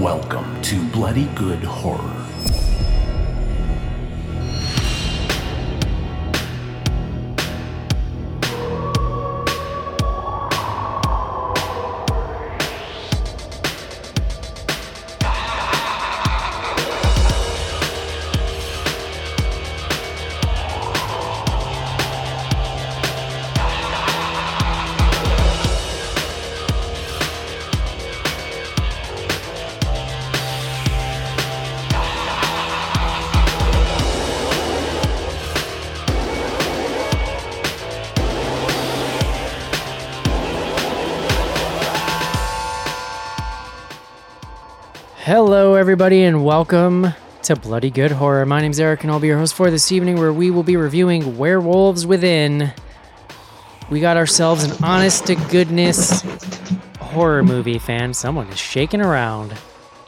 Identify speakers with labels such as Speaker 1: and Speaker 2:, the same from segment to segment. Speaker 1: Welcome to Bloody Good Horror.
Speaker 2: Hello, everybody, and welcome to Bloody Good Horror. My name's Eric, and I'll be your host for this evening, where we will be reviewing Werewolves Within. We got ourselves an honest to goodness horror movie, fan. Someone is shaking around.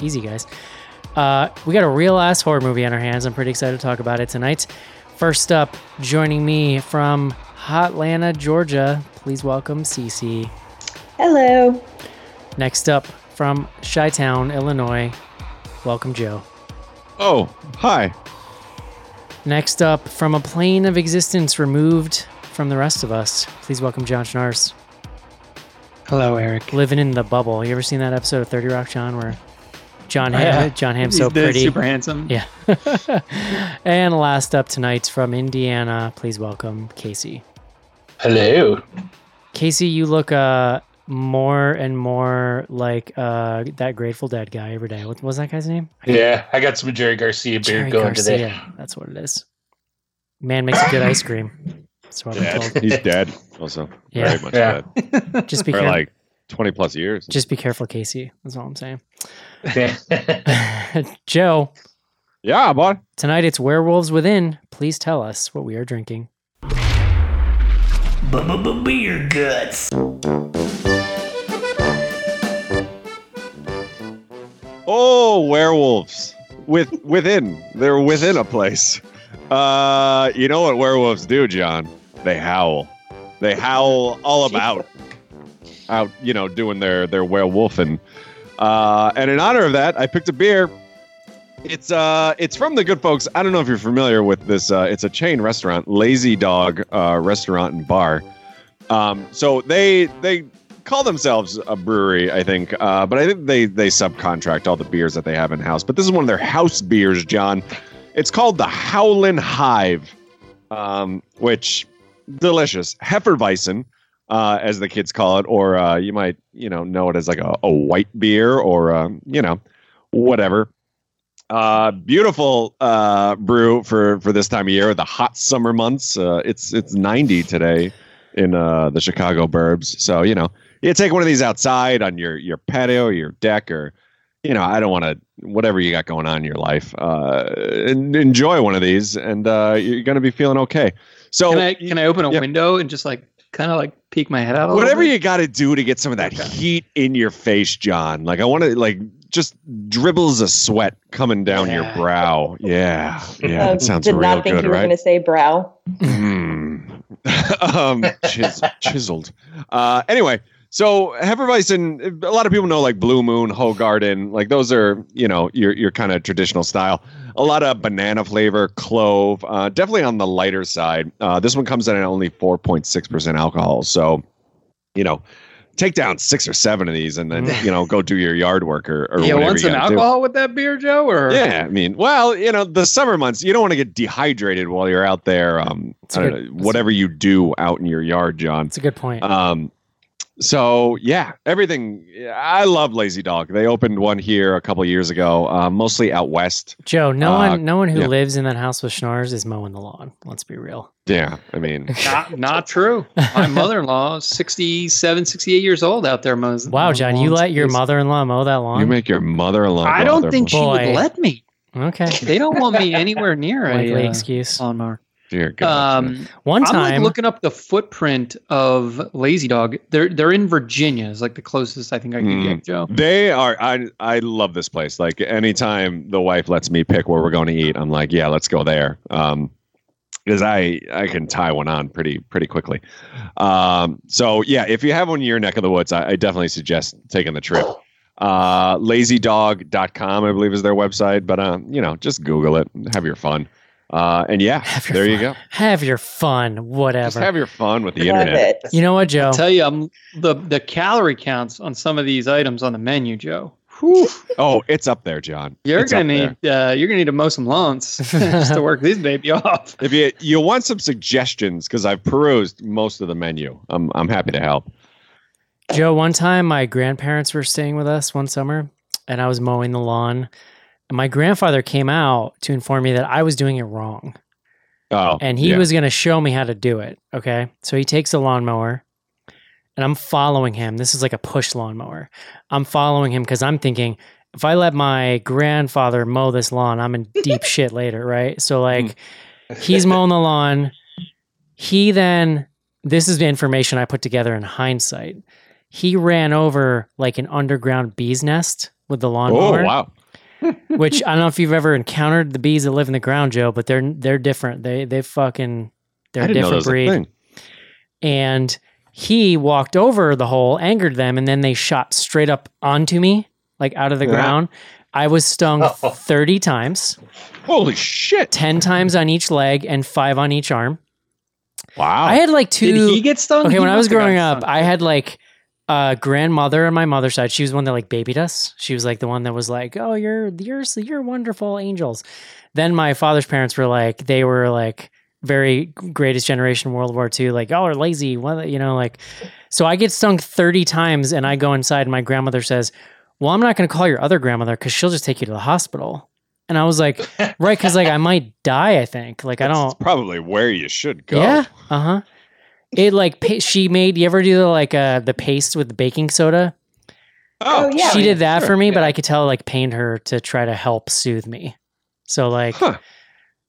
Speaker 2: Easy, guys. Uh, we got a real ass horror movie on our hands. I'm pretty excited to talk about it tonight. First up, joining me from Hotlanta, Georgia, please welcome Cece.
Speaker 3: Hello.
Speaker 2: Next up, from Chi Town, Illinois, welcome Joe.
Speaker 4: Oh, hi.
Speaker 2: Next up, from a plane of existence removed from the rest of us, please welcome John Schnars.
Speaker 5: Hello, Eric.
Speaker 2: Living in the bubble. You ever seen that episode of Thirty Rock, John, where John Ham,
Speaker 5: Yeah.
Speaker 2: John Ham's so
Speaker 4: He's the
Speaker 2: pretty?
Speaker 4: Super handsome.
Speaker 2: yeah. and last up tonight from Indiana, please welcome Casey.
Speaker 5: Hello.
Speaker 2: Casey, you look uh more and more like uh that Grateful Dead guy every day. What what was that guy's name?
Speaker 5: Yeah, I got some Jerry Garcia beard
Speaker 2: Jerry
Speaker 5: going
Speaker 2: Garcia.
Speaker 5: today.
Speaker 2: That's what it is. Man makes a good ice cream. That's what I'm
Speaker 4: Dead.
Speaker 2: told.
Speaker 6: He's dead, also.
Speaker 2: Yeah.
Speaker 6: Very much
Speaker 5: Yeah.
Speaker 6: dead.
Speaker 2: Just be
Speaker 6: For
Speaker 2: careful.
Speaker 6: like 20 plus years.
Speaker 2: Just be careful, Casey. That's all I'm saying.
Speaker 5: Yeah.
Speaker 2: Joe,
Speaker 6: yeah, boy.
Speaker 2: tonight it's Werewolves Within. Please tell us what we are drinking.
Speaker 1: Beer guts.
Speaker 6: Oh, werewolves. With within. They're within a place. Uh, you know what werewolves do, John? They howl. They howl all about. Out, you know, doing their their werewolfing. Uh, and in honor of that, I picked a beer. It's uh, it's from the good folks. I don't know if you're familiar with this. Uh, it's a chain restaurant, Lazy Dog uh, Restaurant and Bar. Um, so they they call themselves a brewery, I think, uh, but I think they they subcontract all the beers that they have in house. But this is one of their house beers, John. It's called the Howlin' Hive, um, which delicious Hefeweizen, uh, as the kids call it, or uh, you might you know know it as like a, a white beer or um, you know whatever. Uh, beautiful uh, brew for for this time of year, the hot summer months. Uh, it's it's 90 today in uh, the Chicago burbs, so you know you take one of these outside on your your patio or your deck or you know i don't want to whatever you got going on in your life uh en- enjoy one of these and uh you're gonna be feeling okay so
Speaker 4: Can I can I open a
Speaker 6: Yeah.
Speaker 4: window and just like kind of like peek my head out? A little
Speaker 6: whatever
Speaker 4: bit?
Speaker 6: you got to do to get some of that heat in your face, John. Like I want to like just dribbles of sweat coming down your
Speaker 4: Yeah.
Speaker 6: brow. Yeah, yeah,
Speaker 3: Um,
Speaker 6: that sounds
Speaker 3: did
Speaker 6: real
Speaker 3: not think
Speaker 6: good,
Speaker 3: you were
Speaker 6: right?
Speaker 3: going to say brow.
Speaker 6: Mm. um, chis- chiseled. Uh, anyway, so Hefeweizen, a lot of people know like Blue Moon, Hogarden, like those are you know your your kind of traditional style. A lot of banana flavor, clove, uh, definitely on the lighter side. Uh, this one comes in at only four point six percent alcohol, so you know. Take down six or seven of these, and then you know go do your yard work or, or
Speaker 4: Mm. yeah,
Speaker 6: whatever
Speaker 4: want
Speaker 6: you
Speaker 4: some
Speaker 6: gotta do.
Speaker 4: alcohol with that beer, Joe? Or
Speaker 6: Yeah, I mean, well, you know, the summer months, you don't want to get dehydrated while you're out there. Um,
Speaker 2: It's a
Speaker 6: I don't
Speaker 2: good-
Speaker 6: know, whatever you do out in your yard, John.
Speaker 2: That's a good point.
Speaker 6: Um, so yeah, everything. I love Lazy Dog. They opened one here a couple years ago, uh, mostly out west.
Speaker 2: Joe, no
Speaker 6: uh,
Speaker 2: one no one who
Speaker 6: yeah.
Speaker 2: lives in that house with Schnars is mowing the lawn. Let's be real.
Speaker 6: Yeah, I mean,
Speaker 4: Not, not true. My mother-in-law, 67, 68 years old out there. Mows,
Speaker 2: Wow,
Speaker 4: mows
Speaker 2: John, you
Speaker 4: lawns.
Speaker 2: let your mother in law mow that lawn?
Speaker 6: you make your mother-in-law.
Speaker 4: I don't think she
Speaker 2: Boy.
Speaker 4: would let me.
Speaker 2: okay.
Speaker 4: They don't want me anywhere near
Speaker 2: Likely
Speaker 4: a uh,
Speaker 2: excuse.
Speaker 4: lawnmower.
Speaker 6: Dear God.
Speaker 4: Um,
Speaker 2: One
Speaker 4: I'm like
Speaker 2: time
Speaker 4: looking up the footprint of Lazy Dog. They're they're in Virginia. Is like the closest I think I can
Speaker 6: Hmm.
Speaker 4: get, Joe.
Speaker 6: They are. I I love this place. Like anytime the wife lets me pick where we're going to eat, I'm like, yeah, let's go there. Um, because I I can tie one on pretty pretty quickly. Um, so yeah, if you have one in your neck of the woods, I, I definitely suggest taking the trip. Uh, lazydog.com, I believe, is their website. But, um, you know, just Google it. and Have your fun. Uh, and yeah,
Speaker 2: Have your
Speaker 6: there you
Speaker 2: fun.
Speaker 6: go.
Speaker 2: Have your fun,
Speaker 6: Just
Speaker 2: whatever.
Speaker 6: have your fun with the
Speaker 3: Love
Speaker 6: internet.
Speaker 3: it.
Speaker 2: you know what, Joe?
Speaker 4: Tell you, I'm, the the calorie counts on some of these items on the menu, Joe. Whew,
Speaker 6: Oh, it's up there, John.
Speaker 4: you're
Speaker 6: It's
Speaker 4: gonna
Speaker 6: up there.
Speaker 4: need uh, you're gonna need to mow some lawns just to work this baby off.
Speaker 6: If you you want some suggestions, because I've perused most of the menu, I'm I'm happy to help.
Speaker 2: Joe, one time my grandparents were staying with us one summer and I was mowing the lawn. And my grandfather came out to inform me that I was doing it wrong.
Speaker 6: Oh,
Speaker 2: and he
Speaker 6: yeah.
Speaker 2: was going to show me how to do it. Okay. So he takes a lawnmower and I'm following him. This is like a push lawnmower. I'm following him because I'm thinking if I let my grandfather mow this lawn, I'm in deep shit later. Right. So, like,
Speaker 6: Hmm.
Speaker 2: he's mowing the lawn. He then, this is the information I put together in hindsight. He ran over like an underground bee's nest with the lawnmower
Speaker 6: Oh wow,
Speaker 2: which I don't know if you've ever encountered the bees that live in the ground, Joe, but they're they're different. They they fucking they're
Speaker 6: I
Speaker 2: a
Speaker 6: didn't know
Speaker 2: different
Speaker 6: that was a
Speaker 2: breed.
Speaker 6: thing.
Speaker 2: And he walked over the hole, angered them, and then they shot straight up onto me, like out of the
Speaker 6: Yeah.
Speaker 2: ground. I was stung thirty times,
Speaker 6: Holy shit!
Speaker 2: ten times on each leg and five on each arm.
Speaker 6: Wow.
Speaker 2: I had like two.
Speaker 4: Did he get stung?
Speaker 2: okay,
Speaker 4: He
Speaker 2: when I was
Speaker 4: must have
Speaker 2: growing
Speaker 4: gotten
Speaker 2: up,
Speaker 4: stung.
Speaker 2: I had like a grandmother on my mother's side. She was the one that like babied us. She was like the one that was like, "Oh, you're you're you're wonderful angels." Then my father's parents were like, they were like very greatest generation World War II, like y'all are lazy, what you know, like. So I get stung thirty times, and I go inside, and my grandmother says, "Well, I'm not going to call your other grandmother because she'll just take you to the hospital." And I was like, "Right," because like I might die. I think like I
Speaker 6: That's
Speaker 2: don't.
Speaker 6: probably where you should go.
Speaker 2: Yeah. Uh huh. It like pa- she made. You ever do the like uh the paste with baking soda?
Speaker 3: Oh, yeah.
Speaker 2: she did that
Speaker 6: sure,
Speaker 2: for me, but
Speaker 6: yeah.
Speaker 2: I could tell it, like pained her to try to help soothe me. So like,
Speaker 6: Huh.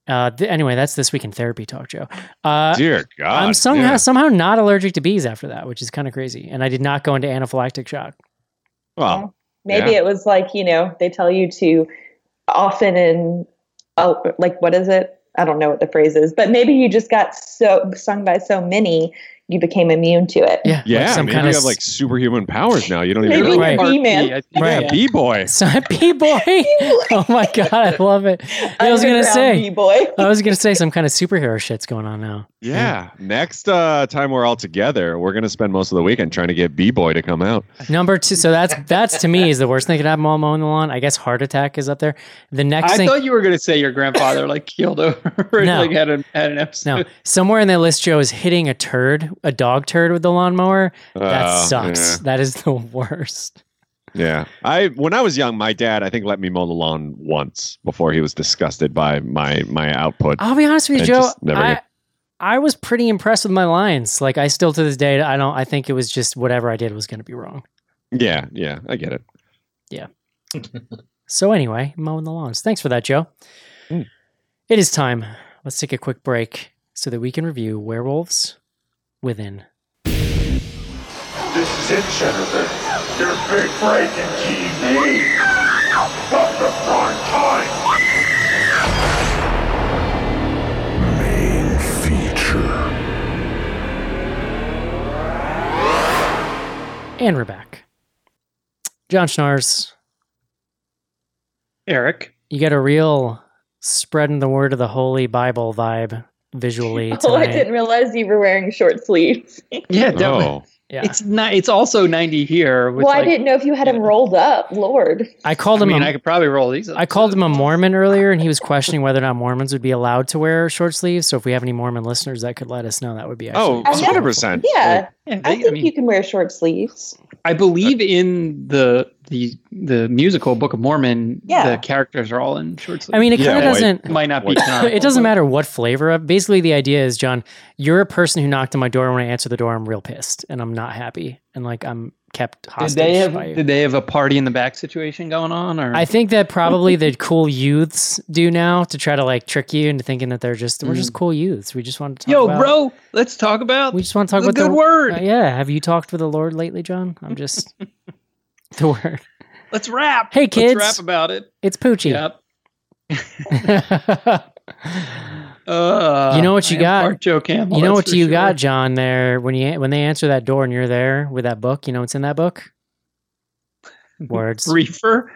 Speaker 2: uh, th- anyway, that's this week in therapy talk, Joe. Uh,
Speaker 6: Dear God.
Speaker 2: I'm somehow
Speaker 6: yeah.
Speaker 2: somehow not allergic to bees after that, which is kind of crazy. And I did not go into anaphylactic shock.
Speaker 6: Well,
Speaker 3: Maybe
Speaker 6: Yeah.
Speaker 3: it was like, you know, they tell you to often in, oh, like, what is it? I don't know what the phrase is, but maybe you just got so stung by so many, you became immune to it.
Speaker 2: Yeah,
Speaker 6: yeah.
Speaker 2: like
Speaker 6: I
Speaker 2: some
Speaker 6: mean,
Speaker 2: kind
Speaker 6: you
Speaker 2: of
Speaker 6: have like superhuman powers now. You don't even
Speaker 3: Maybe
Speaker 6: know.
Speaker 3: you're
Speaker 2: Right.
Speaker 4: Or
Speaker 3: He-Man.
Speaker 4: bee, I think.
Speaker 2: Right.
Speaker 6: Yeah, bee boy.
Speaker 2: bee boy. oh my god, I love it. I was gonna
Speaker 3: Underground
Speaker 2: say.
Speaker 3: B-boy.
Speaker 2: I was gonna say some kind of superhero shit's going on now.
Speaker 6: Yeah. Next uh, time we're all together, we're gonna spend most of the weekend trying to get b boy to come out.
Speaker 2: Number two, so that's that's to me is the worst thing that could happen while mowing the lawn. I guess heart attack is up there. The next
Speaker 4: I
Speaker 2: thing,
Speaker 4: thought you were gonna say your grandfather like keeled over, and,
Speaker 2: No.
Speaker 4: like had an had an episode.
Speaker 2: no, somewhere in that list, Joe is hitting a turd, a dog turd with the lawnmower. That
Speaker 6: Uh,
Speaker 2: sucks. That is the worst.
Speaker 6: Yeah. I when I was young, my dad I think let me mow the lawn once before he was disgusted by my my output.
Speaker 4: Oh.
Speaker 2: I'll be honest with you,
Speaker 6: I
Speaker 2: Joe.
Speaker 6: just never
Speaker 2: I,
Speaker 6: get-
Speaker 2: I was pretty impressed with my lines. Like I still to this day, I don't. I think it was just whatever I did was going to be wrong.
Speaker 6: Yeah, yeah, I get it.
Speaker 2: So anyway, mowing the lawns. Thanks for that, Joe.
Speaker 6: Mm.
Speaker 2: It is time. Let's take a quick break so that we can review werewolves within.
Speaker 7: This is it, Jennifer. Your big break in TV. From the prime time.
Speaker 1: Main feature.
Speaker 2: And we're back. John Schnars,
Speaker 4: Eric,
Speaker 2: you get a real spreading the word of the Holy Bible vibe visually
Speaker 3: Oh, I
Speaker 2: tonight.
Speaker 3: didn't realize you were wearing short sleeves.
Speaker 4: yeah, definitely.
Speaker 6: Oh.
Speaker 2: yeah.
Speaker 4: It's not. It's also ninety here. With
Speaker 3: well, I
Speaker 4: like,
Speaker 3: didn't know if you had them rolled up. Lord.
Speaker 2: I called
Speaker 4: I
Speaker 2: him.
Speaker 4: mean,
Speaker 2: a-
Speaker 4: I could probably roll these. up.
Speaker 2: I called him a Mormon earlier, and he was questioning whether or not Mormons would be allowed to wear short sleeves. So, if we have any Mormon listeners that could let us know, that would be actually
Speaker 6: Oh,
Speaker 3: I know.
Speaker 6: 100%.
Speaker 3: Yeah.
Speaker 4: Yeah,
Speaker 3: I
Speaker 4: they-
Speaker 3: think
Speaker 4: I mean,
Speaker 3: you can wear short sleeves.
Speaker 4: I believe in the the the musical Book of Mormon.
Speaker 3: Yeah.
Speaker 4: the characters are all in short sleeves.
Speaker 2: I mean, it
Speaker 6: Yeah,
Speaker 2: kind of
Speaker 6: white-
Speaker 2: doesn't.
Speaker 4: it might not be.
Speaker 6: It
Speaker 4: canonical,
Speaker 2: it doesn't
Speaker 4: but-
Speaker 2: matter what flavor of basically the idea is john you're a person who knocked on my door and when i answer the door i'm real pissed and i'm not happy and like i'm kept
Speaker 4: Did
Speaker 2: hostage
Speaker 4: they have
Speaker 2: by you.
Speaker 4: did they have a party in the back situation going on? Or
Speaker 2: i think that probably the cool youths do now to try to like trick you into thinking that they're just we're just cool youths we just want to talk
Speaker 4: Mm. yo,
Speaker 2: about-
Speaker 4: bro, let's talk about
Speaker 2: we just want to talk
Speaker 4: the
Speaker 2: about
Speaker 4: good
Speaker 2: the
Speaker 4: word.
Speaker 2: Uh, yeah have you talked with the lord lately john i'm just the word
Speaker 4: Let's rap.
Speaker 2: Hey, kids.
Speaker 4: let's rap about it.
Speaker 2: it's poochie
Speaker 4: Yep. Uh,
Speaker 2: You know what you
Speaker 4: I am
Speaker 2: got?
Speaker 4: Part Joe Campbell.
Speaker 2: you know
Speaker 4: Oh, that's
Speaker 2: what
Speaker 4: for
Speaker 2: you
Speaker 4: sure.
Speaker 2: got john there when you when they answer that door and you're there with that book you know what's in that book Words.
Speaker 4: Reefer.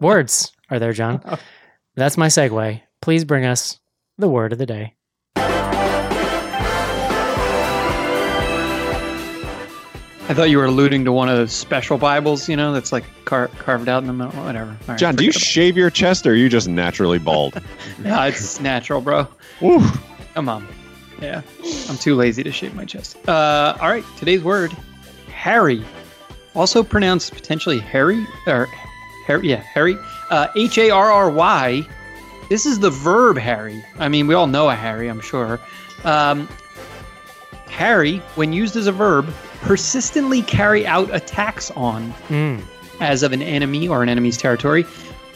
Speaker 2: Words are there, John.
Speaker 4: Oh.
Speaker 2: That's my segue. Please bring us the word of the day.
Speaker 4: I thought you were alluding to one of those special Bibles, you know, that's like car- carved out in the middle. Whatever. All right,
Speaker 6: John, do you
Speaker 4: forget
Speaker 6: shave your chest or are you just naturally bald?
Speaker 4: about- Nah, it's natural, bro.
Speaker 6: Woo.
Speaker 4: Come on. Yeah. I'm too lazy to shave my chest. Uh, all right. Today's word Harry. Also pronounced potentially Harry or Harry. Yeah, Harry. Uh, H A R R Y. This is the verb Harry. I mean, we all know a Harry, I'm sure. Um, Harry, when used as a verb, persistently carry out attacks on
Speaker 2: Mm.
Speaker 4: as of an enemy or an enemy's territory,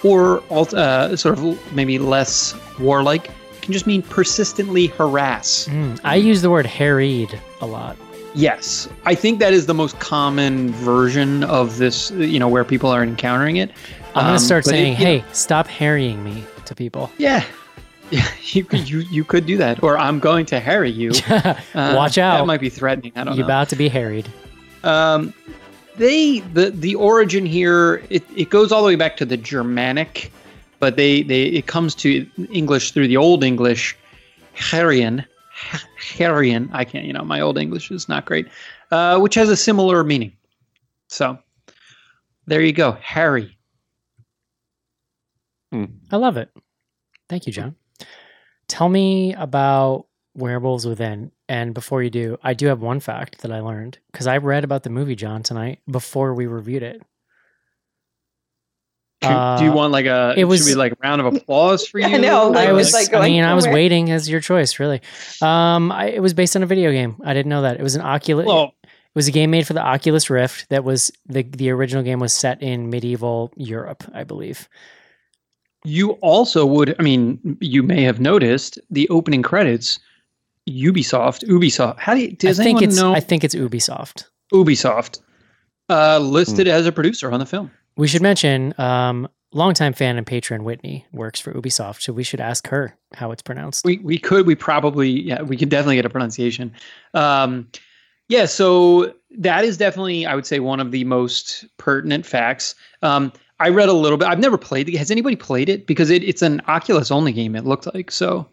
Speaker 4: or alt- uh, sort of maybe less warlike, can just mean persistently harass.
Speaker 2: Mm. I use the word harried a lot.
Speaker 4: Yes, I think that is the most common version of this. You know, where people are encountering it.
Speaker 2: I'm gonna
Speaker 4: Um,
Speaker 2: start
Speaker 4: but it-
Speaker 2: saying,
Speaker 4: you know-
Speaker 2: "Hey, stop harrying me" to people.
Speaker 4: yeah, yeah, you could you you could do that, or I'm going to harry you. Uh,
Speaker 2: Watch out!
Speaker 4: That might be threatening. I don't
Speaker 2: You're
Speaker 4: know.
Speaker 2: about to be harried.
Speaker 4: Um, they the the origin here it, it goes all the way back to the Germanic, but they they it comes to English through the Old English, Herian, Herian. I can't you know my old English is not great, uh, which has a similar meaning. So there you go, Harry.
Speaker 2: I love it. Thank you, John. Tell me about Werewolves Within. And before you do, I do have one fact that I learned because I read about the movie John tonight before we reviewed it.
Speaker 4: Do, do you
Speaker 2: Uh,
Speaker 4: want like a
Speaker 2: it
Speaker 4: it
Speaker 2: was-
Speaker 4: was, should be like a round of applause for you?
Speaker 3: I know, like,
Speaker 2: I
Speaker 3: It's
Speaker 2: was.
Speaker 3: like
Speaker 2: I
Speaker 3: going
Speaker 2: mean, I was
Speaker 3: somewhere.
Speaker 2: waiting as your choice, really. Um, I, it was based on a video game. I didn't know that it was an Oculus.
Speaker 4: well,
Speaker 2: it was a game made for the Oculus Rift. That was the the original game was set in medieval Europe, I believe.
Speaker 4: You also would, I mean, you may have noticed the opening credits. Ubisoft, Ubisoft. How do you, does
Speaker 2: I think
Speaker 4: anyone
Speaker 2: it's.
Speaker 4: know
Speaker 2: I think it's Ubisoft.
Speaker 4: Ubisoft uh, listed as a producer on the film?
Speaker 2: We should mention um longtime fan and patron Whitney works for Ubisoft, so we should ask her how it's pronounced.
Speaker 4: We we could, we probably, yeah, we could definitely get a pronunciation. Um, yeah, so that is definitely, I would say, one of the most pertinent facts. Um, I read a little bit. I've never played the game. Has anybody played it? Because it, it's an Oculus only game. It looked like so.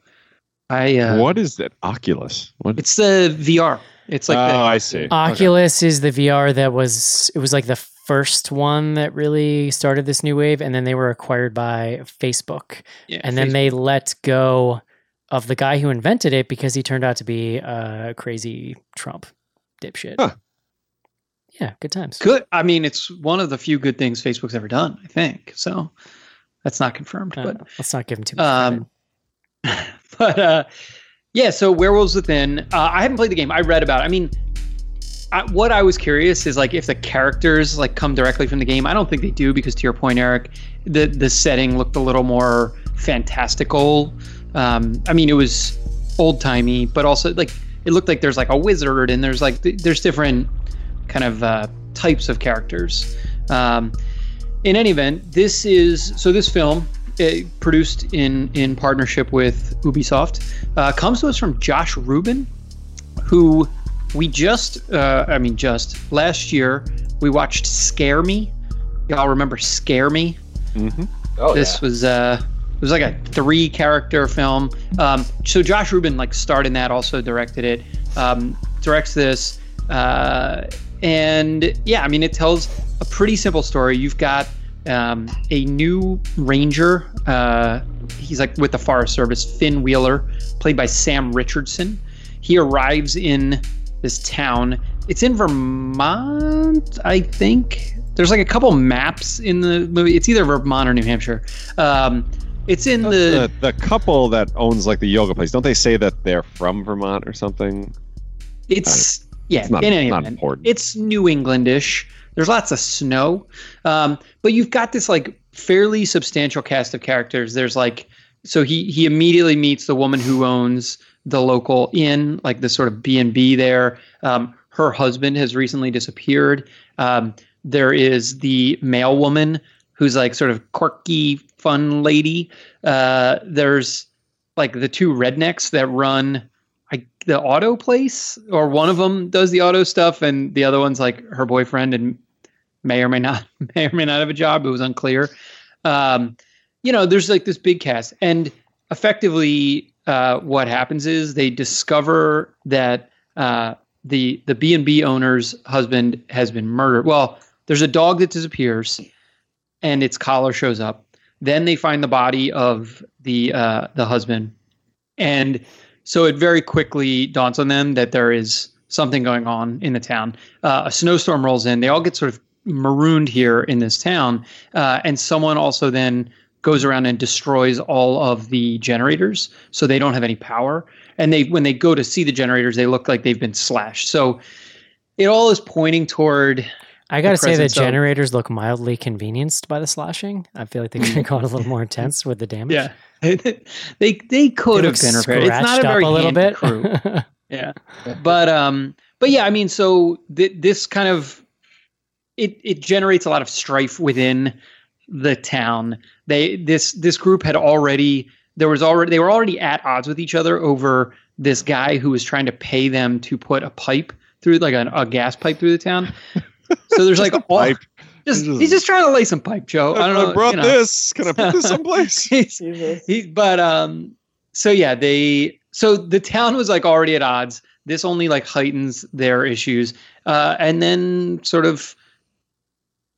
Speaker 4: I uh,
Speaker 6: what is that? Oculus. What?
Speaker 4: It's the VR. It's like
Speaker 6: oh,
Speaker 4: the, uh,
Speaker 6: I see.
Speaker 2: Oculus is the VR that was it was like the first one that really started this new wave and then they were acquired by Facebook.
Speaker 4: yeah,
Speaker 2: And then
Speaker 4: Facebook.
Speaker 2: they let go of the guy who invented it because he turned out to be a crazy Trump dipshit.
Speaker 6: Huh.
Speaker 2: Yeah, good times.
Speaker 4: good i mean it's one of the few good things facebook's ever done i think so that's not confirmed
Speaker 2: Uh,
Speaker 4: but
Speaker 2: let's not give him too much credit.
Speaker 4: um but uh yeah so werewolves within uh, i haven't played the game i read about it. i mean I, what i was curious is like if the characters like come directly from the game i don't think they do because to your point eric the the setting looked a little more fantastical um i mean it was old timey but also like it looked like there's like a wizard and there's like th- there's different kind of uh, types of characters. Um, in any event, this is so this film eh, produced in in partnership with Ubisoft uh, comes to us from Josh Rubin, who we just uh, I mean just last year we watched Scare Me. Y'all remember Scare Me?
Speaker 6: Mhm.
Speaker 5: Oh,
Speaker 4: this was uh it was like a three character film um so josh rubin like starred in that also directed it um directs this uh and yeah i mean it tells a pretty simple story you've got um, a new ranger uh he's like with the forest service finn wheeler played by sam richardson he arrives in this town it's in vermont i think there's like a couple maps in the movie it's either vermont or new hampshire um, it's in
Speaker 6: That's uh,
Speaker 4: the
Speaker 6: The, the couple that owns like the yoga place, don't they say that they're from Vermont or something?
Speaker 4: It's yeah,
Speaker 6: It's not-
Speaker 4: in any
Speaker 6: not
Speaker 4: event,
Speaker 6: important.
Speaker 4: it's New Englandish. There's lots of snow, um, but you've got this like fairly substantial cast of characters. There's like so he he immediately meets the woman who owns the local inn, like this sort of B and B there. Um, her husband has recently disappeared. Um, there is the male woman who's like sort of quirky, fun lady. Uh, there's like the two rednecks that run I, the auto place, or one of them does the auto stuff, and the other one's like her boyfriend, and may or may not may or may not have a job. It was unclear. Um, you know, there's like this big cast, and effectively, uh, what happens is they discover that uh, the the B and B owner's husband has been murdered. Well, there's a dog that disappears, and its collar shows up. Then they find the body of the uh, the husband, and so it very quickly dawns on them that there is something going on in the town. Uh, a snowstorm rolls in. They all get sort of marooned here in this town, uh, and someone also then goes around and destroys all of the generators, so they don't have any power. And they when they go to see the generators, they look like they've been slashed. So it all is pointing toward
Speaker 2: I gotta say the
Speaker 4: presence of-
Speaker 2: generators look mildly convenienced by the slashing. I feel like they could have gone a little more intense with the damage.
Speaker 4: yeah. they they could
Speaker 2: They
Speaker 4: have
Speaker 2: look
Speaker 4: been repaired. It's not
Speaker 2: scratched
Speaker 4: a
Speaker 2: up
Speaker 4: very
Speaker 2: a little
Speaker 4: handy
Speaker 2: bit.
Speaker 4: crew. yeah but um but yeah i mean so th- this kind of it it generates a lot of strife within the town they this this group had already there was already they were already at odds with each other over this guy who was trying to pay them to put a pipe through like an, a gas pipe through the town so there's like all,
Speaker 6: Pipe.
Speaker 4: just
Speaker 6: Just-
Speaker 4: he's just trying to lay some pipe joe i don't know
Speaker 6: brought
Speaker 4: you know.
Speaker 6: this. Can I put this someplace?
Speaker 4: He's-
Speaker 3: Jesus.
Speaker 4: he, but um, so yeah, they so the town was like already at odds. This only like heightens their issues, uh, and then sort of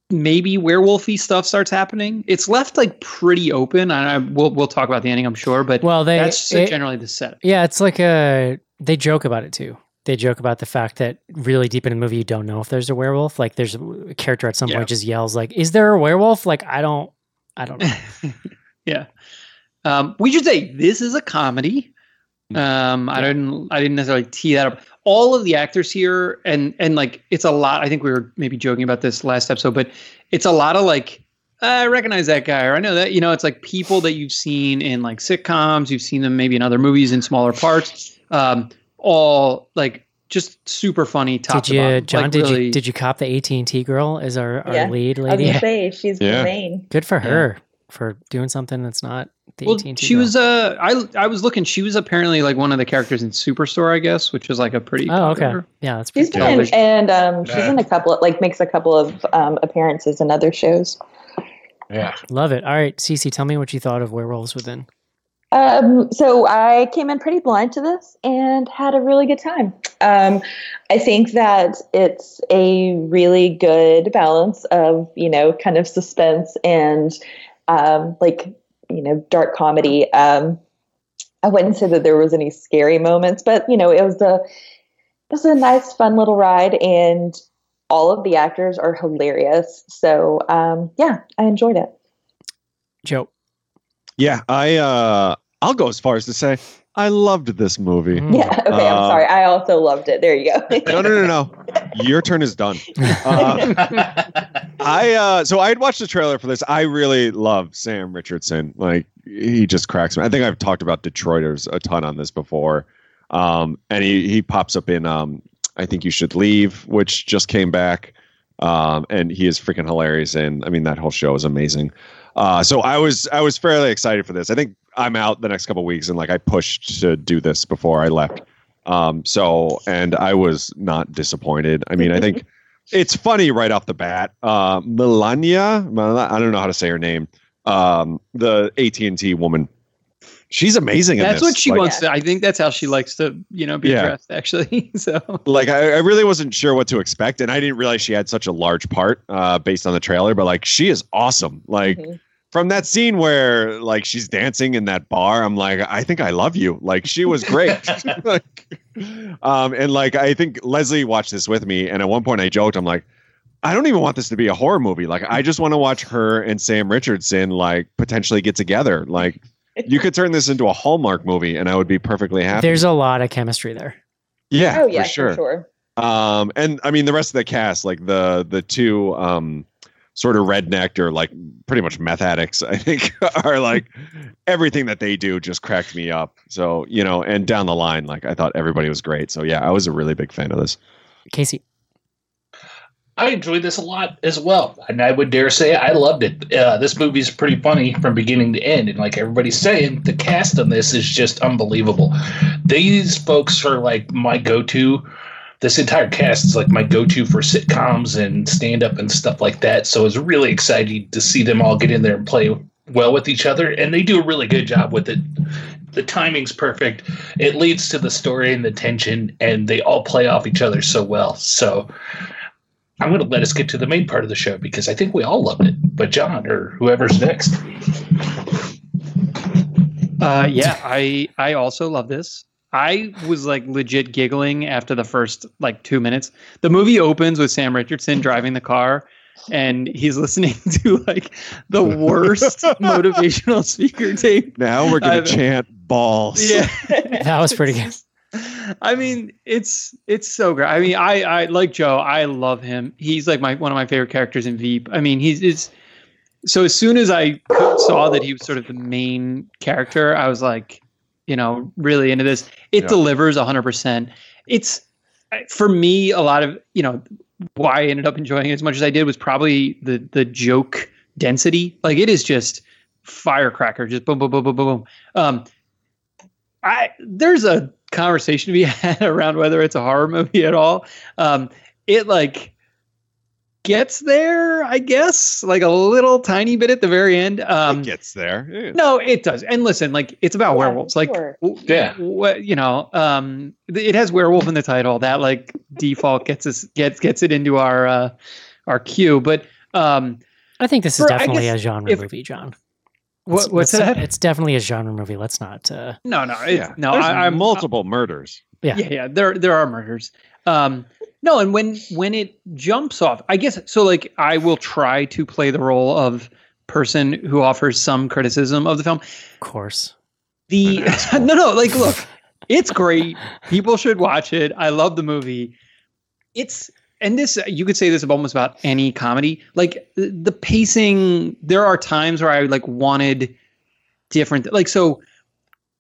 Speaker 4: maybe werewolfy stuff starts happening. It's left like pretty open. I, I we'll we'll talk about the ending, I'm sure, but
Speaker 2: Well, they
Speaker 4: that's
Speaker 2: it-
Speaker 4: generally the setup.
Speaker 2: yeah, it's like a they joke about it too. They joke about the fact that really deep in the movie you don't know if there's a werewolf. Like there's a character at some
Speaker 4: Yeah.
Speaker 2: point just yells like, "Is there a werewolf?" Like I don't, I don't know.
Speaker 4: yeah. Um, we should say this is a comedy.
Speaker 2: Mm.
Speaker 4: Um, I didn't I didn't necessarily tee that up. All of the actors here and and like it's a lot. I think we were maybe joking about this last episode, but it's a lot of like I recognize that guy or I know that you know it's like people that you've seen in like sitcoms, you've seen them maybe in other movies in smaller parts. Um, all like just super funny. Top
Speaker 2: did
Speaker 4: to
Speaker 2: you,
Speaker 4: bottom.
Speaker 2: John?
Speaker 4: Like,
Speaker 2: did
Speaker 4: really-
Speaker 2: you did you cop the AT and T girl as our, our
Speaker 3: Yeah.
Speaker 2: lead
Speaker 4: Oh,
Speaker 3: I was
Speaker 2: lady?
Speaker 3: gonna say she's
Speaker 6: Yeah.
Speaker 3: insane.
Speaker 2: Good for
Speaker 4: Yeah.
Speaker 2: her for doing something that's not the
Speaker 4: well,
Speaker 2: AT and T.
Speaker 4: she was uh I I was looking she was apparently like one of the characters in Superstore I guess which was like a pretty
Speaker 2: Oh, okay.
Speaker 4: popular-
Speaker 2: Yeah, that's
Speaker 3: She's
Speaker 2: pretty
Speaker 3: been
Speaker 2: cool.
Speaker 3: in, and um, she's
Speaker 5: Yeah.
Speaker 3: in a couple of like makes a couple of um, appearances in other shows.
Speaker 5: Yeah.
Speaker 2: Love it. All right, Cece, tell me what you thought of Werewolves Within.
Speaker 3: Um, so I came in pretty blind to this and had a really good time. Um, I think that it's a really good balance of, you know, kind of suspense and um, like, you know, dark comedy. Um, I wouldn't say that there was any scary moments, but you know, it was a it was a nice, fun little ride, and all of the actors are hilarious. So um, yeah, I enjoyed it.
Speaker 2: Joe.
Speaker 6: Yeah, I uh I'll go as far as to say I loved this movie.
Speaker 2: Mm.
Speaker 3: Yeah, okay, I'm
Speaker 6: Uh,
Speaker 3: sorry. I also loved it. There you go.
Speaker 6: No, no, no, no. Your turn is done. Uh, I uh so I had watched the trailer for this. I really love Sam Richardson. Like he just cracks me. I think I've talked about Detroiters a ton on this before. Um and he he pops up in um I think you should leave, which just came back. Um and he is freaking hilarious and I mean that whole show is amazing. Uh so I was I was fairly excited for this. I think I'm out the next couple weeks and like I pushed to do this before I left. Um so and I was not disappointed. I mean, I think it's funny right off the bat. Uh, Melania, Mel- I don't know how to say her name. Um, the AT and T woman, she's amazing. in
Speaker 4: That's
Speaker 6: this.
Speaker 4: what she
Speaker 6: Like-
Speaker 4: wants to I think that's how she likes to you know be
Speaker 6: Yeah.
Speaker 4: dressed actually so
Speaker 6: like I, I really wasn't sure what to expect and i didn't realize she had such a large part uh, based on the trailer but like she is awesome like
Speaker 3: Mhm.
Speaker 6: from that scene where like she's dancing in that bar i'm like i think i love you like she was great like, um, and like i think leslie watched this with me and at one point i joked i'm like i don't even want this to be a horror movie like i just want to watch her and sam richardson like potentially get together like you could turn this into a hallmark movie and i would be perfectly happy
Speaker 2: There's a lot of chemistry there.
Speaker 6: yeah
Speaker 3: oh yeah,
Speaker 6: for sure um and i mean the rest of the cast like the the two um sort of rednecked or like pretty much meth addicts i think are like everything that they do just cracked me up so you know and down the line like i thought everybody was great so yeah i was a really big fan of this
Speaker 2: Casey.
Speaker 5: I enjoyed this a lot as well, and I would dare say I loved it. Uh, this movie's pretty funny from beginning to end, and like everybody's saying, the cast on this is just unbelievable. These folks are like my go-to this entire cast is like my go-to for sitcoms and stand-up and stuff like that. So it's really exciting to see them all get in there and play well with each other, and they do a really good job with it. The timing's perfect. It leads to the story and the tension, and they all play off each other so well. So I'm going to let us get to the main part of the show because I think we all loved it. But John or whoever's next.
Speaker 4: Uh, yeah, I I also love this. I was like legit giggling after the first like two minutes. The movie opens with Sam Richardson driving the car, and he's listening to like the worst motivational speaker tape.
Speaker 6: Now we're gonna
Speaker 4: I've-
Speaker 6: chant balls.
Speaker 4: Yeah,
Speaker 2: That was pretty good.
Speaker 4: I mean, it's it's so great. I mean, I I like Joe. I love him. He's like my one of my favorite characters in Veep. I mean, he's it's so as soon as I saw that he was sort of the main character, I was like, you know, really into this. It
Speaker 6: Yeah.
Speaker 4: delivers delivers 100%. It's for me a lot of, you know, why I ended up enjoying it as much as I did was probably the the joke density. Like it is just firecracker, just boom boom boom boom boom boom. Um I there's a conversation to be had around whether it's a horror movie at all. Um, it like gets there, I guess, like a little tiny bit at the very end.
Speaker 6: It
Speaker 4: Um,
Speaker 6: gets there. Yeah.
Speaker 4: no, it does. And listen, like it's about
Speaker 3: Yeah,
Speaker 4: werewolves. Like
Speaker 3: sure.
Speaker 4: w-
Speaker 5: Yeah.
Speaker 4: what you know, um, th- it has werewolf in the title. That like default gets us gets gets it into our uh, our queue. But um,
Speaker 2: I think this is
Speaker 4: For- I
Speaker 2: definitely
Speaker 4: guess
Speaker 2: a genre
Speaker 4: if-
Speaker 2: movie, John.
Speaker 4: what,
Speaker 2: It's-
Speaker 4: what's
Speaker 2: it's-
Speaker 4: that?
Speaker 2: It's definitely a genre movie. Let's not. Uh,
Speaker 4: No, no, it's, no.
Speaker 6: There's
Speaker 4: I, I'm
Speaker 6: multiple murders.
Speaker 2: Yeah.
Speaker 4: yeah, yeah. There, there are murders. Um, no, and when when it jumps off, I guess so. Like, I will try to play the role of person who offers some criticism of the film.
Speaker 2: of course.
Speaker 4: The no, no. Like, look, it's great. People should watch it. I love the movie. It's and this you could say this about almost about any comedy. Like the the pacing, there are times where I like wanted different. Like so,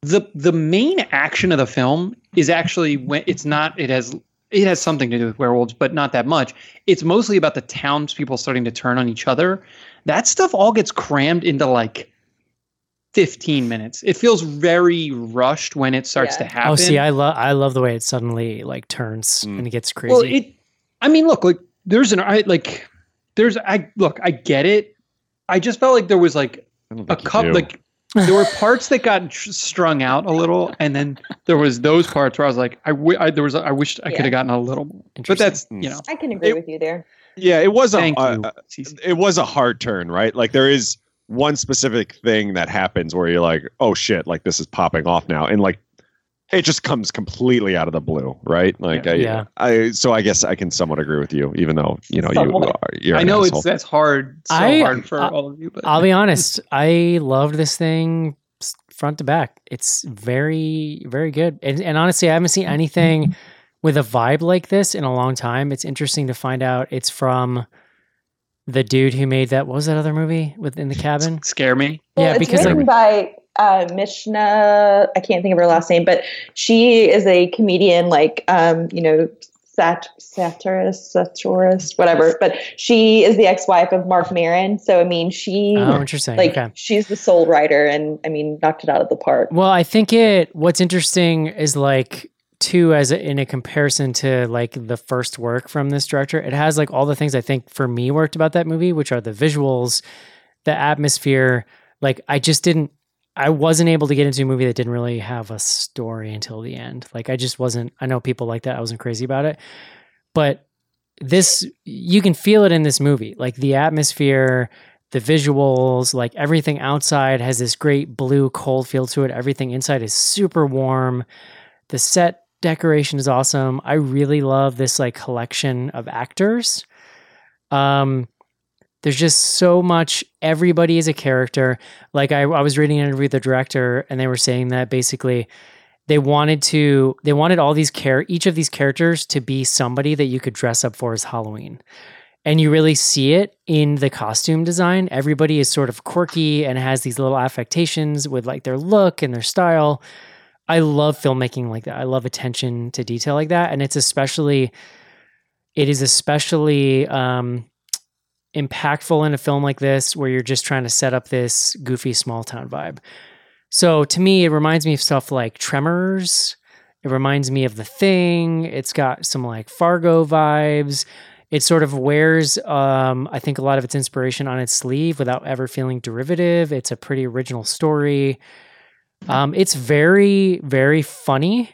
Speaker 4: the the main action of the film is actually when it's not. It has it has something to do with werewolves, but not that much. It's mostly about the townspeople starting to turn on each other. That stuff all gets crammed into like. 15 minutes. It feels very rushed when it starts
Speaker 3: Yeah.
Speaker 4: to happen.
Speaker 2: Oh, see, I love I love the way it suddenly like turns
Speaker 6: Mm.
Speaker 2: and it gets crazy.
Speaker 4: Well, it. I mean, look, like there's an I like there's I look I get it. I just felt like there was like
Speaker 6: I don't
Speaker 4: a
Speaker 6: think you
Speaker 4: cup
Speaker 6: do.
Speaker 4: like there were parts that got tr- strung out a little, and then there was those parts where I was like, I, w- I there was I wished I could
Speaker 3: Yeah.
Speaker 4: have gotten a little more, but
Speaker 2: Interesting.
Speaker 4: that's
Speaker 6: Mm.
Speaker 4: you know.
Speaker 3: I can agree
Speaker 6: It-
Speaker 3: with you there.
Speaker 6: yeah, it was a,
Speaker 4: Thank
Speaker 6: a-
Speaker 4: you.
Speaker 6: a-
Speaker 4: CC.
Speaker 6: it was a hard turn, right? Like there is one specific thing that happens where you're like, oh shit, like this is popping off now, and like it just comes completely out of the blue, right? Like
Speaker 4: Yeah.
Speaker 6: I,
Speaker 2: Yeah.
Speaker 6: I, so I guess I can somewhat agree with you, even though you know you
Speaker 3: Somewhat.
Speaker 6: are. You're
Speaker 4: I
Speaker 6: an
Speaker 4: know
Speaker 6: asshole.
Speaker 4: it's that's hard, so
Speaker 2: I-
Speaker 4: hard for
Speaker 2: I-
Speaker 4: all of you. But
Speaker 2: I'll be honest. I loved this thing s- front to back. It's very, very good. And, and honestly, I haven't seen anything with a vibe like this in a long time. It's interesting to find out it's from the dude who made that. What was that other movie within the cabin?
Speaker 4: scare me.
Speaker 2: Yeah,
Speaker 3: it's
Speaker 2: because, like-
Speaker 3: written by uh, Mishna. I can't think of her last name, but she is a comedian, like um, you know, sat satirist, satirist, whatever. But she is the ex-wife of Mark Maron, so I mean, she
Speaker 2: Oh, interesting.
Speaker 3: like
Speaker 2: okay.
Speaker 3: she's the sole writer, and I mean, knocked it out of the park.
Speaker 2: Well, I think it. What's interesting is like too, as a, in a comparison to like the first work from this director, it has like all the things I think for me worked about that movie, which are the visuals, the atmosphere. Like I just didn't. I wasn't able to get into a movie that didn't really have a story until the end. Like I just wasn't. I know people like that. I wasn't crazy about it, but this you can feel it in this movie. Like the atmosphere, the visuals, like everything outside has this great blue cold feel to it. Everything inside is super warm. The set decoration is awesome. I really love this like collection of actors. Um there's just so much everybody is a character. Like I, I was reading an interview with the director and they were saying that basically they wanted to they wanted all these care each of these characters to be somebody that you could dress up for as Halloween and you really see it in the costume design. Everybody is sort of quirky and has these little affectations with like their look and their style. I love filmmaking like that. I love attention to detail like that, and it's especially it is especially um, impactful in a film like this where you're just trying to set up this goofy small town vibe. So to me, it reminds me of stuff like Tremors It reminds me of The Thing. It's got some like Fargo vibes. It sort of wears, um, I think, a lot of its inspiration on its sleeve without ever feeling derivative. It's a pretty original story. Um, it's very, very funny.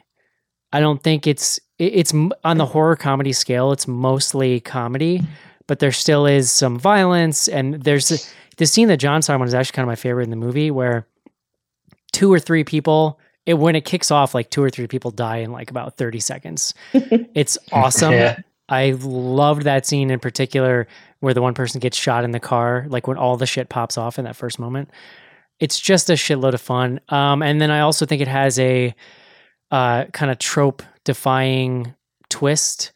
Speaker 2: I don't think it's it- it's m- on the horror comedy scale. It's mostly comedy, but there still is some violence. And there's the scene that John saw one is actually kind of my favorite in the movie, where two or three people. It when it kicks off, like two or three people die in like about thirty seconds. it's awesome.
Speaker 5: Yeah.
Speaker 2: I loved that scene in particular where the one person gets shot in the car, like when all the shit pops off in that first moment. It's just a shitload of fun. Um, and then I also think it has a uh, kind of trope defying twist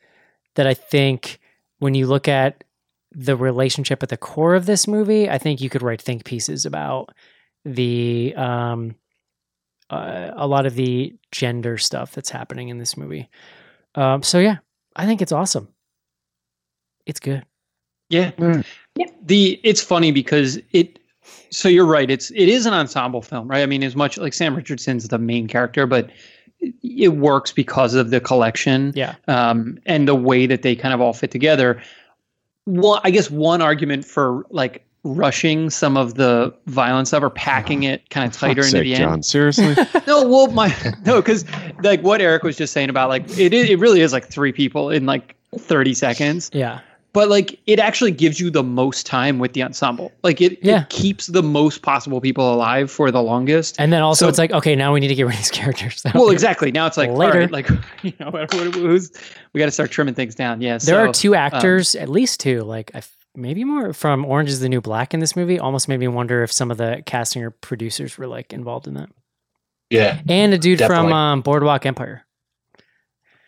Speaker 2: that I think when you look at the relationship at the core of this movie, I think you could write think pieces about the um, uh, a lot of the gender stuff that's happening in this movie. Um, so yeah, I think it's awesome. It's good.
Speaker 4: Yeah.
Speaker 5: Mm.
Speaker 3: Yeah.
Speaker 4: The it's funny because it so you're right, it's it is an ensemble film, right? I mean, as much like Sam Richardson's the main character, but it- it works because of the collection
Speaker 2: Yeah.
Speaker 4: um, and the way that they kind of all fit together. Well, I guess one argument for like rushing some of the violence of or packing it kind of tighter
Speaker 6: Fuck's
Speaker 4: into
Speaker 6: sake,
Speaker 4: the end
Speaker 6: John. Seriously?
Speaker 4: no, well, my no, because like what Eric was just saying about like it, i- it really is like three people in like thirty seconds,
Speaker 2: Yeah.
Speaker 4: but like it actually gives you the most time with the ensemble. Like it,
Speaker 2: Yeah.
Speaker 4: it keeps the most possible people alive for the longest.
Speaker 2: And then also
Speaker 4: So-
Speaker 2: it's like, okay, now we need to get rid of these characters.
Speaker 4: Well, exactly. Now it's like
Speaker 2: Later.
Speaker 4: all right, like you know, what- what- who's we got to start trimming things down. Yeah,
Speaker 2: There
Speaker 4: so- um,
Speaker 2: are two actors, at least two, like I f- maybe more from Orange is the New Black in this movie. Almost made me wonder if some of the casting or producers were like involved in that.
Speaker 5: Yeah.
Speaker 2: And a dude from
Speaker 5: Definitely.
Speaker 2: um, Boardwalk Empire.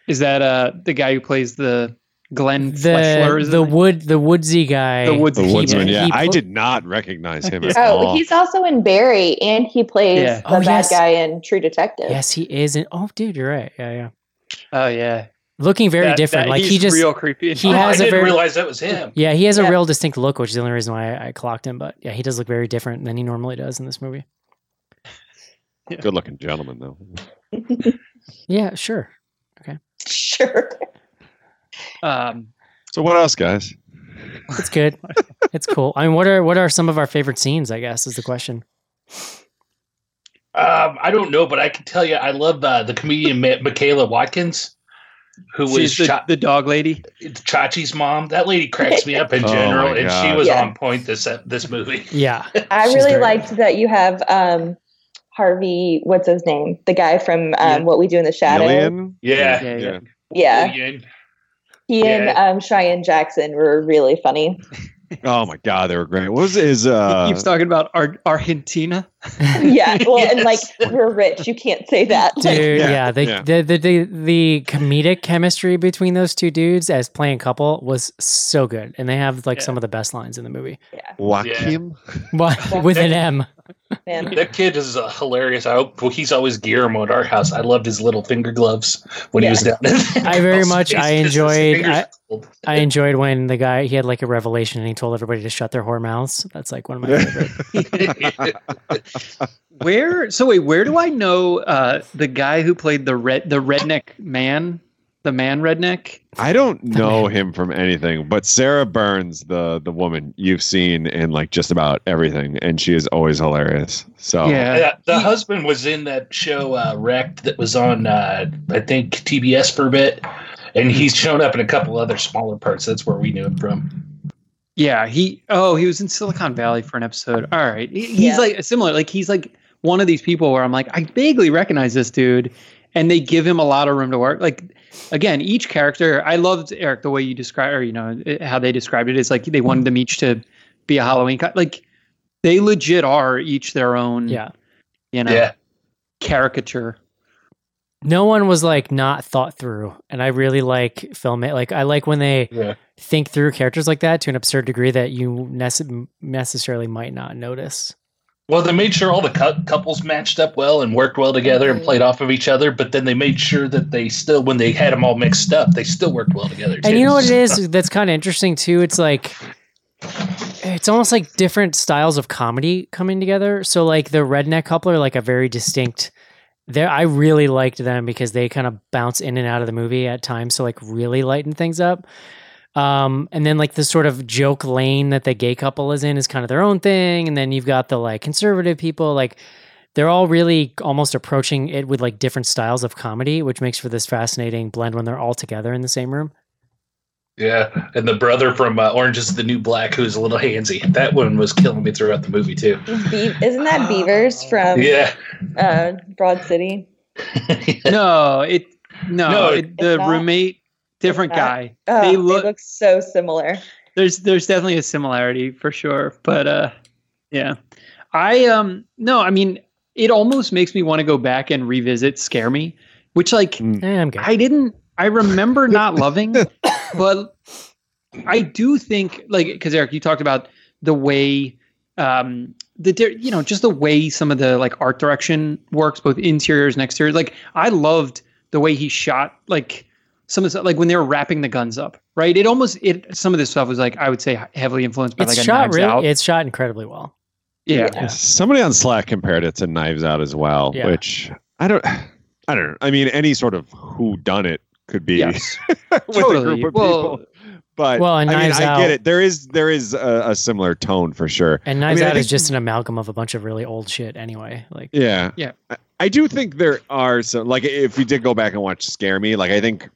Speaker 4: Is that uh the guy who plays the Glenn Fleshler?
Speaker 2: The
Speaker 4: Is
Speaker 2: the
Speaker 4: it?
Speaker 2: wood the woodsy guy.
Speaker 4: the woods
Speaker 6: the
Speaker 2: He-
Speaker 6: woodsman, yeah.
Speaker 2: he
Speaker 6: I
Speaker 2: pl-
Speaker 6: did not recognize him at
Speaker 3: Oh,
Speaker 6: all.
Speaker 3: he's also in Barry, and he plays
Speaker 4: Yeah.
Speaker 2: Oh,
Speaker 3: the bad
Speaker 2: yes.
Speaker 3: guy in True Detective.
Speaker 2: Yes, he is. In, oh, dude, you're right. Yeah, yeah.
Speaker 4: Oh yeah,
Speaker 2: Looking very
Speaker 4: That-
Speaker 2: different.
Speaker 4: that-
Speaker 2: like he
Speaker 4: he's
Speaker 2: just
Speaker 4: real creepy.
Speaker 2: he
Speaker 5: Oh, I
Speaker 2: has a
Speaker 5: didn't
Speaker 2: very-
Speaker 5: realize that was him.
Speaker 2: Yeah, he has a
Speaker 3: Yeah.
Speaker 2: real distinct look, which is the only reason why I, I clocked him. But yeah, he does look very different than he normally does in this movie.
Speaker 6: Good looking gentleman, though.
Speaker 2: Yeah, sure.
Speaker 3: Sure.
Speaker 4: um,
Speaker 6: So, what else, guys?
Speaker 2: It's good. it's cool. I mean, what are what are some of our favorite scenes? I guess is the question.
Speaker 5: Um, I don't know, but I can tell you, I love uh, the comedian Ma- Michaela Watkins, who was
Speaker 4: she's the,
Speaker 5: shot.
Speaker 4: the dog lady.
Speaker 5: Chachi's mom. That lady cracks me up in
Speaker 6: Oh
Speaker 5: general,
Speaker 6: my
Speaker 5: and
Speaker 6: God.
Speaker 5: she was
Speaker 3: Yeah.
Speaker 5: on point this uh, this movie.
Speaker 2: Yeah,
Speaker 3: I
Speaker 2: She's
Speaker 3: really
Speaker 2: very-
Speaker 3: liked that you have um, Harvey. What's his name? The guy from um,
Speaker 4: Yeah.
Speaker 3: What We Do in the Shadows.
Speaker 6: Alien?
Speaker 5: Yeah,
Speaker 4: Yeah, yeah.
Speaker 6: Yeah.
Speaker 3: Yeah,
Speaker 5: Union.
Speaker 3: he and um, Cheyenne Jackson were really funny.
Speaker 6: Oh my god, they were great. What was his
Speaker 4: he
Speaker 6: uh
Speaker 4: keeps talking about Ar- Argentina.
Speaker 3: yeah, well, and like
Speaker 5: Yes.
Speaker 3: we're rich, you can't say that. Like,
Speaker 2: dude.
Speaker 6: Yeah,
Speaker 2: Yeah, the,
Speaker 6: yeah.
Speaker 2: The, the the the comedic chemistry between those two dudes as playing couple was so good, and they have like
Speaker 4: Yeah.
Speaker 2: some of the best lines in the movie.
Speaker 6: Joaquin?
Speaker 2: But with an M.
Speaker 3: man.
Speaker 5: That kid is uh, hilarious. I hope well, he's always Guillermo at our house. I loved his little finger gloves when he was down.
Speaker 2: I very much- I enjoyed- I-
Speaker 5: enjoyed.
Speaker 2: I enjoyed when the guy he had like a revelation and he told everybody to shut their whore mouths. That's like one of
Speaker 6: Mm-hmm.
Speaker 2: my favorite.
Speaker 4: Where? So wait, where do I know uh, the guy who played the red, the redneck man, the man redneck?
Speaker 6: I don't know him from anything, but Sarah Burns, the the woman you've seen in like just about everything, and she is always hilarious. So
Speaker 4: Yeah,
Speaker 5: Yeah, the husband was in that show uh, Wrecked that was on uh, I think TBS for a bit, and he's shown up in a couple other smaller parts. That's where we knew him from.
Speaker 4: yeah. He. Oh, he was in Silicon Valley for an episode. All right. He- He's
Speaker 3: Yeah.
Speaker 4: like similar. Like he's like one of these people where I'm like, I vaguely recognize this dude, and they give him a lot of room to work. Like again, each character. I loved Eric the way you describe, or you know it- how they described it is like they wanted them each to be a Halloween. co- Like they legit are each their own.
Speaker 2: Yeah.
Speaker 4: You know.
Speaker 5: Yeah,
Speaker 4: Caricature.
Speaker 2: no one was like not thought through and i really like film it like i like when they
Speaker 5: Yeah.
Speaker 2: think through characters like that to an absurd degree that you nece- necessarily might not notice
Speaker 5: Well, they made sure all the cou- couples matched up well and worked well together
Speaker 2: Mm-hmm.
Speaker 5: and played off of each other. But then they made sure that they still, when they had them all mixed up, they still worked well together.
Speaker 2: and
Speaker 5: too.
Speaker 2: you know what it is that's kind of interesting too it's like it's almost like different styles of comedy coming together so like the redneck couple are like a very distinct there I really liked them because they kind of bounce in and out of the movie at times to like really lighten things up. Um, and then like the sort of joke lane that the gay couple is in is kind of their own thing, and then you've got the like conservative people like they're all really almost approaching it with like different styles of comedy, which makes for this fascinating blend when they're all together in the same room.
Speaker 5: Yeah, and the brother from uh, Orange is the New Black, who's a little handsy. That one was killing me throughout the movie too.
Speaker 3: Be- isn't that Beavers
Speaker 2: Um,
Speaker 3: from
Speaker 5: Yeah,
Speaker 3: uh, Broad City?
Speaker 4: No, it no,
Speaker 5: No,
Speaker 4: it, the
Speaker 3: It's not.
Speaker 4: roommate, different
Speaker 3: It's not.
Speaker 4: guy.
Speaker 3: Oh,
Speaker 4: They
Speaker 3: they,
Speaker 4: look-
Speaker 3: look- so similar.
Speaker 4: There's there's definitely a similarity for sure, but uh, yeah, I um no, I mean it almost makes me want to go back and revisit Scare Me, which like
Speaker 2: Eh, I'm good.
Speaker 4: I didn't. I remember not loving, but I do think like because Eric, you talked about the way um the di- you know just the way some of the like art direction works, both interiors and exteriors. Like I loved the way he shot like some of the, like when they were wrapping the guns up, right? It almost it some of this stuff was like I would say heavily influenced by
Speaker 2: it's
Speaker 4: like a
Speaker 2: shot
Speaker 4: Knives Out.
Speaker 2: really. It's shot incredibly well.
Speaker 4: yeah.
Speaker 2: Yeah.
Speaker 6: Somebody on Slack compared it to Knives Out as well,
Speaker 2: Yeah.
Speaker 6: which I don't. I don't. know. I mean, any sort of who done it could be
Speaker 4: Yes.
Speaker 6: with a
Speaker 4: Totally.
Speaker 6: group of
Speaker 4: Well-
Speaker 6: people. But
Speaker 2: Well, and
Speaker 6: I mean,
Speaker 2: Knives
Speaker 6: I
Speaker 2: Out,
Speaker 6: get it. There is there is a, a similar tone for sure.
Speaker 2: and Knives
Speaker 6: I mean, I
Speaker 2: Out is
Speaker 6: think-
Speaker 2: just an amalgam of a bunch of really old shit anyway. Like,
Speaker 6: Yeah.
Speaker 4: Yeah.
Speaker 6: I, I do think there are some like if you did go back and watch Scare Me, like I think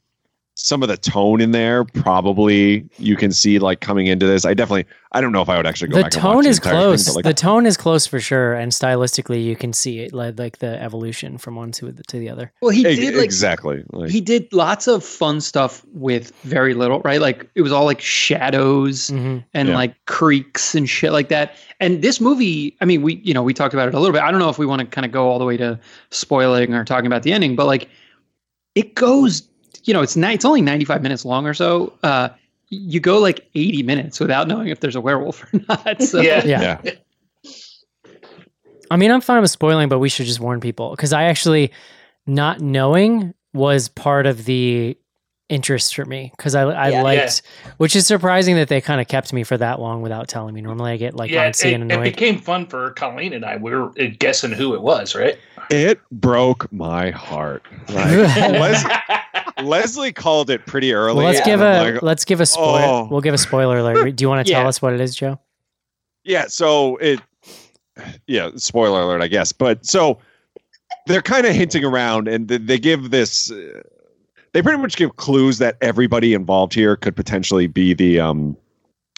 Speaker 6: some of the tone in there probably you can see like coming into this. I definitely I don't know if I would actually go
Speaker 2: the
Speaker 6: back and watch
Speaker 2: tone is
Speaker 6: entire thing,
Speaker 2: close.
Speaker 6: but, like,
Speaker 2: the tone is close for sure, and stylistically, you can see it like, like the evolution from one to the, to the other.
Speaker 4: Well, he
Speaker 6: e-
Speaker 4: did like
Speaker 6: exactly. Like,
Speaker 4: he did lots of fun stuff with very little, right? Like it was all like shadows
Speaker 2: Mhm.
Speaker 4: and
Speaker 6: Yeah.
Speaker 4: like creeks and shit like that. And this movie, I mean, we you know we talked about it a little bit. I don't know if we want to kind of go all the way to spoiling or talking about the ending, but like it goes, you know, it's ni- it's only ninety five minutes long or so. Uh, you go like eighty minutes without knowing if there's a werewolf or not. So
Speaker 5: yeah.
Speaker 2: Yeah. I mean, I'm fine with spoiling, but we should just warn people because I actually not knowing was part of the interest for me because I I
Speaker 3: Yeah.
Speaker 2: liked, which is surprising that they kind of kept me for that long without telling me. Normally, I get like
Speaker 5: yeah, it,
Speaker 2: antsy and
Speaker 5: it
Speaker 2: annoyed.
Speaker 5: became fun for Colleen and I. We were uh, guessing who it was, right?
Speaker 6: it broke my heart. Like, Les- Leslie called it pretty early.
Speaker 2: Well, let's
Speaker 6: and
Speaker 2: give
Speaker 6: I'm
Speaker 2: a
Speaker 6: like,
Speaker 2: let's give a spoiler.
Speaker 6: oh.
Speaker 2: We'll give a spoiler alert. Do you want to tell
Speaker 4: Yeah.
Speaker 2: us what it is, Joe?
Speaker 6: Yeah, so it yeah, spoiler alert, I guess. But so they're kind of hinting around and th- they give this uh, they pretty much give clues that everybody involved here could potentially be the um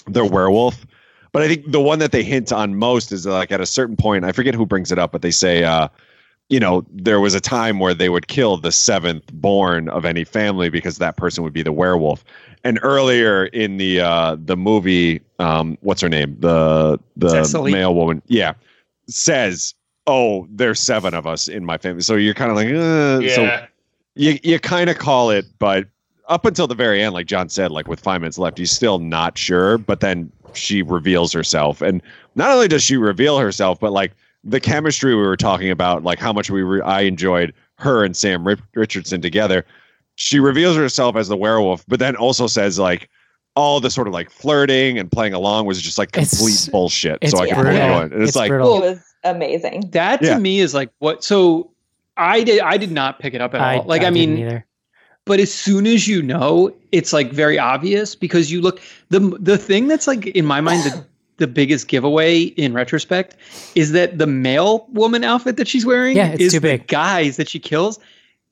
Speaker 6: the werewolf. But I think the one that they hint on most is like at a certain point, I forget who brings it up, but they say uh you know, there was a time where they would kill the seventh born of any family because that person would be the werewolf and earlier in the uh the movie um what's her name the the
Speaker 4: Cecily.
Speaker 6: male woman yeah says oh there's seven of us in my family so you're kind of like uh, so
Speaker 5: yeah.
Speaker 6: you you kind of call it but up until the very end like john said like with five minutes left he's still not sure but then she reveals herself and not only does she reveal herself but like the chemistry we were talking about like how much we re- i enjoyed her and sam Ri- richardson together she reveals herself as the werewolf but then also says like all the sort of like flirting and playing along was just like
Speaker 2: It's-
Speaker 6: complete bullshit
Speaker 2: It's
Speaker 6: so i can
Speaker 2: brutal.
Speaker 6: it. And it's, like
Speaker 2: brutal.
Speaker 3: It was amazing.
Speaker 4: that to
Speaker 6: Yeah.
Speaker 4: me is like what. So I did I did not pick it up at all. uh, Like I,
Speaker 2: didn't
Speaker 4: mean.
Speaker 2: either.
Speaker 4: but as soon as you know it's like very obvious because you look the the thing that's like in my mind the, the biggest giveaway in retrospect is that the male woman outfit that she's wearing
Speaker 2: Yeah, it's
Speaker 4: is
Speaker 2: too
Speaker 4: the
Speaker 2: big.
Speaker 4: guys that she kills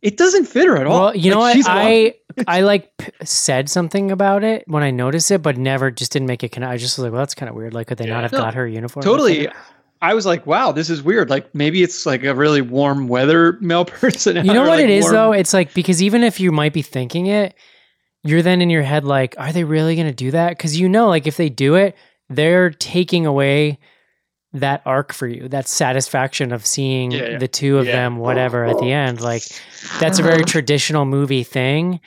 Speaker 4: it doesn't fit her at all
Speaker 2: Well, you know
Speaker 4: oh, Like,
Speaker 2: what?
Speaker 4: she's
Speaker 2: I I like p- said something about it when I noticed it, but never just didn't make it. Con- I just was like, well, that's kind of weird. Like, could they not
Speaker 5: Yeah.
Speaker 2: have
Speaker 4: No,
Speaker 2: got her uniform?
Speaker 4: totally i was like wow this is weird like maybe it's like a really warm weather male person
Speaker 2: You know
Speaker 4: or,
Speaker 2: what
Speaker 4: like,
Speaker 2: it is
Speaker 4: warm-
Speaker 2: though? It's like because even if you might be thinking it, you're then in your head like, are they really going to do that? Because you know, like if they do it, they're taking away that arc for you, that satisfaction of seeing
Speaker 4: Yeah, yeah.
Speaker 2: the two of
Speaker 5: Yeah.
Speaker 2: them, whatever, at the end. Like that's a very traditional movie thing.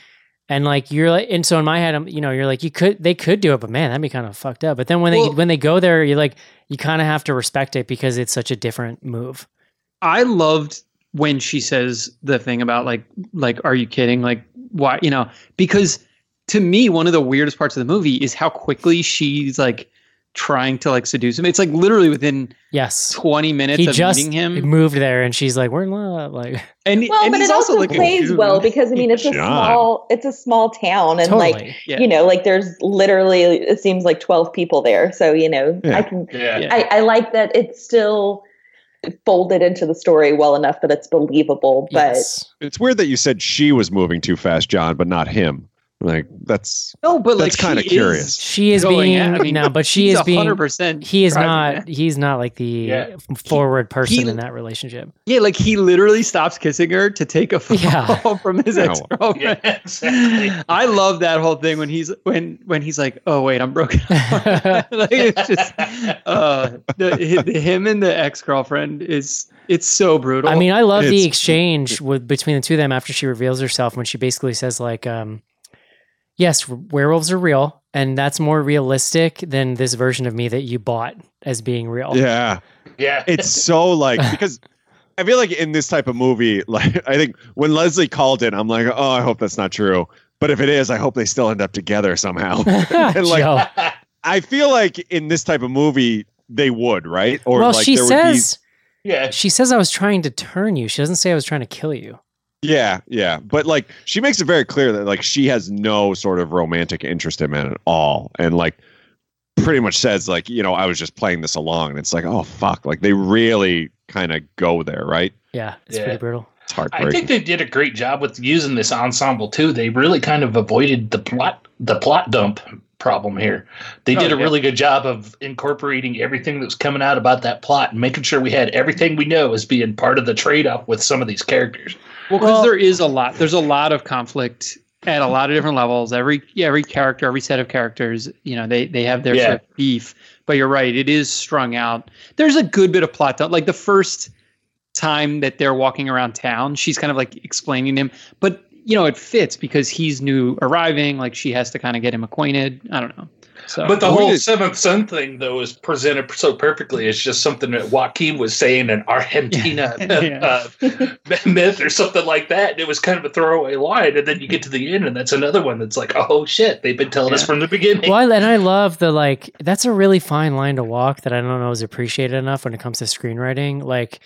Speaker 2: And like you're like, and so in my head, I'm, you know, you're like, you could, they could do it, but man, that'd be kind of fucked up. But then when
Speaker 4: Well-
Speaker 2: they when they go there, you're like, you kind of have to respect it because it's such a different move.
Speaker 4: I loved when she says the thing about like like are you kidding like why you know because to me one of the weirdest parts of the movie is how quickly she's like trying to like seduce him. It's like literally within
Speaker 2: Yes.
Speaker 4: 20 minutes
Speaker 2: He
Speaker 4: of
Speaker 2: just
Speaker 4: meeting him.
Speaker 2: moved there and she's like, we're in love. Like,
Speaker 4: And,
Speaker 3: Well,
Speaker 4: and
Speaker 3: but
Speaker 4: he's
Speaker 3: it also,
Speaker 4: like a
Speaker 3: plays
Speaker 4: dude.
Speaker 3: well because I mean it's a
Speaker 6: John.
Speaker 3: small it's a small town and
Speaker 2: totally.
Speaker 3: like
Speaker 4: Yeah.
Speaker 3: you know like there's literally it seems like 12 people there so you know
Speaker 6: Yeah.
Speaker 3: I can
Speaker 5: Yeah.
Speaker 4: Yeah.
Speaker 3: I, I like that it's still folded into the story well enough that it's believable but
Speaker 2: yes.
Speaker 6: It's weird that you said she was moving too fast, John, but not him. Like that's
Speaker 4: No, but like
Speaker 6: That's kinda
Speaker 4: she
Speaker 6: curious.
Speaker 2: She is
Speaker 4: going
Speaker 2: being,
Speaker 4: at- I mean,
Speaker 2: no, but she
Speaker 4: he's
Speaker 2: is being,
Speaker 4: 100%.
Speaker 2: he is
Speaker 4: driving
Speaker 2: not,
Speaker 4: that.
Speaker 2: he's not like the
Speaker 5: Yeah.
Speaker 2: forward person
Speaker 4: he-
Speaker 2: in that relationship.
Speaker 4: Yeah, like he literally stops kissing her to take a photo
Speaker 2: Yeah.
Speaker 4: from his
Speaker 6: No.
Speaker 4: ex girlfriend.
Speaker 5: Yeah, exactly.
Speaker 4: I love that whole thing when he's when when he's like, "Oh wait, I'm broken." up." like it's just uh, the, hi- the- him and the ex girlfriend is it's so brutal.
Speaker 2: I mean, I love the
Speaker 6: It's-
Speaker 2: exchange with between the two of them after she reveals herself when she basically says like, um, "Yes, werewolves are real, and that's more realistic than this version of me that you bought as being real."
Speaker 6: yeah.
Speaker 5: Yeah.
Speaker 6: It's so like because I feel like in this type of movie, like I think when Leslie called it, I'm like, oh, I hope that's not true. But if it is, I hope they still end up together somehow. And, like,
Speaker 2: Joe.
Speaker 6: I feel like in this type of movie, they would, right? Or
Speaker 2: well,
Speaker 6: like
Speaker 2: she
Speaker 6: there
Speaker 2: says
Speaker 5: yeah.
Speaker 2: she says I was trying to turn you. She doesn't say I was trying to kill you.
Speaker 6: would be, yeah, yeah. But like she makes it very clear that like she has no sort of romantic interest in him at all, and like pretty much says like you know I was just playing this along, and it's like oh fuck, like they really kind of go there, right?
Speaker 2: Yeah, it's
Speaker 5: Yeah.
Speaker 2: pretty brutal.
Speaker 6: It's
Speaker 5: I
Speaker 6: heartbreaking.
Speaker 5: think they did a great job with using this ensemble too. They really kind of avoided the plot the plot dump problem here. They
Speaker 4: Oh,
Speaker 5: did a
Speaker 4: yeah.
Speaker 5: really good job of incorporating everything that was coming out about that plot and making sure we had everything we know as being part of the trade off with some of these characters.
Speaker 4: well, because
Speaker 2: well-
Speaker 4: there is a lot. There's a lot of conflict at a lot of different levels. Every yeah, every character, every set of characters, you know, they they have their
Speaker 5: Yeah.
Speaker 4: sort of beef. But you're right; it is strung out. There's a good bit of plot. Though. Like the first time that they're walking around town, she's kind of like explaining to him, but you know, it fits because he's new arriving. Like she has to kind of get him acquainted. I don't know. So,
Speaker 5: But the
Speaker 6: What
Speaker 5: whole
Speaker 6: is-
Speaker 5: Seventh Son thing though is presented so perfectly. It's just something that Joaquin was saying in Argentina
Speaker 4: Yeah.
Speaker 5: uh, myth or something like that. It was kind of a throwaway line, and then you get to the end, and that's another one that's like, oh shit, they've been telling us
Speaker 4: Yeah.
Speaker 5: from the beginning.
Speaker 2: Well, and I love the like. That's a really fine line to walk that I don't know is appreciated enough when it comes to screenwriting. Like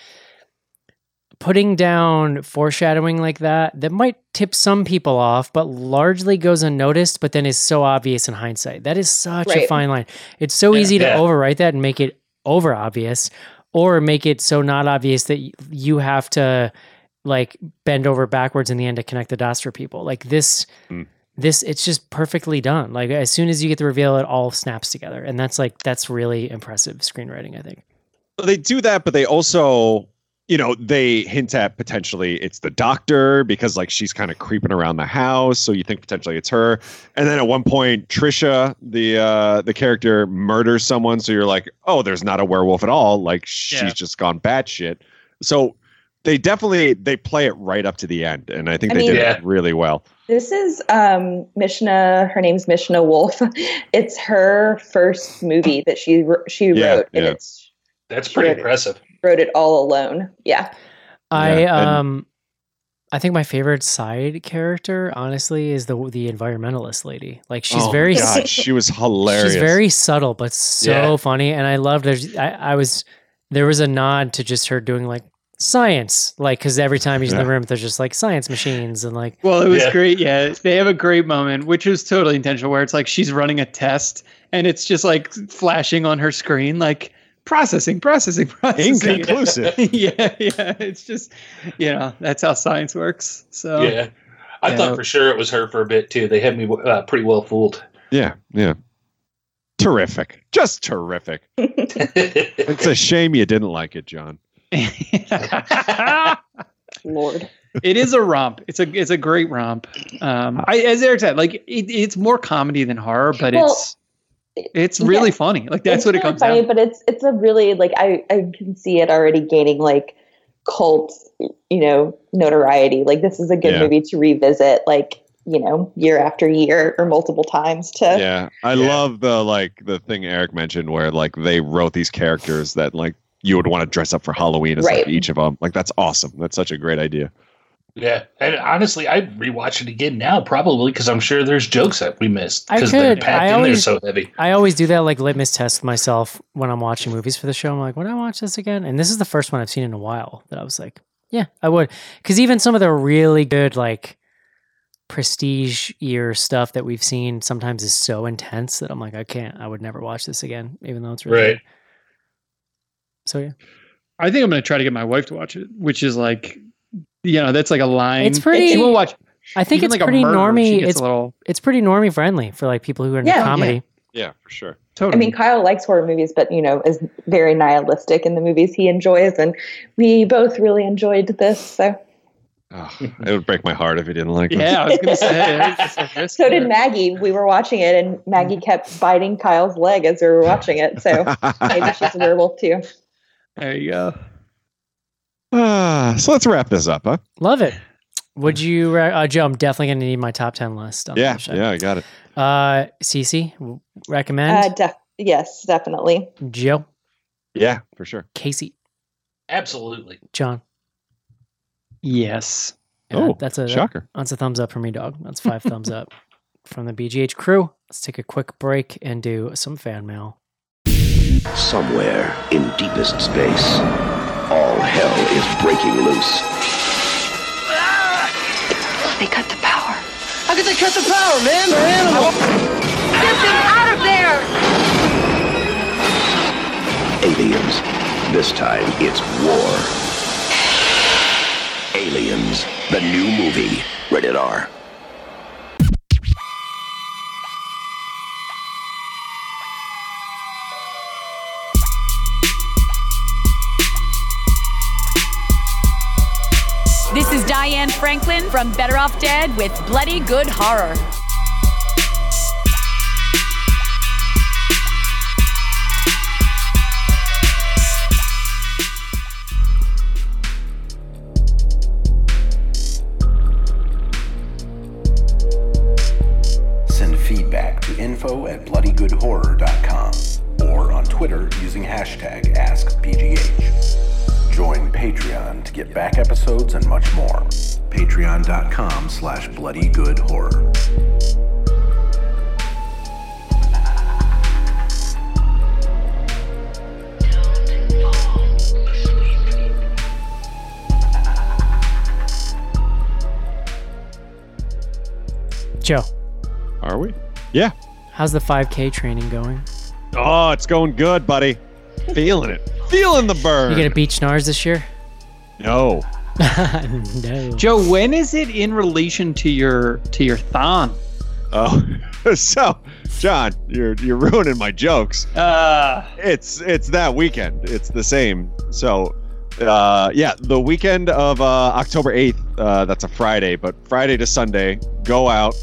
Speaker 2: putting down foreshadowing like that that might tip some people off, but largely goes unnoticed. But then is so obvious in hindsight. That is such a
Speaker 3: Right.
Speaker 2: fine line. It's so
Speaker 5: Yeah.
Speaker 2: easy to
Speaker 5: Yeah.
Speaker 2: overwrite that and make it over obvious, or make it so not obvious that y- you have to like bend over backwards in the end to connect the dots for people. Like this,
Speaker 6: Mm.
Speaker 2: this it's just perfectly done. Like as soon as you get the reveal, it all snaps together, and that's like that's really impressive screenwriting. I think.
Speaker 6: they do that, but they also, you know, they hint at potentially it's the doctor because like she's kind of creeping around the house, so you think potentially it's her. And then at one point, Trisha, the uh, the character, murders someone, so you're like, oh, there's not a werewolf at all. Like she's
Speaker 4: Yeah.
Speaker 6: just gone batshit. So they definitely they play it right up to the end, and I think
Speaker 3: I
Speaker 6: they
Speaker 3: mean-
Speaker 6: did
Speaker 5: Yeah.
Speaker 6: it really well.
Speaker 3: This is um, Mishna. Her name's Mishna Wolf. It's her first movie that she wr- she
Speaker 6: Yeah,
Speaker 3: wrote, and
Speaker 6: yeah.
Speaker 3: it's
Speaker 5: That's pretty
Speaker 3: Sure.
Speaker 5: impressive.
Speaker 3: wrote it all alone. Yeah,
Speaker 2: I
Speaker 6: Yeah, and-
Speaker 2: um, I think my favorite side character, honestly, is the the environmentalist lady. Like she's
Speaker 6: Oh my
Speaker 2: very
Speaker 6: God, she was hilarious.
Speaker 2: She's very subtle, but so
Speaker 5: Yeah.
Speaker 2: funny. And I love there's I, I was there was a nod to just her doing like science, like because every time he's in the
Speaker 6: Yeah.
Speaker 2: room, there's just like science machines and like
Speaker 4: Well, it was
Speaker 5: Yeah.
Speaker 4: great. Yeah, they have a great moment, which is totally intentional, where it's like she's running a test and it's just like flashing on her screen, like processing, processing, processing.
Speaker 6: inconclusive.
Speaker 4: yeah, yeah. It's just, you know, that's how science works.
Speaker 2: Oh.
Speaker 4: So,
Speaker 5: yeah. I
Speaker 4: Yeah.
Speaker 5: thought for sure it was her for a bit too. They had me uh, pretty well fooled.
Speaker 6: Yeah, yeah. Terrific. Just terrific. It's a shame you didn't like it, John.
Speaker 3: Lord.
Speaker 4: it is a romp. It's a it's a great romp. Um, I, as Eric said, like it, it's more comedy than horror, but
Speaker 3: Well,
Speaker 4: it's it's really
Speaker 3: yeah.
Speaker 4: funny. Like that's
Speaker 3: It's
Speaker 4: what it
Speaker 3: really
Speaker 4: comes
Speaker 3: funny,
Speaker 4: down.
Speaker 3: But it's it's a really like I I can see it already gaining like cult you know notoriety. Like this is a good
Speaker 6: Yeah.
Speaker 3: movie to revisit. Like you know year after year or multiple times to
Speaker 6: Yeah. I
Speaker 5: Yeah.
Speaker 6: love the like the thing Eric mentioned where like they wrote these characters that like you would want to dress up for Halloween as
Speaker 3: Right.
Speaker 6: like each of them. Like that's awesome. That's such a great idea.
Speaker 5: Yeah, and honestly, I rewatch it again now probably because I'm sure there's jokes that we missed
Speaker 2: I
Speaker 5: because they're
Speaker 2: could.
Speaker 5: packed
Speaker 2: I
Speaker 5: in
Speaker 2: always-
Speaker 5: there so heavy.
Speaker 2: I always do that like litmus test myself when I'm watching movies for the show. I'm like, would I watch this again? And this is the first one I've seen in a while that I was like, yeah, I would. Because even some of the really good like prestige year stuff that we've seen sometimes is so intense that I'm like, I can't. I would never watch this again, even though it's really
Speaker 5: Right.
Speaker 2: good. So yeah,
Speaker 4: I think I'm going to try to get my wife to watch it, which is like, you know, that's like a line.
Speaker 2: It's pretty-
Speaker 4: She will watch.
Speaker 2: I think
Speaker 4: even
Speaker 2: it's
Speaker 4: like a
Speaker 2: pretty
Speaker 4: murder, She
Speaker 2: normy.
Speaker 4: gets
Speaker 2: It's
Speaker 4: a little
Speaker 2: it's pretty normie friendly for like people who are into
Speaker 3: Yeah, yeah.
Speaker 2: comedy.
Speaker 6: Yeah, for sure.
Speaker 3: I
Speaker 4: totally.
Speaker 3: mean, Kyle likes horror movies, but you know, is very nihilistic in the movies he enjoys, and we both really enjoyed this. So,
Speaker 6: Oh, it would break my heart if you didn't like it.
Speaker 4: yeah, I was going to say. I was just like, risk
Speaker 3: so did
Speaker 4: it.
Speaker 3: Maggie. We were watching it, and Maggie kept biting Kyle's leg as we were watching it. So maybe she's a werewolf too.
Speaker 4: There you go.
Speaker 6: Ah, so let's wrap this up, huh?
Speaker 2: Love it. Would you, re- uh, Joe? I'm definitely going to need my top ten list. On
Speaker 6: Yeah,
Speaker 2: this show.
Speaker 6: yeah, I got it.
Speaker 2: Uh, Cece, w- recommend
Speaker 3: Uh, def- yes, definitely.
Speaker 2: Joe,
Speaker 6: Yeah, for sure.
Speaker 2: Casey,
Speaker 5: Absolutely.
Speaker 2: John.
Speaker 4: Yes.
Speaker 2: Yeah,
Speaker 6: Oh,
Speaker 2: that's a
Speaker 6: Shocker.
Speaker 2: that's a thumbs up for me, dog. That's five thumbs up from the BGH crew. Let's take a quick break and do some fan mail.
Speaker 1: Somewhere in deepest space, all hell is breaking loose.
Speaker 8: They cut the power.
Speaker 9: How could they cut the power, man? They're animals.
Speaker 8: Get them out of there!
Speaker 1: Aliens. This time it's war. Aliens, the new movie. Rated R.
Speaker 10: This is Diane Franklin from Better Off Dead with Bloody Good Horror.
Speaker 11: Send feedback to info at bloodygoodhorror.com or on Twitter using hashtag AskBGH. Join Patreon to get back episodes and much more. Patreon.com slash bloodygoodhorror.
Speaker 2: Joe,
Speaker 6: Are we? Yeah.
Speaker 2: how's the 5K training going?
Speaker 6: Oh, it's going good, buddy. Feeling it. Feeling the burn.
Speaker 2: You gonna beat Schnars this year?
Speaker 6: no.
Speaker 2: no.
Speaker 4: Joe, when is it in relation to your to your thon?
Speaker 6: Oh, so John, you're you're ruining my jokes.
Speaker 4: Uh,
Speaker 6: It's it's that weekend. It's the same. So, uh, yeah, the weekend of uh, October eighth. Uh, that's a Friday, but Friday to Sunday, go out,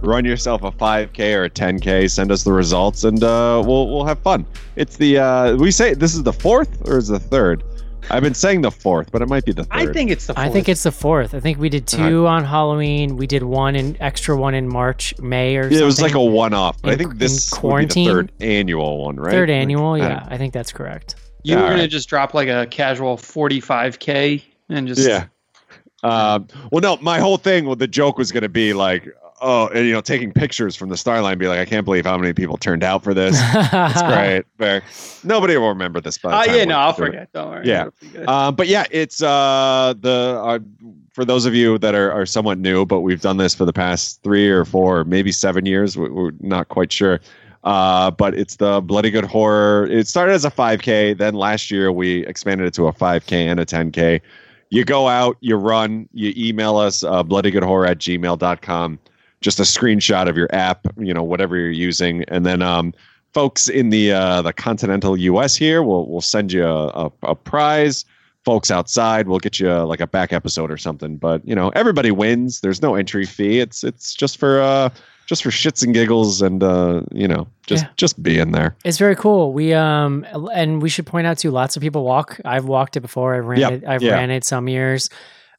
Speaker 6: run yourself a five k or a ten k. Send us the results, and uh, we'll we'll have fun. It's the uh, we say this is the fourth or is it the third? I've been saying the fourth, but it might be the third.
Speaker 4: I think it's the. Fourth.
Speaker 2: I think it's the fourth. I think we did two on Halloween. We did one in extra one in March, May or
Speaker 6: Yeah,
Speaker 2: something.
Speaker 6: it was like a one-off. But I
Speaker 2: in-
Speaker 6: think
Speaker 2: in
Speaker 6: this
Speaker 2: quarantine?
Speaker 6: would be the third annual one, right?
Speaker 2: third
Speaker 6: Like,
Speaker 2: annual.
Speaker 6: I don't
Speaker 2: yeah, I think that's correct.
Speaker 4: you were
Speaker 6: All
Speaker 4: gonna
Speaker 6: right.
Speaker 4: just drop like a casual forty-five k and just
Speaker 6: Yeah. Um, well, no, my whole thing, well, the joke was going to be like, oh, and, you know, taking pictures from the star line, be like, I can't believe how many people turned out for this. It's great. Fair. Nobody will remember this. By the
Speaker 4: Oh
Speaker 6: time
Speaker 4: yeah,
Speaker 6: we're
Speaker 4: no, I'll
Speaker 6: through it.
Speaker 4: forget. Don't worry.
Speaker 6: Yeah.
Speaker 4: It'll be good.
Speaker 6: Um, but yeah, it's uh, the uh, for those of you that are, are somewhat new, but we've done this for the past three or four, maybe seven years. We, we're not quite sure. Uh, but it's the Bloody Good Horror. It started as a 5K. Then last year we expanded it to a 5K and a 10K. You go out, you run, you email us uh, bloodygoodhorror at gmail.com. Just a screenshot of your app, you know, whatever you're using. And then um, folks in the uh, the continental US here will will send you a, a, a prize folks outside we'll get you uh, like a back episode or something but you know everybody wins there's no entry fee it's it's just for uh just for shits and giggles and uh you know just
Speaker 2: Yeah.
Speaker 6: just be in there
Speaker 2: It's very cool. We um and we should point out too. Lots of people walk. I've walked it before. I've ran
Speaker 6: Yep.
Speaker 2: it. I've
Speaker 6: Yeah.
Speaker 2: ran it some years.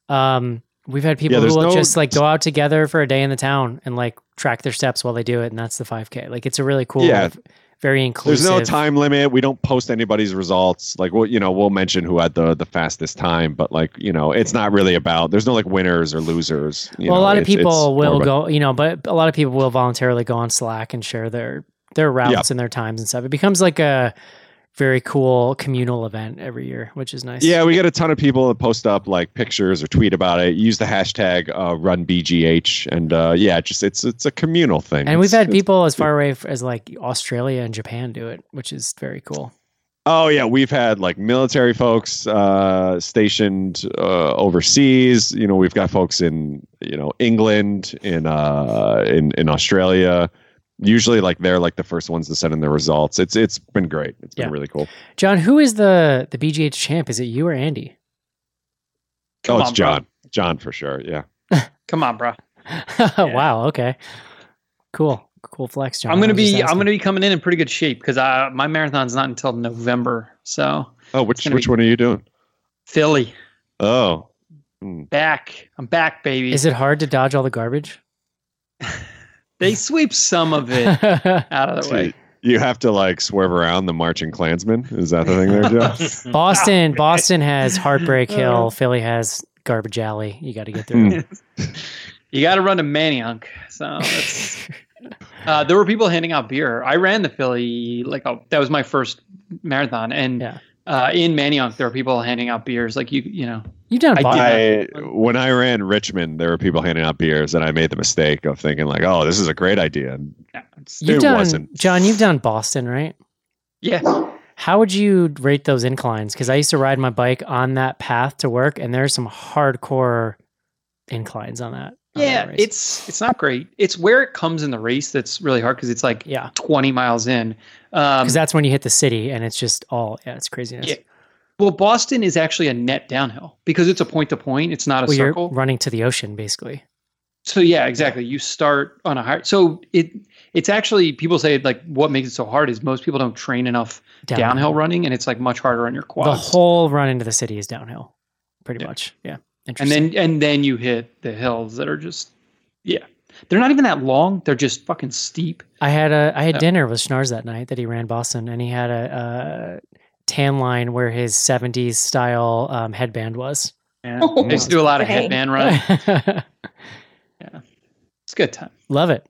Speaker 2: Um, we've had people who
Speaker 6: there's
Speaker 2: will
Speaker 6: no-
Speaker 2: just like go out together for a day in the town and like track their steps while they do it, and that's the five k. Like it's a really cool
Speaker 6: Yeah.
Speaker 2: v- very inclusive.
Speaker 6: There's no time limit. We don't post anybody's results. Like we'll, you know, we'll mention who had the the fastest time, but like, you know, it's not really about there's no like winners or losers. you
Speaker 2: well, a
Speaker 6: know,
Speaker 2: lot of
Speaker 6: it's- it's
Speaker 2: people
Speaker 6: more
Speaker 2: will
Speaker 6: about-
Speaker 2: go, you know, but a lot of people will voluntarily go on Slack and share their their routes and their times and stuff. It becomes like a very cool communal event every year, which is nice.
Speaker 6: Yeah, we get a ton of people that post up like pictures or tweet about it. Use the hashtag uh, RunBGH, and uh, yeah, just it's it's a communal thing.
Speaker 2: And we've
Speaker 6: It's-
Speaker 2: had people as far away f- as like Australia and Japan do it, which is very cool.
Speaker 6: Oh yeah, we've had like military folks uh, stationed uh, overseas. You know, we've got folks in you know England, in uh, in in Australia. Usually, like they're like the first ones to send in their results. It's it's been great. It's been
Speaker 2: Yeah.
Speaker 6: really cool.
Speaker 2: John, who is the the BGH champ? Is it you or Andy?
Speaker 6: oh,
Speaker 4: Come
Speaker 6: it's
Speaker 4: on, bro.
Speaker 6: John. John for sure. Yeah.
Speaker 4: Come on, bro.
Speaker 2: wow. Okay. Cool. Cool flex, John.
Speaker 4: I'm
Speaker 2: I
Speaker 4: gonna
Speaker 2: was just
Speaker 4: be I'm
Speaker 2: asking.
Speaker 4: gonna be coming in in pretty good shape because uh, my marathon's not until November. So
Speaker 6: Oh, which
Speaker 4: gonna
Speaker 6: which
Speaker 4: be-
Speaker 6: one are you doing?
Speaker 4: Philly
Speaker 6: Oh,
Speaker 4: back. I'm back, baby.
Speaker 2: Is it hard to dodge all the garbage?
Speaker 4: They sweep some of it out of the way.
Speaker 6: you have to like swerve around the marching Klansmen. Is that the thing there, Joe?
Speaker 2: Boston, Boston has Heartbreak
Speaker 4: Uh.
Speaker 2: Hill. Philly has Garbage Alley. You got to get
Speaker 4: Hmm.
Speaker 2: through. it.
Speaker 4: You got to run to Manioc. So that's, uh, there were people handing out beer. I ran the Philly like oh, that was my first marathon, and
Speaker 2: Yeah.
Speaker 4: uh, in Manioc there were people handing out beers. Like you, you know,
Speaker 2: You done
Speaker 4: I
Speaker 2: Boston?
Speaker 6: I when I ran Richmond, there were people handing out beers, and I made the mistake of thinking like, "Oh, this is a great idea." And
Speaker 2: You've
Speaker 6: it
Speaker 2: done
Speaker 6: wasn't.
Speaker 2: John. You've done Boston, right?
Speaker 4: yeah.
Speaker 2: How would you rate those inclines? Because I used to ride my bike on that path to work, and there's some hardcore inclines on that. on that
Speaker 4: Yeah,
Speaker 2: race.
Speaker 4: it's it's not great. It's where it comes in the race that's really hard because it's like
Speaker 2: yeah,
Speaker 4: 20 miles in. Um,
Speaker 2: because that's when you hit the city, and it's just all yeah, it's craziness.
Speaker 4: Yeah. well, Boston is actually a net downhill because it's a point to point. It's not a
Speaker 2: Well, you're
Speaker 4: circle.
Speaker 2: running to the ocean, basically.
Speaker 4: So yeah, exactly. You start on a higher. So it it's actually people say like what makes it so hard is most people don't train enough
Speaker 2: Down-
Speaker 4: downhill running, and it's like much harder on your quads.
Speaker 2: The whole run into the city is downhill, pretty
Speaker 4: Yeah.
Speaker 2: much. Yeah,
Speaker 4: and
Speaker 2: interesting.
Speaker 4: then and then you hit the hills that are just yeah, they're not even that long. They're just fucking steep.
Speaker 2: I had a I had
Speaker 4: Yeah.
Speaker 2: dinner with Schnars that night that he ran Boston, and he had a, a tan line where his '70s style um, headband was.
Speaker 4: And I used to do a lot of headband running. It's a good time.
Speaker 2: Love it.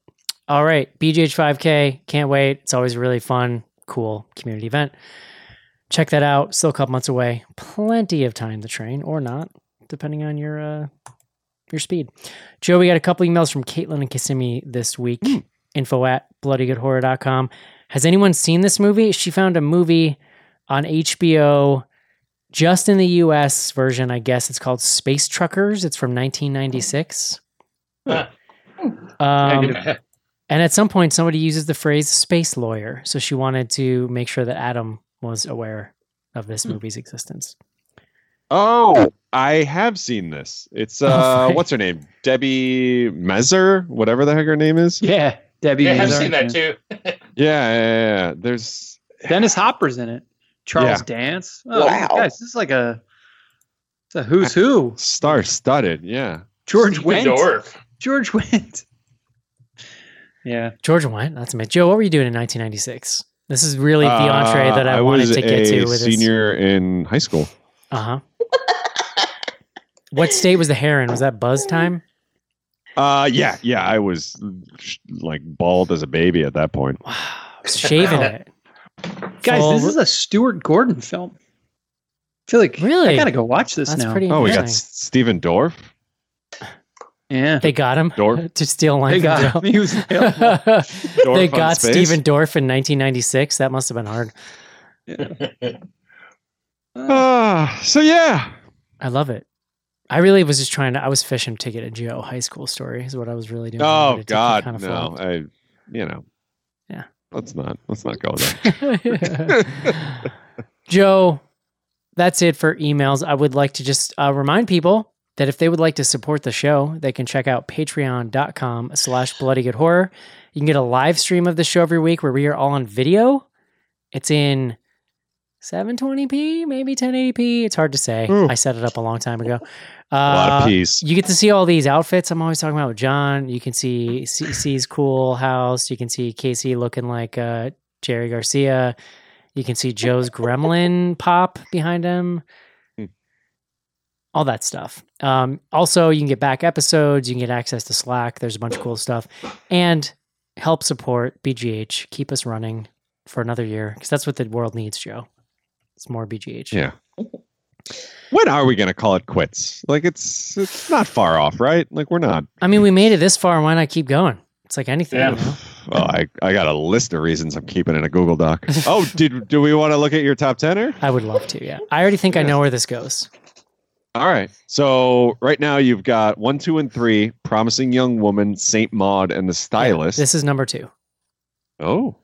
Speaker 2: All right, BGH5K. Can't wait. It's always really fun, cool community event. Check that out. Still a couple months away. Plenty of time to train or not, depending on your uh, your speed. Joe, we got a couple emails from Caitlin and Kissimmee this week. Info at bloodygoodhorror.com. Has anyone seen this movie? She found a movie on HBO just in the US version. I guess it's called Space Truckers. It's from 1996.
Speaker 5: Huh.
Speaker 2: Um, and at some point, somebody uses the phrase space lawyer. So she wanted to make sure that Adam was aware of
Speaker 4: Hmm.
Speaker 2: this movie's existence.
Speaker 6: Oh, I have seen this. It's uh,
Speaker 2: Oh, right.
Speaker 6: what's her name? Debbie Mezzer, whatever the heck her name is.
Speaker 4: Yeah, Debbie.
Speaker 5: yeah, I've
Speaker 4: Mazar.
Speaker 5: seen that too.
Speaker 6: Yeah, yeah, yeah, yeah. There's
Speaker 4: Dennis Hopper's in it. Charles Dance. Oh,
Speaker 1: Wow.
Speaker 4: guys, this is like a it's a who's who.
Speaker 6: star-studded. Yeah.
Speaker 4: George
Speaker 5: Stephen
Speaker 4: Wendt.
Speaker 5: Dorff.
Speaker 4: George Wendt. Yeah.
Speaker 2: George Wendt, that's amazing. Joe, what were you doing in 1996? This is really the entree
Speaker 6: Uh,
Speaker 2: that I,
Speaker 6: was
Speaker 2: wanted to get
Speaker 6: a
Speaker 2: to with
Speaker 6: senior in high school.
Speaker 2: Uh huh. what state was the heron? Was that buzz time?
Speaker 6: Uh, yeah, yeah. I was sh- like bald as a baby at that point.
Speaker 2: Wow. Shaving it.
Speaker 4: Guys,
Speaker 2: Full-
Speaker 4: this is a Stuart Gordon film. I feel like
Speaker 2: Really?
Speaker 4: I gotta go watch this
Speaker 2: That's
Speaker 4: now.
Speaker 2: pretty
Speaker 6: Oh, we got
Speaker 2: interesting.
Speaker 6: S- Stephen Dorff.
Speaker 4: yeah.
Speaker 2: They got him
Speaker 6: Dorf.
Speaker 2: to steal a line
Speaker 4: They
Speaker 2: from
Speaker 4: got
Speaker 2: Joe.
Speaker 4: him. He was available.
Speaker 6: Dorff
Speaker 2: they
Speaker 6: on
Speaker 2: got
Speaker 6: space?
Speaker 2: Stephen Dorff in 1996. That must have been hard.
Speaker 4: Uh,
Speaker 6: Ah, so yeah.
Speaker 2: I love it. I really was just trying to. I was fishing to get a Geo high school story. Is what I was really doing. I wanted
Speaker 6: Oh
Speaker 2: to take that
Speaker 6: God,
Speaker 2: kind of
Speaker 6: no. I, you know.
Speaker 2: Yeah.
Speaker 6: Let's not. Let's not go there.
Speaker 2: flow. Joe, that's it for emails. I would like to just uh, remind people that if they would like to support the show, they can check out patreon.com slash bloody good horror. You can get a live stream of the show every week where we are all on video. It's in 720p, maybe 1080p. It's hard to say.
Speaker 6: Ooh.
Speaker 2: I set it up a long time ago. Uh,
Speaker 6: a lot of peace.
Speaker 2: you get to see all these outfits I'm always talking about with John. You can see CC's cool house. You can see Casey looking like uh, Jerry Garcia. You can see Joe's gremlin pop behind him. All that stuff. Um, also, you can get back episodes. You can get access to Slack. There's a bunch of cool stuff. And help support BGH. Keep us running for another year because that's what the world needs, Joe. It's more BGH.
Speaker 6: Yeah. When are we gonna call it quits? Like it's it's not far off, right? Like we're not.
Speaker 2: I mean, we made it this far. Why not keep going? It's like anything. you know?
Speaker 6: Well, I, I got a list of reasons I'm keeping in a Google Doc. Oh, did do we want to look at your top tenner?
Speaker 2: I would love to. Yeah. I already think I know where this goes.
Speaker 6: All right. So right now you've got one, two, and three: promising young woman, Saint Maud, and the stylist.
Speaker 2: This is number two.
Speaker 6: oh,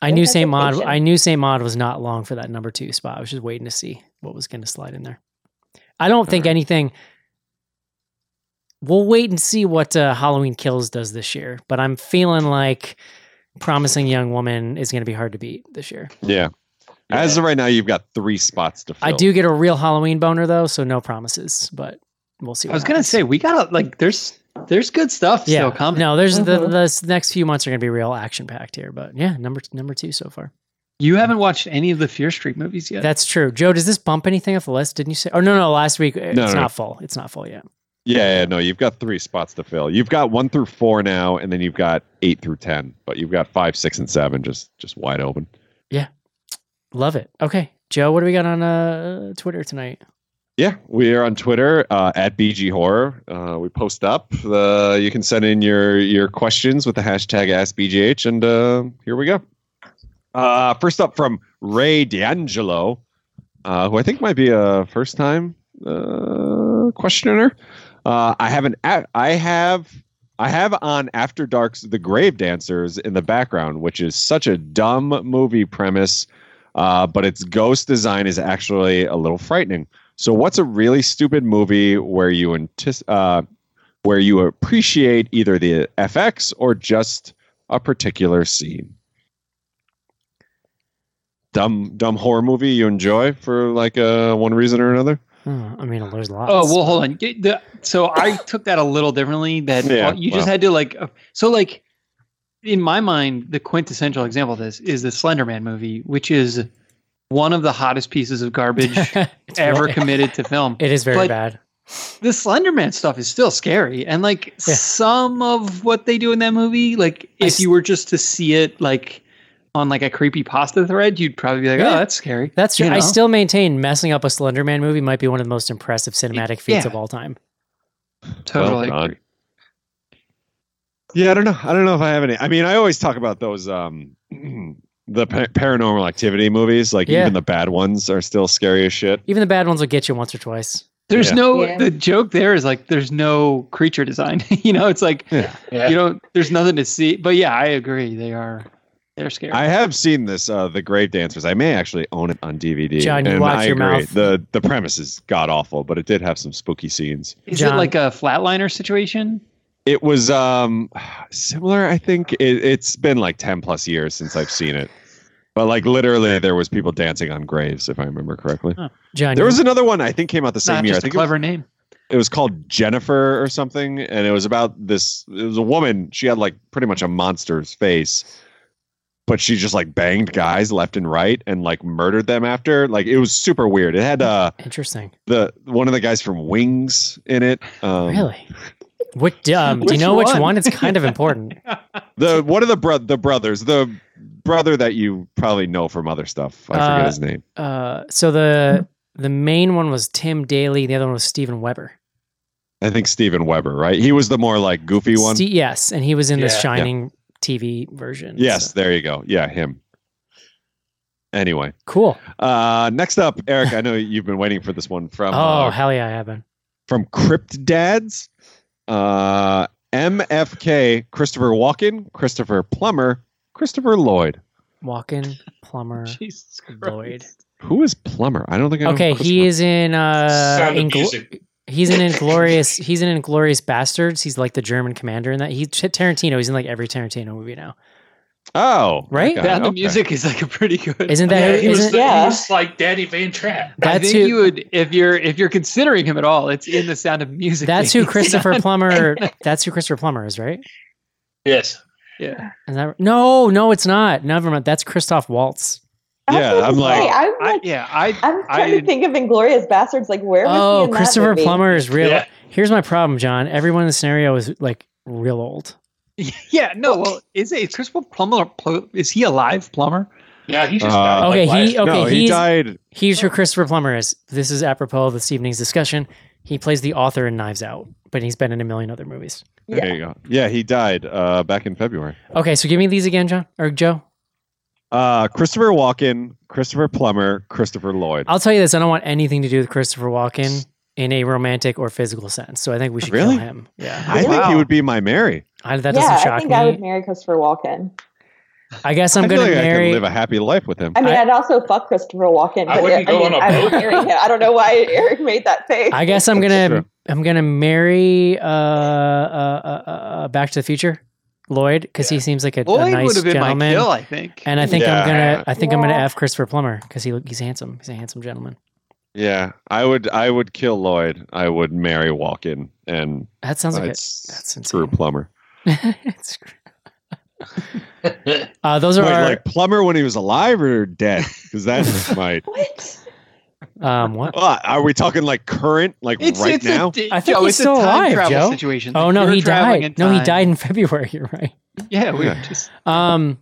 Speaker 2: I knew Saint Maud. I knew Saint Maud was not long for that number two spot. I was just waiting to see what was going to slide in there. I don't think anything. We'll wait and see what uh, Halloween Kills does this year, but I'm feeling like promising young woman is going to be hard to beat this year.
Speaker 6: yeah. As of right now, you've got three spots to fill.
Speaker 2: I do get a real Halloween boner though, so no promises, but we'll see.
Speaker 4: I
Speaker 2: What
Speaker 4: was gonna
Speaker 2: happens.
Speaker 4: say we gotta like there's there's good stuff
Speaker 2: yeah,
Speaker 4: still coming.
Speaker 2: no, there's the, the s- next few months are going to be real action packed here, but yeah, number number two so far.
Speaker 4: You haven't watched any of the Fear Street movies yet.
Speaker 2: That's true. Joe, does this bump anything off the list? Didn't you say? Oh no, no, last week it's
Speaker 6: no,
Speaker 2: not
Speaker 6: no.
Speaker 2: full. It's not full yet.
Speaker 6: Yeah, yeah, no, you've got three spots to fill. You've got one through four now, and then you've got eight through ten. But you've got five, six, and seven just just wide open.
Speaker 2: Love it. Okay, Joe, what do we got on uh, Twitter tonight?
Speaker 6: Yeah, we are on Twitter uh, at BG Horror. Uh, we post up. Uh, you can send in your your questions with the hashtag AskBGH, and uh, here we go. Uh, first up from Ray D'Angelo, uh, who I think might be a first time uh, questioner. Uh, I have an a- I have I have on After Dark's The Grave Dancers in the background, which is such a dumb movie premise, uh, but its ghost design is actually a little frightening. So, what's a really stupid movie where you antis- uh, where you appreciate either the FX or just a particular scene? Dumb, dumb horror movie you enjoy for like uh, one reason or another.
Speaker 2: Hmm, I mean, there's lots.
Speaker 4: Oh well, hold on. Get the- so I took that a little differently. That
Speaker 6: Yeah,
Speaker 4: you just
Speaker 6: well.
Speaker 4: had to like. uh, So like, in my mind, the quintessential example of this is the Slender Man movie, which is one of the hottest pieces of garbage
Speaker 2: It's
Speaker 4: ever
Speaker 2: really-
Speaker 4: committed to film.
Speaker 2: It is very
Speaker 4: But-
Speaker 2: bad.
Speaker 4: The Slender Man stuff is still scary, and like
Speaker 2: Yeah.
Speaker 4: some of what they do in that movie, like
Speaker 2: I
Speaker 4: if
Speaker 2: s-
Speaker 4: you were just to see it like on like a creepy pasta thread, you'd probably be like,
Speaker 2: Yeah.
Speaker 4: "Oh, that's scary."
Speaker 2: That's true.
Speaker 4: You
Speaker 2: I
Speaker 4: know?
Speaker 2: still maintain messing up a Slender Man movie might be one of the most impressive cinematic feats
Speaker 4: yeah.
Speaker 2: of all time.
Speaker 4: totally.
Speaker 6: Well done. Yeah, I don't know. I don't know if I have any. I mean, I always talk about those um the pa- paranormal activity movies. Like
Speaker 2: Yeah.
Speaker 6: even the bad ones are still scary as shit.
Speaker 2: Even the bad ones will get you once or twice.
Speaker 4: There's
Speaker 6: Yeah.
Speaker 4: no
Speaker 3: Yeah.
Speaker 4: the joke there is like there's no creature design. you know, it's like
Speaker 5: Yeah.
Speaker 4: you don't there's nothing to see. But yeah, I agree. They are they're scary.
Speaker 6: I have seen this, uh, The Grave Dancers. I may actually own it on DVD.
Speaker 2: John, you
Speaker 6: and
Speaker 2: watch
Speaker 6: I
Speaker 2: your
Speaker 6: agree.
Speaker 2: mouth.
Speaker 6: The the premise is god awful, but it did have some spooky scenes.
Speaker 4: is
Speaker 2: John.
Speaker 4: it like a flatliner situation?
Speaker 6: It was um similar, I think. It, it's been like ten plus years since I've seen it, but like literally, there was people dancing on graves, if I remember correctly.
Speaker 2: John, you-
Speaker 6: There was another one I think came out the same
Speaker 4: Not
Speaker 6: year. I
Speaker 4: just a
Speaker 6: think it was-
Speaker 4: clever name.
Speaker 6: it was called Jennifer or something, and it was about this. It was a woman. She had like pretty much a monster's face, but she just like banged guys left and right and like murdered them after. Like it was super weird. It had uh
Speaker 2: interesting.
Speaker 6: the one of the guys from Wings in it. Um,
Speaker 2: Really? What um, do you
Speaker 4: Which
Speaker 2: know which
Speaker 4: one?
Speaker 2: one? It's kind of important.
Speaker 6: The one of the bro- the brothers, the brother that you probably know from other stuff. I forget
Speaker 2: Uh,
Speaker 6: his name.
Speaker 2: Uh, so the the main one was Tim Daly. The other one was Steven Weber.
Speaker 6: I think Steven Weber, right? He was the more like goofy one.
Speaker 2: Ste- yes, and he was in the
Speaker 5: Yeah. Yeah.
Speaker 2: Shining TV version.
Speaker 6: yes,
Speaker 2: so-
Speaker 6: there you go. Yeah, him. Anyway.
Speaker 2: Cool.
Speaker 6: Uh, next up, Eric, I know you've been waiting for this one from
Speaker 2: oh
Speaker 6: uh,
Speaker 2: hell yeah, I have been.
Speaker 6: from Crypt Dads, uh, MFK, Christopher Walken, Christopher Plummer, Christopher Lloyd.
Speaker 2: Walken Plumber
Speaker 4: Jesus
Speaker 2: Lloyd.
Speaker 4: Christ.
Speaker 6: Who is Plummer? I don't think I know.
Speaker 2: Okay, he
Speaker 6: Christopher-
Speaker 2: is in uh,
Speaker 5: Sound of
Speaker 2: in Glo-
Speaker 5: music.
Speaker 2: he's in Inglorious. he's in Inglorious Bastards. He's like the German commander in that. He's Tarantino. He's in like every Tarantino movie now.
Speaker 6: Oh,
Speaker 2: Right?
Speaker 6: that guy,
Speaker 4: Sound of
Speaker 6: okay.
Speaker 4: Music is like a pretty good.
Speaker 2: Isn't that?
Speaker 5: yeah,
Speaker 2: who-
Speaker 5: he was,
Speaker 2: isn't-
Speaker 5: the,
Speaker 3: yeah.
Speaker 5: he was like Daddy Van Trapp.
Speaker 4: I
Speaker 2: that's
Speaker 4: think
Speaker 2: who.
Speaker 4: you would if you're if you're considering him at all. It's in the Sound of Music.
Speaker 2: that's
Speaker 4: He's
Speaker 2: who
Speaker 4: not-
Speaker 2: Christopher Plummer. That's who Christopher Plummer is, right?
Speaker 5: Yes.
Speaker 4: Yeah.
Speaker 2: Is that, no, no, it's not. Never mind. That's Christoph Waltz.
Speaker 6: Yeah,
Speaker 3: That's what
Speaker 6: I'm like,
Speaker 3: saying. I'm
Speaker 4: I,
Speaker 3: like,
Speaker 4: yeah, I
Speaker 3: I'm trying
Speaker 4: I-
Speaker 3: to think of Inglorious Bastards. Like, where was he
Speaker 2: Oh,
Speaker 3: in that
Speaker 2: Christopher
Speaker 3: movie?
Speaker 2: Plummer is real.
Speaker 5: Yeah.
Speaker 2: Here's my problem, John. Everyone in the scenario is like real old.
Speaker 4: yeah. No, well, is it is Christopher Plummer? Pl- Is he alive, Plumber?
Speaker 5: Yeah, he just
Speaker 6: Uh,
Speaker 5: died, like,
Speaker 2: okay,
Speaker 5: last-
Speaker 2: he okay,
Speaker 6: no, he
Speaker 2: he's
Speaker 6: died.
Speaker 2: he's who Christopher Plummer is. This is apropos of this evening's discussion. He plays the author in Knives Out, but he's been in a million other movies.
Speaker 3: Yeah.
Speaker 6: There you go. Yeah, he died uh, back in February.
Speaker 2: Okay, so give me these again, John or Joe.
Speaker 6: Uh, Christopher Walken, Christopher Plummer, Christopher Lloyd.
Speaker 2: I'll tell you this: I don't want anything to do with Christopher Walken in a romantic or physical sense. So I think we should
Speaker 6: Really?
Speaker 2: kill him. Yeah,
Speaker 6: I think
Speaker 4: Wow.
Speaker 6: he would be my Mary.
Speaker 2: I, that
Speaker 3: yeah,
Speaker 2: doesn't shock
Speaker 3: I think
Speaker 2: me.
Speaker 3: I would marry Christopher Walken.
Speaker 2: I guess I'm
Speaker 6: I feel
Speaker 2: gonna
Speaker 6: like I
Speaker 2: marry.
Speaker 6: could live a happy life with him.
Speaker 3: I mean,
Speaker 2: I-
Speaker 3: I, would also fuck Christopher Walken, but
Speaker 5: I
Speaker 3: I,
Speaker 5: wouldn't go
Speaker 3: mean,
Speaker 5: on a
Speaker 3: I would
Speaker 5: boat.
Speaker 3: marry him. I don't know why Eric made that face.
Speaker 2: I guess I'm gonna
Speaker 6: That's true.
Speaker 2: I'm gonna marry uh, uh, uh, uh, uh, Back to the Future, Lloyd, because he seems like a, a
Speaker 4: Lloyd
Speaker 2: nice
Speaker 4: would have been
Speaker 2: gentleman.
Speaker 4: my kill, I think.
Speaker 2: And I think I'm
Speaker 6: Yeah.
Speaker 2: gonna I think I'm gonna
Speaker 3: Yeah.
Speaker 2: f Christopher Plummer because he look- he's handsome. He's a handsome gentleman.
Speaker 6: Yeah, I would. I would kill Lloyd. I would marry Walken, and
Speaker 2: That sounds like
Speaker 6: I'd
Speaker 2: it. That's
Speaker 6: screw
Speaker 2: insane.
Speaker 6: Plummer.
Speaker 2: It's cr- uh, those are
Speaker 6: Wait,
Speaker 2: our,
Speaker 6: like Plummer when he was alive or dead? Because that might.
Speaker 3: What?
Speaker 2: um what?
Speaker 6: Uh, are we talking like current, like
Speaker 4: it's
Speaker 6: right
Speaker 4: it's
Speaker 6: now?
Speaker 4: A, d-
Speaker 2: I think
Speaker 4: Joe,
Speaker 2: he's
Speaker 4: it's
Speaker 2: still
Speaker 4: a time
Speaker 2: alive,
Speaker 4: travel
Speaker 2: Joe.
Speaker 4: situation.
Speaker 2: Oh no,
Speaker 4: You're
Speaker 2: he
Speaker 4: traveling
Speaker 2: died.
Speaker 4: in
Speaker 2: No, he
Speaker 4: time.
Speaker 2: died in February. You're right.
Speaker 4: Yeah, we
Speaker 6: Yeah.
Speaker 4: just
Speaker 2: Um,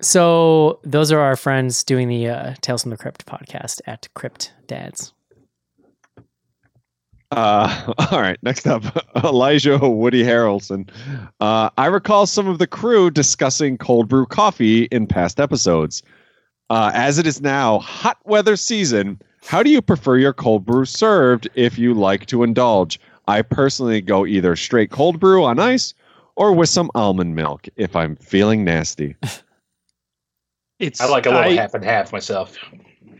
Speaker 2: so those are our friends doing the uh, Tales from the Crypt podcast at Crypt Dads.
Speaker 6: Uh, all right, next up, Elijah Woody Harrelson. Uh, I recall some of the crew discussing cold brew coffee in past episodes. Uh, as it is now hot weather season, how do you prefer your cold brew served if you like to indulge? I personally go either straight cold brew on ice or with some almond milk if I'm feeling nasty.
Speaker 4: it's
Speaker 5: I like a little
Speaker 4: I,
Speaker 5: half and half myself.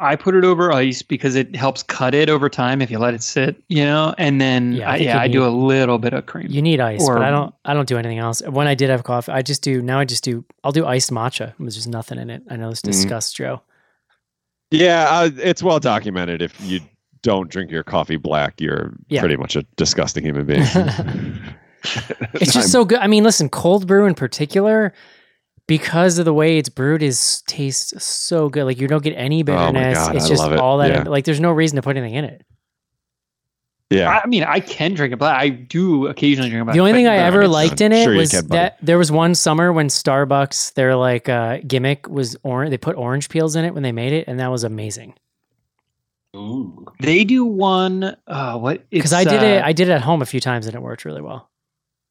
Speaker 4: I put it over ice because it helps cut it over time if you let it sit, you know. And then
Speaker 2: Yeah,
Speaker 4: yeah,
Speaker 2: I
Speaker 4: I,
Speaker 2: think
Speaker 4: yeah,
Speaker 2: you
Speaker 4: I do
Speaker 2: need-
Speaker 4: a little bit of cream.
Speaker 2: You need ice,
Speaker 4: Or-
Speaker 2: but I don't. I don't do anything else. When I did have coffee, I just do now. I just do. I'll do iced matcha. There's just nothing in it. I know this
Speaker 6: Mhm.
Speaker 2: disgusts Joe.
Speaker 6: Yeah, uh, it's well documented. If you don't drink your coffee black, you're
Speaker 2: Yeah.
Speaker 6: pretty much a disgusting human being.
Speaker 2: It's just so good. I mean, listen, cold brew in particular, because of the way it's brewed, is tastes so good. Like you don't get any
Speaker 6: Oh my
Speaker 2: bitterness.
Speaker 6: God,
Speaker 2: it's
Speaker 6: I
Speaker 2: just
Speaker 6: love it.
Speaker 2: all that.
Speaker 6: Yeah.
Speaker 2: Like there's no reason to put anything in it.
Speaker 6: yeah.
Speaker 4: I mean, I can drink it, but I do occasionally drink it.
Speaker 2: The only thing I
Speaker 6: no,
Speaker 2: ever
Speaker 6: it's
Speaker 2: liked
Speaker 6: not.
Speaker 2: in it
Speaker 6: Sure you
Speaker 2: was
Speaker 6: can, buddy.
Speaker 2: that there was one summer when Starbucks their like uh, gimmick was orange. They put orange peels in it when they made it, and that was amazing.
Speaker 5: Ooh.
Speaker 4: they do one. Uh, what?
Speaker 2: Because
Speaker 4: it's,
Speaker 2: I did
Speaker 4: uh,
Speaker 2: it, I did it at home a few times, and it worked really well.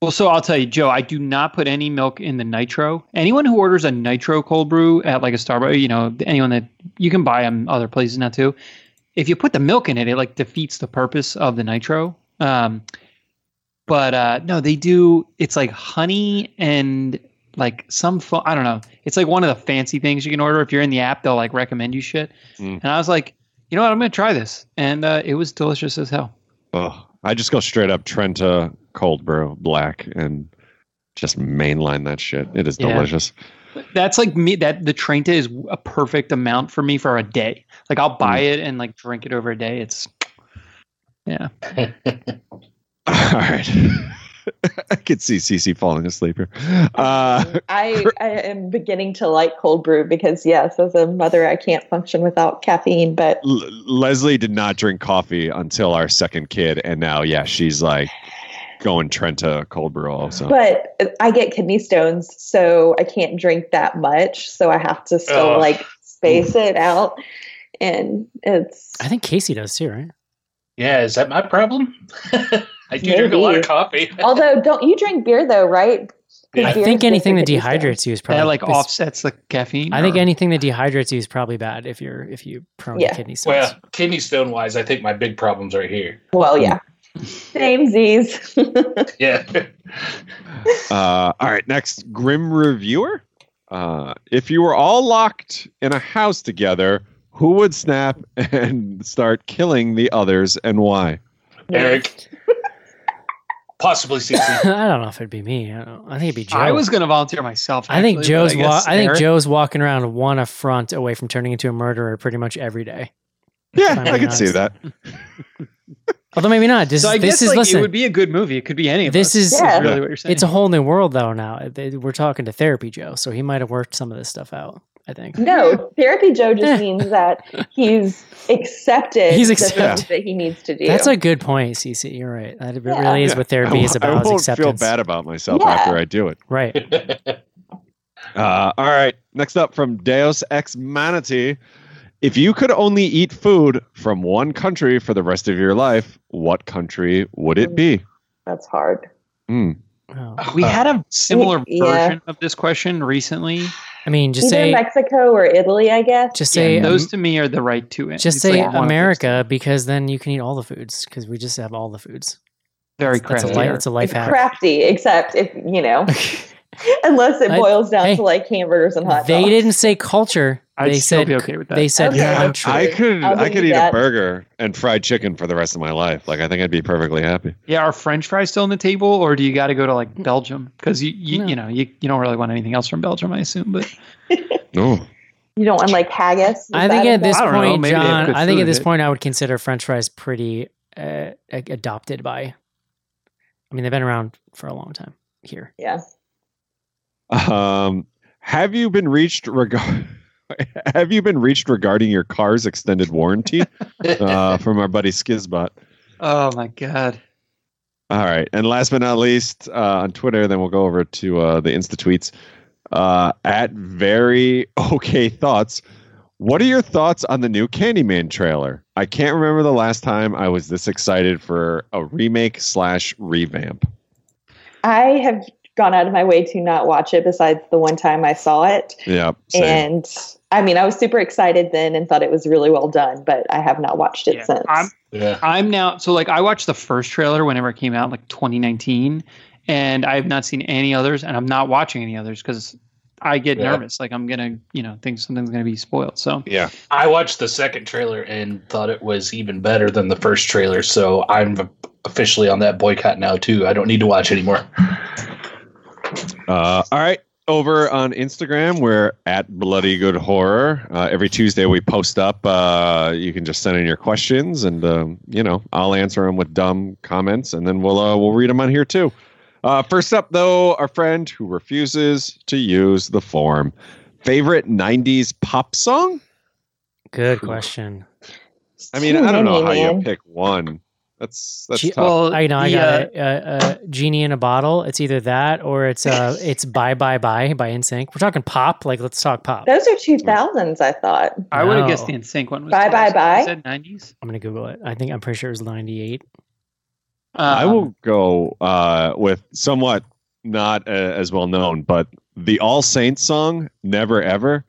Speaker 4: Well, so I'll tell you, Joe, I do not put any milk in the nitro. Anyone who orders a nitro cold brew at like a Starbucks, you know, anyone that you can buy them other places now too. If you put the milk in it, it like defeats the purpose of the nitro. Um, but uh, no, they do. It's like honey and like some fo- I don't know. It's like one of the fancy things you can order. If you're in the app, they'll like recommend you shit.
Speaker 6: Mm.
Speaker 4: And I was like, you know what, I'm gonna try this, and uh, it was delicious as hell.
Speaker 6: Ugh. I just go straight up Trenta cold brew black and just mainline that shit. It is
Speaker 4: Yeah.
Speaker 6: delicious.
Speaker 4: That's like me. That the Trenta is a perfect amount for me for a day. Like I'll buy
Speaker 2: Hmm.
Speaker 4: it and like drink it over a day. It's yeah.
Speaker 6: All right. I could see Cece falling asleep here. Uh,
Speaker 3: I, I am beginning to like cold brew because, yes, as a mother, I can't function without caffeine. But
Speaker 6: L- Leslie did not drink coffee until our second kid, and now, yeah, she's like going Trenta cold brew
Speaker 5: Oh.
Speaker 6: also.
Speaker 3: but I get kidney stones, so I can't drink that much. So I have to still
Speaker 5: Ugh.
Speaker 3: like space it out, and it's
Speaker 2: I think Casey does too, right?
Speaker 5: Yeah, is that my problem? I do drink a lot of
Speaker 3: Maybe.
Speaker 5: coffee.
Speaker 3: Although, don't you drink beer though, right? 'Cause
Speaker 5: Yeah.
Speaker 2: I
Speaker 3: beer
Speaker 2: think
Speaker 3: is
Speaker 2: anything that
Speaker 3: good for kidney stones.
Speaker 2: dehydrates you is probably
Speaker 4: that like
Speaker 2: is-
Speaker 4: offsets the caffeine.
Speaker 2: I think
Speaker 4: or-
Speaker 2: anything that dehydrates you is probably bad if you're if you prone
Speaker 3: Yeah.
Speaker 2: to kidney stones.
Speaker 5: Well, kidney stone wise, I think my big problem's right here.
Speaker 3: Well, yeah. Same Z's.
Speaker 5: Yeah.
Speaker 6: Uh, all right, next grim reviewer. Uh, if you were all locked in a house together, who would snap and start killing the others, and why?
Speaker 5: Eric. Possibly Cece.
Speaker 2: I don't know if it'd be me. I, don't, I think it'd be Joe.
Speaker 4: I was gonna volunteer myself.
Speaker 2: I think
Speaker 4: actually, but
Speaker 2: Joe's. I,
Speaker 4: guess
Speaker 2: I think
Speaker 4: Eric-
Speaker 2: Joe's walking around one affront away from turning into a murderer pretty much every day.
Speaker 6: Yeah,
Speaker 2: Fine,
Speaker 6: I
Speaker 2: why
Speaker 6: can see
Speaker 2: not?
Speaker 6: that.
Speaker 2: Although maybe not. This,
Speaker 4: so I
Speaker 2: is
Speaker 4: guess
Speaker 2: this is
Speaker 4: like,
Speaker 2: listen.
Speaker 4: it would be a good movie. It could be any of
Speaker 2: this
Speaker 4: us.
Speaker 2: is
Speaker 4: really what you're saying.
Speaker 2: It's a whole new world though. Now Th- we're talking to therapy Joe, so he might have worked some of this stuff out. I think.
Speaker 3: No, therapy Joe just means that he's accepted
Speaker 2: He's
Speaker 3: the
Speaker 2: accepted.
Speaker 3: things that he needs to do.
Speaker 2: That's a good point, Cece. You're right. That it
Speaker 3: Yeah.
Speaker 2: really is what therapy
Speaker 6: I,
Speaker 2: is
Speaker 6: I
Speaker 2: about. is
Speaker 6: won't
Speaker 2: acceptance.
Speaker 6: feel bad about myself
Speaker 3: Yeah.
Speaker 6: after I do it.
Speaker 2: Right.
Speaker 6: Uh, all right. Next up from Deus Ex Manatee. If you could only eat food from one country for the rest of your life, what country would it be?
Speaker 3: That's hard.
Speaker 6: Mm.
Speaker 2: Oh.
Speaker 4: we had a similar
Speaker 3: Yeah.
Speaker 4: version of this question recently.
Speaker 2: I mean, just
Speaker 3: Either
Speaker 2: say
Speaker 3: Mexico or Italy, I guess.
Speaker 2: just
Speaker 4: Yeah,
Speaker 2: say
Speaker 4: those to me are the right two. answers.
Speaker 2: just
Speaker 4: It's
Speaker 2: say
Speaker 4: like one of those.
Speaker 2: America because then you can eat all the foods because we just have all the foods.
Speaker 4: Very
Speaker 2: That's a
Speaker 4: crafty.
Speaker 2: life. It's a life
Speaker 3: it's
Speaker 2: hack.
Speaker 3: crafty, except if you know, unless it
Speaker 2: I-
Speaker 3: boils down
Speaker 2: hey,
Speaker 3: to like hamburgers and hot
Speaker 2: They
Speaker 3: dogs.
Speaker 2: didn't say culture.
Speaker 4: I'd
Speaker 2: they
Speaker 4: still
Speaker 2: said
Speaker 4: be okay with that.
Speaker 2: they said
Speaker 3: Okay. Yeah,
Speaker 2: country.
Speaker 6: I could
Speaker 3: I'll
Speaker 6: I could
Speaker 3: believe
Speaker 6: eat
Speaker 3: that.
Speaker 6: a burger and fried chicken for the rest of my life. Like I think I'd be perfectly happy.
Speaker 4: Yeah, are French fries still on the table, or do you got to go to like Belgium? Because you you,
Speaker 2: No.
Speaker 4: you know you, you don't really want anything else from Belgium, I assume. But
Speaker 6: No.
Speaker 3: You don't want like haggis. Is
Speaker 2: I think
Speaker 3: that
Speaker 2: at this
Speaker 4: I don't know,
Speaker 2: point,
Speaker 4: maybe they have
Speaker 2: John.
Speaker 4: good
Speaker 2: I think at
Speaker 4: food,
Speaker 2: this
Speaker 4: eh?
Speaker 2: point, I would consider French fries pretty uh, like, adopted by. I mean, they've been around for a long time here.
Speaker 3: Yeah.
Speaker 6: Um, have you been reached regard? have you been reached regarding your car's extended warranty uh, from our buddy Skizbot?
Speaker 4: oh my god,
Speaker 6: All right. And last but not least, uh, on Twitter, then we'll go over to uh, the Insta tweets. Uh, at very okay thoughts. What are your thoughts on the new Candyman trailer? I can't remember the last time I was this excited for a remake slash revamp.
Speaker 3: I have gone out of my way to not watch it besides the one time I saw it.
Speaker 6: Yeah. same.
Speaker 3: And I mean, I was super excited then and thought it was really well done, but I have not watched it
Speaker 4: Yeah,
Speaker 3: since.
Speaker 4: I'm-
Speaker 5: Yeah.
Speaker 4: I'm now so like I watched the first trailer whenever it came out, like 2019, and I have not seen any others, and I'm not watching any others because I get
Speaker 5: Yeah.
Speaker 4: nervous. Like I'm gonna you know think something's gonna be spoiled. So
Speaker 6: Yeah.
Speaker 5: I watched the second trailer and thought it was even better than the first trailer, so I'm officially on that boycott now too. I don't need to watch anymore.
Speaker 6: Uh, all right. Over on Instagram, we're at Bloody Good Horror. Uh, every Tuesday we post up. Uh, you can just send in your questions, and um, you know I'll answer them with dumb comments, and then we'll uh, we'll read them on here too. Uh, first up, though, our friend who refuses to use the form. Favorite '90s pop song?
Speaker 2: Good question.
Speaker 6: I mean,
Speaker 3: Too
Speaker 6: I don't know how
Speaker 3: many,
Speaker 6: you
Speaker 3: man.
Speaker 6: pick one. That's that's
Speaker 2: Gee,
Speaker 6: tough.
Speaker 2: I know. I
Speaker 4: the,
Speaker 2: got
Speaker 4: uh,
Speaker 2: it. Uh, uh, Genie in a bottle. It's either that or it's uh, it's Bye Bye Bye by NSYNC. We're talking pop. Like, let's talk pop.
Speaker 3: Those are 2000s, I thought.
Speaker 4: uh, I would
Speaker 2: No.
Speaker 4: have guessed the NSYNC one was
Speaker 3: Bye, bye,
Speaker 4: first.
Speaker 3: bye.
Speaker 4: You said 90s.
Speaker 2: I'm gonna Google it. I think I'm pretty sure it was '98.
Speaker 6: I
Speaker 4: Um,
Speaker 6: will go uh, with somewhat not uh, as well known, but the All Saints song "Never Ever"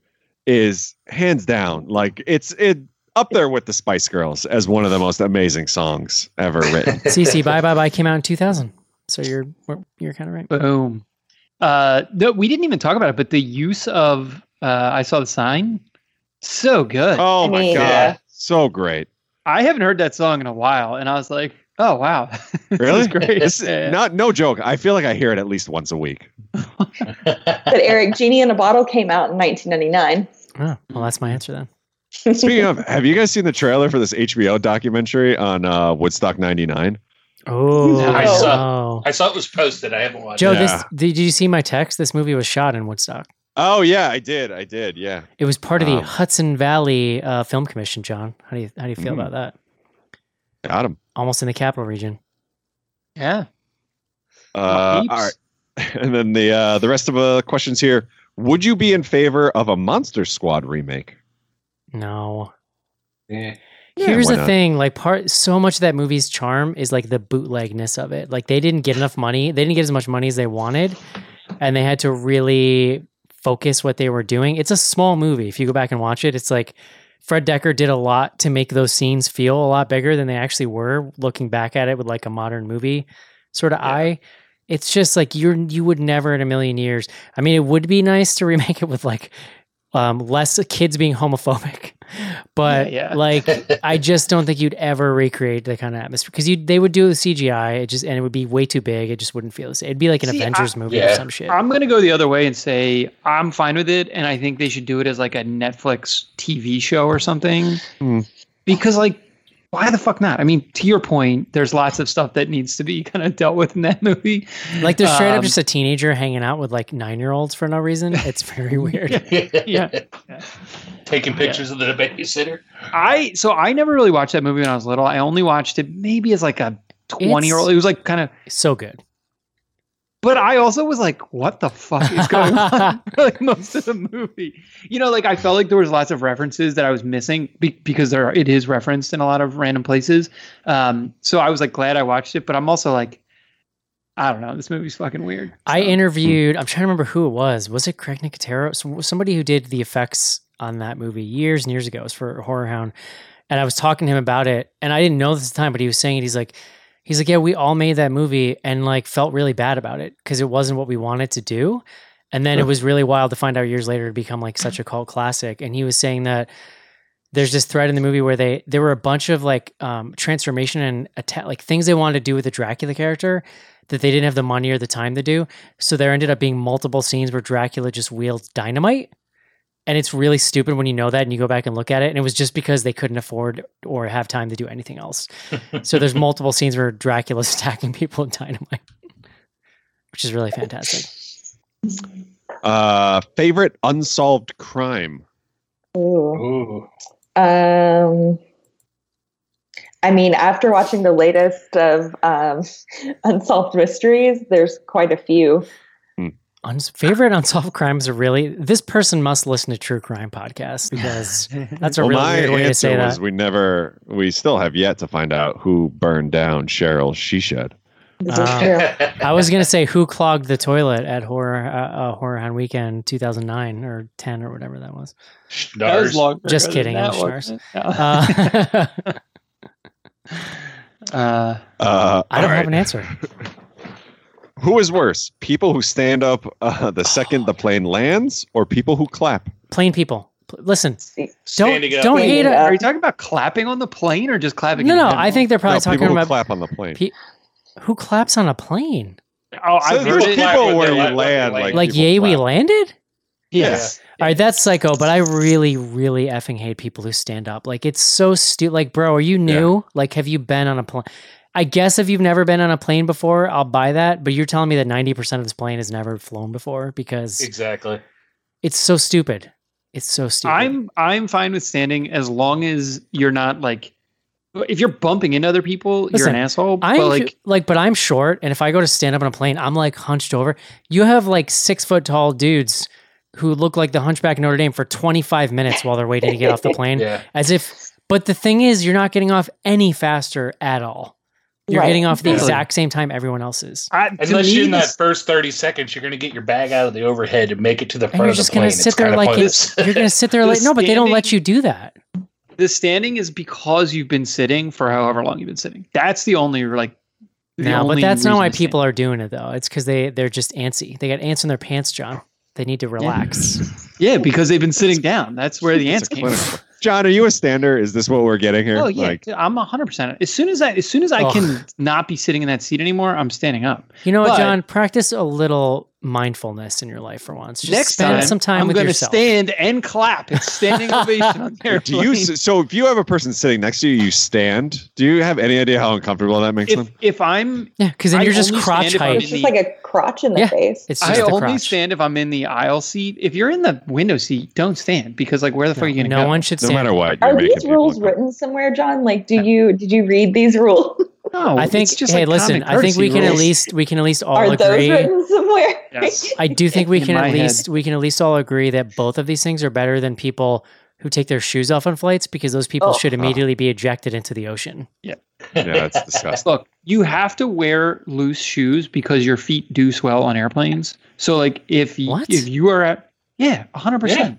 Speaker 6: is hands down like it's it up there with the Spice Girls as one of the most amazing songs ever written.
Speaker 2: CC Bye Bye Bye came out in 2000. So you're we're- you're kind of right.
Speaker 4: Um, Boom. Uh, no, we didn't even talk about it, but the use of uh, I saw the sign, so good.
Speaker 6: oh
Speaker 3: I
Speaker 6: my
Speaker 3: mean,
Speaker 6: god,
Speaker 3: yeah.
Speaker 6: so great!
Speaker 4: I haven't heard that song in a while, and I was like, oh wow, This
Speaker 6: Really?
Speaker 4: is great.
Speaker 6: This-
Speaker 4: Yeah.
Speaker 6: not no joke. I feel like I hear it at least once a week.
Speaker 3: But Eric, Genie in a Bottle came out in 1999.
Speaker 2: Oh, well, that's my answer then.
Speaker 6: Speaking of, have you guys seen the trailer for this HBO documentary on uh, Woodstock '99?
Speaker 2: Oh,
Speaker 3: I
Speaker 5: saw-
Speaker 2: no.
Speaker 5: I saw it was posted. I haven't watched
Speaker 2: Joe,
Speaker 5: it.
Speaker 2: this did you see my text? This movie was shot in Woodstock.
Speaker 6: Oh yeah, I did. I did. Yeah.
Speaker 2: It was part of the
Speaker 6: Wow.
Speaker 2: Hudson Valley uh, Film Commission. John, how do you how do you feel
Speaker 6: Mm.
Speaker 2: about that?
Speaker 6: Got him.
Speaker 2: Almost in the capital region.
Speaker 4: yeah.
Speaker 6: Uh,
Speaker 4: Peeps.
Speaker 6: all right. And then the uh, the rest of uh, questions here. Would you be in favor of a Monster Squad remake?
Speaker 2: No.
Speaker 5: Yeah.
Speaker 6: Yeah,
Speaker 2: Here's
Speaker 6: why
Speaker 2: the
Speaker 6: not?
Speaker 2: thing, like part so much of that movie's charm is like the bootlegness of it. Like they didn't get enough money. They didn't get as much money as they wanted and they had to really focus what they were doing. It's a small movie. If you go back and watch it, it's like Fred Decker did a lot to make those scenes feel a lot bigger than they actually were looking back at it with like a modern movie sort of eye. It's just like you're you would never in a million years. I mean, it would be nice to remake it with like um, less kids being homophobic, but
Speaker 4: Yeah, yeah.
Speaker 2: like I just don't think you'd ever recreate the kind of atmosphere because you they would do the CGI. It just and it would be way too big. It just wouldn't feel the same. It'd be like an
Speaker 4: See, I-
Speaker 2: Avengers movie or
Speaker 5: Yeah.
Speaker 2: some shit.
Speaker 4: I'm gonna go the other way and say I'm fine with it, and I think they should do it as like a Netflix TV show or something,
Speaker 6: Hmm.
Speaker 4: because like why the fuck not? I mean, to your point, there's lots of stuff that needs to be kind of dealt with in that movie.
Speaker 2: Like there's straight
Speaker 4: Um,
Speaker 2: up just a teenager hanging out with like nine year olds for no reason. It's very weird.
Speaker 4: yeah.
Speaker 5: Taking pictures of the babysitter.
Speaker 4: I so I never really watched that movie when I was little. I only watched it maybe as like a twenty year old. It was like kind of
Speaker 2: so good.
Speaker 4: But I also was like, what the fuck is going on? like most of the movie. You know, like I felt like there was lots of references that I was missing be- because there are, it is referenced in a lot of random places. Um, so I was like glad I watched it, but I'm also like, I don't know, this movie's fucking weird.
Speaker 2: I interviewed. I'm trying to remember who it was. Was it Craig Nicotero? So- Somebody who did the effects on that movie years and years ago. It was for Horror Hound, and I was talking to him about it, and I didn't know this at the time, but he was saying it. He's like, he's like, yeah, we all made that movie and like felt really bad about it because it wasn't what we wanted to do, and then it was really wild to find out years later to become like such a cult classic. And he was saying that there's this thread in the movie where they there were a bunch of like um, transformation and atta- like things they wanted to do with the Dracula character that they didn't have the money or the time to do. So there ended up being multiple scenes where Dracula just wields dynamite. And it's really stupid when you know that and you go back and look at it. And it was just because they couldn't afford or have time to do anything else. so there's multiple scenes where Dracula's attacking people with dynamite, which is really fantastic.
Speaker 6: Uh, favorite unsolved crime.
Speaker 3: Ooh.
Speaker 5: Ooh.
Speaker 3: Um, I mean, after watching the latest of um, Unsolved Mysteries, there's quite a few.
Speaker 2: Uns- favorite unsolved crimes are really this person must listen to true crime podcast because that's a
Speaker 6: well,
Speaker 2: really
Speaker 6: my
Speaker 2: weird way to say
Speaker 6: answer was
Speaker 2: that.
Speaker 6: we never, we still have yet to find out who burned down Cheryl's she shed.
Speaker 3: This
Speaker 2: Ah.
Speaker 3: is
Speaker 2: I was gonna say who clogged the toilet at horror uh, uh, horror Hound weekend 2009 or 10 or whatever that was.
Speaker 4: That was
Speaker 5: Schnars.
Speaker 4: longer
Speaker 2: Just
Speaker 4: than
Speaker 2: kidding,
Speaker 4: that,
Speaker 2: I'm
Speaker 4: wasn't it?
Speaker 2: Uh,
Speaker 4: Uh,
Speaker 6: Uh,
Speaker 2: I don't have
Speaker 6: all right.
Speaker 2: an answer.
Speaker 6: Who is worse, people who stand up uh, the second the plane lands, or people who clap?
Speaker 2: Plain people, P- listen.
Speaker 3: true.
Speaker 2: Don't
Speaker 5: Standing up.
Speaker 2: don't hate it.
Speaker 4: are you talking about clapping on the plane or just clapping?
Speaker 2: No,
Speaker 4: in
Speaker 2: no.
Speaker 4: general?
Speaker 2: I think they're probably
Speaker 6: No,
Speaker 2: talking
Speaker 6: people who
Speaker 2: about
Speaker 6: clap on the plane.
Speaker 2: Pe- who claps on a plane.
Speaker 4: Oh,
Speaker 6: So
Speaker 4: I've
Speaker 6: the
Speaker 4: heard
Speaker 6: people,
Speaker 4: it.
Speaker 5: Like,
Speaker 6: where
Speaker 5: like,
Speaker 6: you
Speaker 5: like,
Speaker 6: land,
Speaker 5: like-
Speaker 6: like,
Speaker 2: Like,
Speaker 6: people
Speaker 2: yay, we
Speaker 6: clap.
Speaker 2: landed.
Speaker 4: Yes.
Speaker 2: All right, that's psycho, but I really, really effing hate people who stand up. Like, it's so stupid. Like, bro, are you new? Like, have you been on a plane? I guess if you've never been on a plane before, I'll buy that. But you're telling me that 90% of this plane has never flown before because
Speaker 5: Exactly.
Speaker 2: it's so stupid. It's so stupid.
Speaker 4: I'm I'm fine with standing as long as you're not like if you're bumping into other people, you're
Speaker 2: Listen,
Speaker 4: an asshole.
Speaker 2: I
Speaker 4: but
Speaker 2: like,
Speaker 4: like
Speaker 2: like, but I'm short, and if I go to stand up on a plane, I'm like hunched over. You have like six foot tall dudes who look like the Hunchback of Notre Dame for 25 minutes while they're waiting to get off the plane,
Speaker 5: Yeah.
Speaker 2: as if. But the thing is, you're not getting off any faster at all. You're
Speaker 3: Right.
Speaker 2: getting off the
Speaker 4: Exactly.
Speaker 2: exact same time everyone else is,
Speaker 4: I, to
Speaker 5: Unless
Speaker 4: me,
Speaker 5: you're in that
Speaker 4: this-
Speaker 5: first 30 seconds, you're going to get your bag out of the overhead and make it to the
Speaker 2: and
Speaker 5: front
Speaker 2: you're
Speaker 5: of the
Speaker 2: just
Speaker 5: plane.
Speaker 2: gonna
Speaker 5: It's
Speaker 2: sit there
Speaker 5: kinda
Speaker 2: like
Speaker 5: pointless.
Speaker 2: you're gonna sit there like no, but they don't let you do that.
Speaker 4: the standing is because you've been sitting for however long you've been sitting. That's the only like. the
Speaker 2: No, but
Speaker 4: only
Speaker 2: that's not
Speaker 4: reason
Speaker 2: why
Speaker 4: to
Speaker 2: people are doing it though. It's because they they're just antsy. They got ants in their pants, John. They need to relax.
Speaker 4: stand. Yeah, because they've been sitting down. That's where the ants
Speaker 6: It's a
Speaker 4: came. from.
Speaker 6: clinical- John, are you a stander? Is this what we're getting here?
Speaker 4: Oh yeah,
Speaker 6: Like,
Speaker 4: I'm 100. percent As soon as I as soon as I
Speaker 2: Ugh.
Speaker 4: can not be sitting in that seat anymore, I'm standing up.
Speaker 2: You know what,
Speaker 4: But-
Speaker 2: John? Practice a little mindfulness in your life for once. Just
Speaker 4: Next
Speaker 2: spend
Speaker 4: time,
Speaker 2: some time
Speaker 4: I'm
Speaker 2: with
Speaker 4: gonna
Speaker 2: yourself.
Speaker 4: stand and clap. It's standing ovation on the
Speaker 6: do you?
Speaker 4: airplane.
Speaker 6: So if you have a person sitting next to you, you stand. Do you have any idea how uncomfortable that makes
Speaker 4: if
Speaker 6: them?
Speaker 4: if I'm
Speaker 2: yeah, because then
Speaker 4: I
Speaker 2: you're just
Speaker 4: only
Speaker 2: crotch
Speaker 4: stand if I'm
Speaker 2: height.
Speaker 3: It's just like a crotch in the
Speaker 2: Yeah.
Speaker 3: face.
Speaker 2: It's just
Speaker 4: I
Speaker 2: the
Speaker 4: only
Speaker 2: crotch.
Speaker 4: stand if I'm in the aisle seat. If you're in the window seat, don't stand because like where the fuck are you gonna
Speaker 2: no
Speaker 4: go?
Speaker 2: one should
Speaker 6: No
Speaker 2: stand.
Speaker 6: matter what, you're
Speaker 3: Are
Speaker 6: making
Speaker 3: these
Speaker 6: people
Speaker 3: rules
Speaker 6: uncomfortable.
Speaker 3: written somewhere, John? Like, do you did you read these rules?
Speaker 4: No,
Speaker 2: I think.
Speaker 4: Oh, it's just
Speaker 2: hey,
Speaker 4: like
Speaker 2: listen.
Speaker 4: common
Speaker 2: I think we
Speaker 4: courtesy
Speaker 2: can at
Speaker 4: rules.
Speaker 2: least we can at least all
Speaker 3: Are those
Speaker 2: agree.
Speaker 3: written somewhere?
Speaker 4: Yes.
Speaker 2: I do think we
Speaker 4: In
Speaker 2: can
Speaker 4: my
Speaker 2: at
Speaker 4: head.
Speaker 2: least we can at least all agree that both of these things are better than people who take their shoes off on flights because those people
Speaker 3: Oh.
Speaker 2: should immediately be ejected into the ocean.
Speaker 6: Yeah, it's disgusting.
Speaker 4: Look, you have to wear loose shoes because your feet do swell on airplanes. So like if y-
Speaker 2: What?
Speaker 4: if you are at yeah, 100%.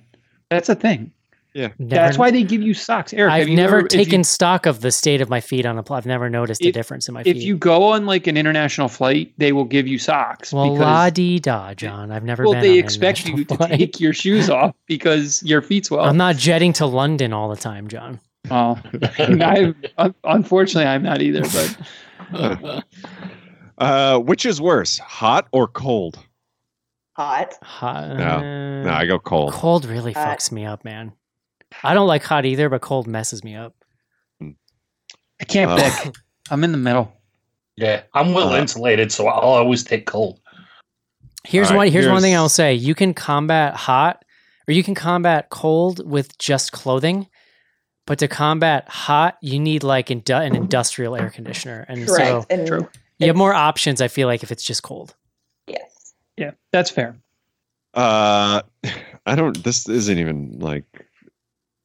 Speaker 4: That's a thing.
Speaker 2: Never,
Speaker 4: That's why they give you socks, Eric. have
Speaker 2: I've
Speaker 4: you
Speaker 2: never
Speaker 4: ever- if you-
Speaker 2: taken stock of the state of my feet on a plane. I've never noticed a
Speaker 4: If-
Speaker 2: difference in my feet.
Speaker 4: if you go on like an international flight, they will give you socks
Speaker 2: well, la
Speaker 4: because
Speaker 2: di da, John. I've never
Speaker 4: well,
Speaker 2: been.
Speaker 4: they
Speaker 2: on
Speaker 4: expect
Speaker 2: international
Speaker 4: you to
Speaker 2: flight.
Speaker 4: take your shoes off because your feet swell.
Speaker 2: I'm not jetting to London all the time, John.
Speaker 4: Oh, I, unfortunately, I'm not either. But
Speaker 6: Uh, which is worse, hot or cold?
Speaker 3: Hot.
Speaker 2: Hot. uh,
Speaker 6: No, I go cold.
Speaker 2: Hmm. cold really
Speaker 3: Hot.
Speaker 2: fucks me up, man. I don't like hot either, but cold messes me up.
Speaker 4: I can't
Speaker 6: Oh.
Speaker 4: pick. I'm in the middle.
Speaker 5: Yeah, I'm well
Speaker 6: Uh,
Speaker 5: insulated, so I'll always take cold.
Speaker 2: Here's
Speaker 6: All right,
Speaker 2: one. Here's, one thing
Speaker 6: here's-
Speaker 2: I'll say: you can combat hot, or you can combat cold with just clothing. But to combat hot, you need like indu- an industrial air conditioner, and so
Speaker 3: Correct. and
Speaker 4: True.
Speaker 2: you have more options. I feel like if it's just cold.
Speaker 3: yes.
Speaker 4: Yeah, that's fair.
Speaker 6: Uh, I don't. This isn't even like.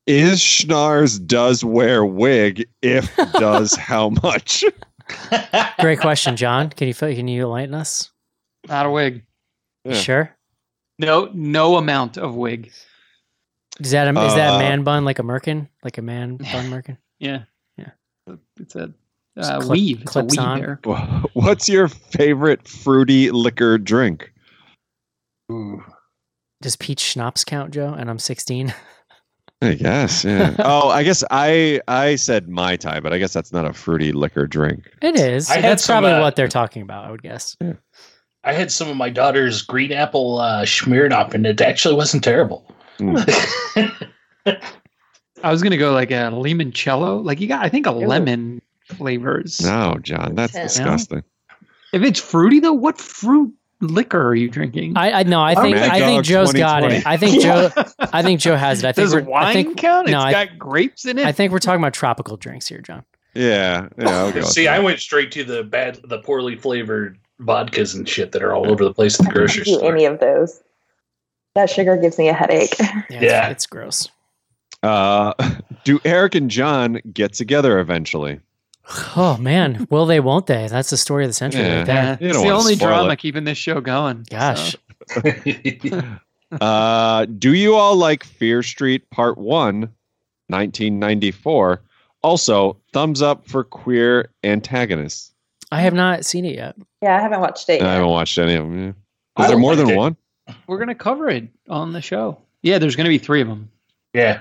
Speaker 6: Is Schnars does wear wig? If does, how much?
Speaker 2: Great question, John. Can you fill- can you enlighten us?
Speaker 4: Not a wig.
Speaker 2: You
Speaker 6: Yeah.
Speaker 2: Sure.
Speaker 4: No, no amount of wig.
Speaker 2: Is that a, is that a
Speaker 6: Uh,
Speaker 2: man bun like a merkin, like a man bun merkin?
Speaker 4: Yeah,
Speaker 2: Yeah.
Speaker 4: It's a
Speaker 2: Just
Speaker 4: uh,
Speaker 2: clip-
Speaker 4: weave. It's a
Speaker 2: clips
Speaker 4: weave
Speaker 2: on.
Speaker 4: there.
Speaker 6: Wha- What's your favorite fruity liquor drink?
Speaker 2: Does peach schnapps count, Joe? And I'm 16.
Speaker 6: I guess. Yeah. oh, I guess I I said mai tai, but I guess that's not a fruity liquor drink.
Speaker 2: It is.
Speaker 5: I had
Speaker 2: That's
Speaker 5: some,
Speaker 2: probably
Speaker 5: uh,
Speaker 2: what they're talking about. I would guess.
Speaker 6: Mm.
Speaker 5: I had some of my daughter's green apple uh, Smirnoff, and it actually wasn't terrible.
Speaker 4: I was gonna go like a limoncello. Like you got, I think a lemon flavors.
Speaker 6: No, John, that's
Speaker 3: Yeah.
Speaker 6: disgusting.
Speaker 4: If it's fruity though, what fruit liquor are you drinking?
Speaker 2: I, I no. I think
Speaker 6: Mad
Speaker 2: I think
Speaker 6: Dog
Speaker 2: Joe's got it.
Speaker 6: 2020.
Speaker 2: I think Joe. I think Joe has it. I think
Speaker 4: Does
Speaker 2: we're,
Speaker 4: wine
Speaker 2: I think
Speaker 4: count? It's
Speaker 2: no, I-
Speaker 4: got grapes in it.
Speaker 2: I think we're talking about tropical drinks here, John.
Speaker 6: Yeah. Yeah. I'll go with
Speaker 5: See,
Speaker 6: that.
Speaker 5: I went straight to the bad, the poorly flavored vodkas and shit that are all over the place at the grocery
Speaker 3: do
Speaker 5: store.
Speaker 3: any of those. That sugar gives me a headache.
Speaker 2: Yeah, it's-
Speaker 5: Yeah.
Speaker 2: It's, gross.
Speaker 6: Uh, do Eric and John get together eventually?
Speaker 2: Oh man, will they? Won't they? That's the story of the century,
Speaker 6: Yeah.
Speaker 2: right there.
Speaker 4: Yeah,
Speaker 6: You
Speaker 4: it's
Speaker 6: don't
Speaker 4: the
Speaker 6: wanna
Speaker 4: only
Speaker 6: spoil
Speaker 4: drama
Speaker 6: it.
Speaker 4: keeping this show going.
Speaker 2: Gosh,
Speaker 4: So,
Speaker 6: Uh, do you all like Fear Street Part 1, 1994? Also, thumbs up for queer antagonists.
Speaker 2: I have not seen it yet.
Speaker 3: yeah, I haven't watched it
Speaker 6: I
Speaker 3: yet.
Speaker 6: haven't watched any of them. yeah.
Speaker 5: I
Speaker 6: Is there more
Speaker 5: liked
Speaker 6: than
Speaker 5: it.
Speaker 6: one?
Speaker 4: we're gonna cover it on the show. Yeah, there's gonna be three of them.
Speaker 5: yeah,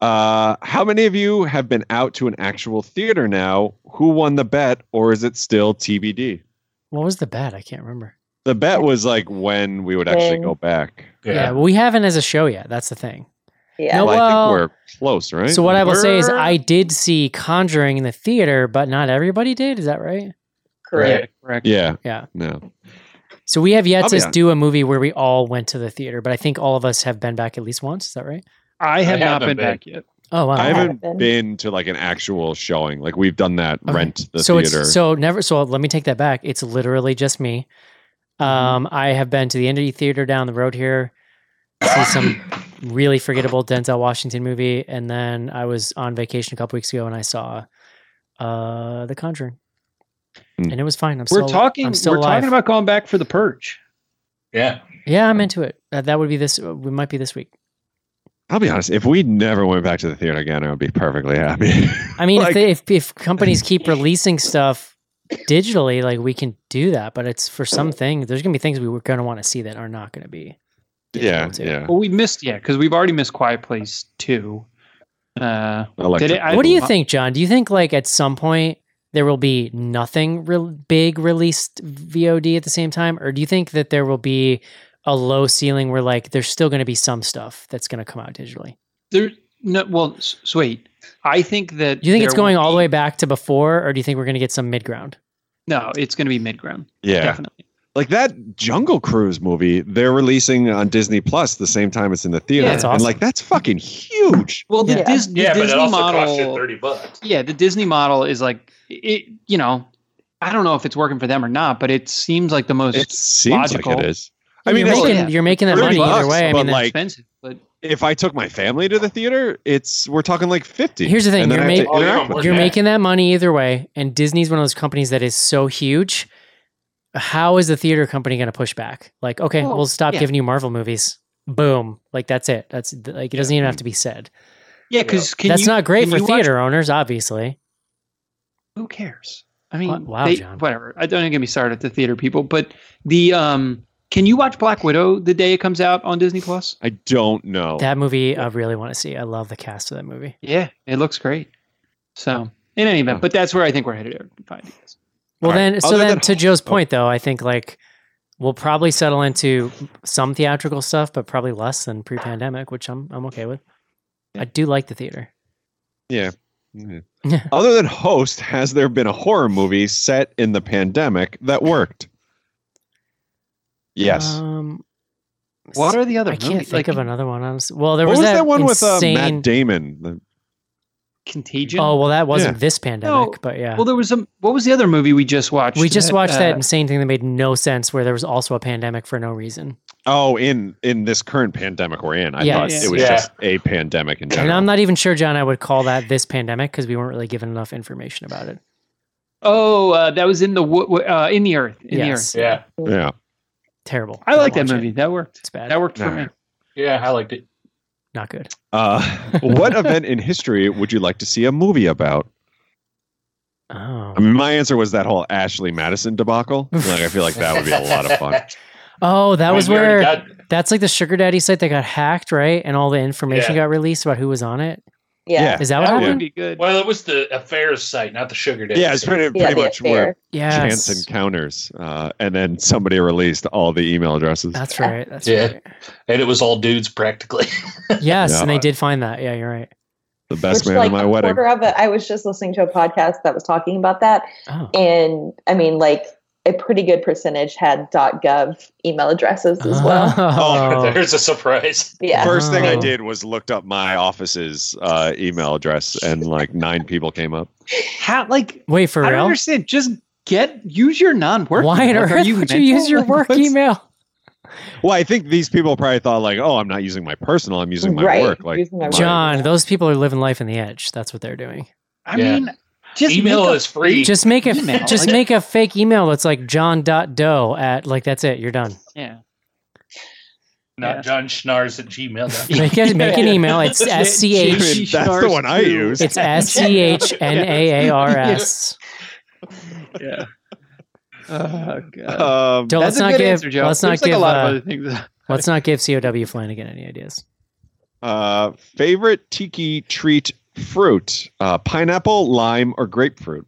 Speaker 6: Uh, how many of you have been out to an actual theater now? Who won the bet, or is it still TBD?
Speaker 2: What was the bet? I can't remember.
Speaker 6: The bet was like when we would actually
Speaker 3: When-
Speaker 6: go back.
Speaker 2: Yeah,
Speaker 5: yeah.
Speaker 2: well, we haven't as a show yet. That's the thing.
Speaker 3: Yeah.
Speaker 2: No,
Speaker 6: Well,
Speaker 2: Uh, well-
Speaker 6: I think we're close, right?
Speaker 2: So what I will say is,
Speaker 6: We're-
Speaker 2: I did see Conjuring in the theater, but not everybody did. Is that right?
Speaker 5: Right.
Speaker 4: Yeah, correct.
Speaker 6: Yeah.
Speaker 2: Yeah.
Speaker 6: No.
Speaker 2: So we have yet
Speaker 6: I'll
Speaker 2: to
Speaker 6: be on.
Speaker 2: do a movie where we all went to the theater, but I think all of us have been back at least once. Is that right?
Speaker 4: I have not
Speaker 5: haven't
Speaker 4: been,
Speaker 5: been.
Speaker 4: back yet.
Speaker 2: Oh wow.
Speaker 6: I
Speaker 3: haven't
Speaker 6: haven't
Speaker 3: been.
Speaker 6: been to like an actual showing. Like we've done that
Speaker 2: Okay.
Speaker 6: rent the
Speaker 2: so
Speaker 6: theater.
Speaker 2: It's, so never. So let me take that back. It's literally just me. Um, I have been to the Indy Theater down the road here. See some really forgettable Denzel Washington movie, and then I was on vacation a couple weeks ago and I saw uh, The Conjuring,
Speaker 6: Hmm.
Speaker 2: and it was fine. I'm still,
Speaker 4: We're talking.
Speaker 2: I'm still
Speaker 4: we're
Speaker 2: alive.
Speaker 4: talking about going back for the purge.
Speaker 5: yeah.
Speaker 2: Yeah, I'm into it. Uh, that would be this. Uh, we might be this week.
Speaker 6: I'll be honest, if we never went back to the theater again, I would be perfectly happy.
Speaker 2: I mean, if,
Speaker 6: Like-
Speaker 2: they, if if companies keep releasing stuff digitally, like we can do that, but it's for some thing. There's gonna be things we were gonna want to see that are not gonna be.
Speaker 6: yeah,
Speaker 2: digital, too.
Speaker 6: yeah.
Speaker 4: Well, we missed yeah because we've already missed Quiet Place two. Uh,
Speaker 6: Electric
Speaker 4: it- I-
Speaker 2: what do you
Speaker 4: I-
Speaker 2: think, John? Do you think like at some point there will be nothing real big released VOD at the same time, or do you think that there will be a low ceiling where like there's still going to be some stuff that's going to come out digitally?
Speaker 4: there. No, well, s- so wait. I think that
Speaker 2: Do you think it's
Speaker 4: there will
Speaker 2: going all the
Speaker 4: be-
Speaker 2: way back to before, or do you think we're going to get some mid ground?
Speaker 4: No, it's going to be mid ground.
Speaker 6: yeah.
Speaker 4: Definitely.
Speaker 6: Like that Jungle Cruise movie, they're releasing on Disney Plus the same time it's in the theater.
Speaker 2: Yeah, that's
Speaker 6: And
Speaker 2: awesome.
Speaker 6: like that's fucking huge.
Speaker 4: Well, the,
Speaker 3: Yeah.
Speaker 4: Dis- the
Speaker 5: Yeah, but
Speaker 4: Disney
Speaker 5: it also cost you
Speaker 4: model.
Speaker 5: thirty bucks.
Speaker 4: Yeah, the Disney model is like it. You know, I don't know if it's working for them or not, but it seems like the most
Speaker 6: It seems like
Speaker 4: logical.
Speaker 6: it is. I mean,
Speaker 2: you're
Speaker 6: it's
Speaker 2: making,
Speaker 6: like,
Speaker 4: yeah.
Speaker 2: you're making that
Speaker 6: 30
Speaker 2: money either
Speaker 6: bucks,
Speaker 2: way. I
Speaker 6: but
Speaker 2: mean,
Speaker 6: like-
Speaker 4: expensive. But
Speaker 6: if I took my family to the theater, it's we're talking like fifty.
Speaker 2: Here's the thing,
Speaker 6: And then
Speaker 2: you're
Speaker 6: I have
Speaker 2: ma-
Speaker 6: to
Speaker 5: Oh, yeah,
Speaker 6: interact with
Speaker 5: we're
Speaker 2: you're
Speaker 5: Yeah.
Speaker 2: making that money either way. And Disney's one of those companies that is so huge. How is the theater company going to push back? Like, okay,
Speaker 4: Well,
Speaker 2: we'll stop
Speaker 4: yeah.
Speaker 2: giving you Marvel movies. Boom. Like that's it. That's like it doesn't even have to be said.
Speaker 4: yeah, because
Speaker 2: That's not great
Speaker 4: can
Speaker 2: for
Speaker 4: you watch-
Speaker 2: theater owners, obviously.
Speaker 4: who cares? I mean,
Speaker 2: Wow- wow,
Speaker 4: they-
Speaker 2: John.
Speaker 4: whatever. I don't even get me started at the theater people, but the um, can you watch Black Widow the day it comes out on Disney Plus?
Speaker 6: I don't know.
Speaker 2: That movie I really want to see. I love the cast of that movie.
Speaker 4: Yeah, it looks great. So in any event,
Speaker 6: Oh.
Speaker 4: but that's where I think we're headed. Eric, in five years.
Speaker 2: Well,
Speaker 6: All right.
Speaker 2: then, so
Speaker 6: Other
Speaker 2: then
Speaker 6: than-
Speaker 2: to Joe's point, though, I think like we'll probably settle into some theatrical stuff, but probably less than pre-pandemic, which I'm I'm okay with. I do like the theater.
Speaker 6: Yeah. Mm-hmm. Other than Host, has there been a horror movie set in the pandemic that worked? Yes.
Speaker 2: Um,
Speaker 4: What are the other
Speaker 2: I can't
Speaker 4: movies?
Speaker 2: think
Speaker 4: Like-
Speaker 2: of another one. Honestly, well, there
Speaker 6: what
Speaker 2: was,
Speaker 6: was that, one
Speaker 2: insane.
Speaker 6: with uh, Matt Damon? The-
Speaker 4: Contagion.
Speaker 2: Oh well, that wasn't
Speaker 6: Yeah.
Speaker 2: this pandemic,
Speaker 4: No.
Speaker 2: but yeah.
Speaker 4: Well, there was some. What was the other movie we just watched?
Speaker 2: we just watched that
Speaker 4: uh,
Speaker 2: insane thing that made no sense, where there was also a pandemic for no reason.
Speaker 6: oh, in in this current pandemic we're in, I
Speaker 2: Yeah.
Speaker 6: thought
Speaker 2: Yeah.
Speaker 6: it was
Speaker 5: Yeah.
Speaker 6: just a pandemic in
Speaker 2: And
Speaker 6: general.
Speaker 2: I'm not even sure, John. I would call that this pandemic because we weren't really given enough information about it.
Speaker 4: oh, uh, that was in the wo- wo- uh, in the earth. In
Speaker 2: yes,
Speaker 4: the earth.
Speaker 5: Yeah.
Speaker 6: yeah.
Speaker 2: terrible.
Speaker 4: I like
Speaker 2: Don't
Speaker 4: that
Speaker 2: watch it.
Speaker 4: movie. That worked.
Speaker 2: It's bad.
Speaker 4: That worked for
Speaker 6: Nah.
Speaker 4: me.
Speaker 5: Yeah, I liked it.
Speaker 2: Not good.
Speaker 6: Uh, what event in history would you like to see a movie about?
Speaker 2: Oh.
Speaker 6: I mean, my answer was that whole Ashley Madison debacle. Like, I feel like that would be a lot of fun.
Speaker 2: Oh, that
Speaker 5: I mean,
Speaker 2: was
Speaker 5: we
Speaker 2: where
Speaker 5: already got-
Speaker 2: that's like the sugar daddy site that got hacked, right? And all the information
Speaker 5: Yeah.
Speaker 2: got released about who was on it.
Speaker 3: Yeah.
Speaker 6: Yeah.
Speaker 2: Is that what
Speaker 4: That would
Speaker 2: happened?
Speaker 4: be good.
Speaker 5: well, it was the affairs site, not the sugar daddy.
Speaker 6: Yeah, it's
Speaker 5: site.
Speaker 6: pretty,
Speaker 3: Yeah,
Speaker 6: pretty
Speaker 3: the
Speaker 6: much where
Speaker 3: affair.
Speaker 2: Yes.
Speaker 6: chance encounters, uh, and then somebody released all the email addresses.
Speaker 2: That's right. That's
Speaker 5: Yeah.
Speaker 2: right.
Speaker 5: and it was all dudes practically.
Speaker 2: Yes,
Speaker 6: Yeah.
Speaker 2: and they did find that. Yeah, you're right.
Speaker 6: the best
Speaker 3: Which,
Speaker 6: man
Speaker 3: like,
Speaker 6: at my
Speaker 3: a
Speaker 6: wedding.
Speaker 3: quarter of it, I was just listening to a podcast that was talking about that,
Speaker 2: Oh.
Speaker 3: and I mean, like a pretty good percentage had .gov email addresses as well.
Speaker 2: Oh.
Speaker 5: There's a surprise.
Speaker 3: Yeah,
Speaker 6: First thing I
Speaker 2: Oh.
Speaker 6: did was looked up my office's uh, email address, and like nine people came up.
Speaker 4: How like
Speaker 2: Wait for
Speaker 4: I don't
Speaker 2: real?
Speaker 4: understand. Just get use your non-work.
Speaker 2: Why on
Speaker 4: email. Like, are
Speaker 2: earth would you
Speaker 4: mental?
Speaker 2: use your
Speaker 4: Like,
Speaker 2: work
Speaker 4: what's-
Speaker 2: email?
Speaker 6: Well, I think these people probably thought like, "Oh, I'm not using my personal; I'm using my
Speaker 3: Right,
Speaker 6: work." Like,
Speaker 3: using my work.
Speaker 2: John, those people are living life in the edge. That's what they're doing.
Speaker 4: I
Speaker 5: Yeah.
Speaker 4: mean, just
Speaker 5: Email
Speaker 4: make a-
Speaker 5: is free.
Speaker 2: Just make a
Speaker 4: Email,
Speaker 2: just
Speaker 4: like-
Speaker 2: make a fake email that's like john.doe at like that's it, you're done.
Speaker 4: Yeah.
Speaker 5: not
Speaker 4: yeah.
Speaker 5: John Schnars at gmail.com.
Speaker 2: Make a, make an email. It's
Speaker 4: Yeah.
Speaker 2: S C H
Speaker 6: Dude, that's the one I use.
Speaker 2: it's S C H N A A R S.
Speaker 4: Yeah. Oh god.
Speaker 5: Uh,
Speaker 6: um,
Speaker 2: Don't let's
Speaker 4: That's a
Speaker 2: not
Speaker 4: good
Speaker 2: give
Speaker 4: answer, Joe.
Speaker 2: let's not
Speaker 4: There's, like
Speaker 2: give
Speaker 4: a lot
Speaker 2: uh,
Speaker 4: of other things.
Speaker 2: let's not give COW Flanagan any ideas.
Speaker 6: uh, favorite tiki treat fruit: uh, pineapple, lime, or grapefruit.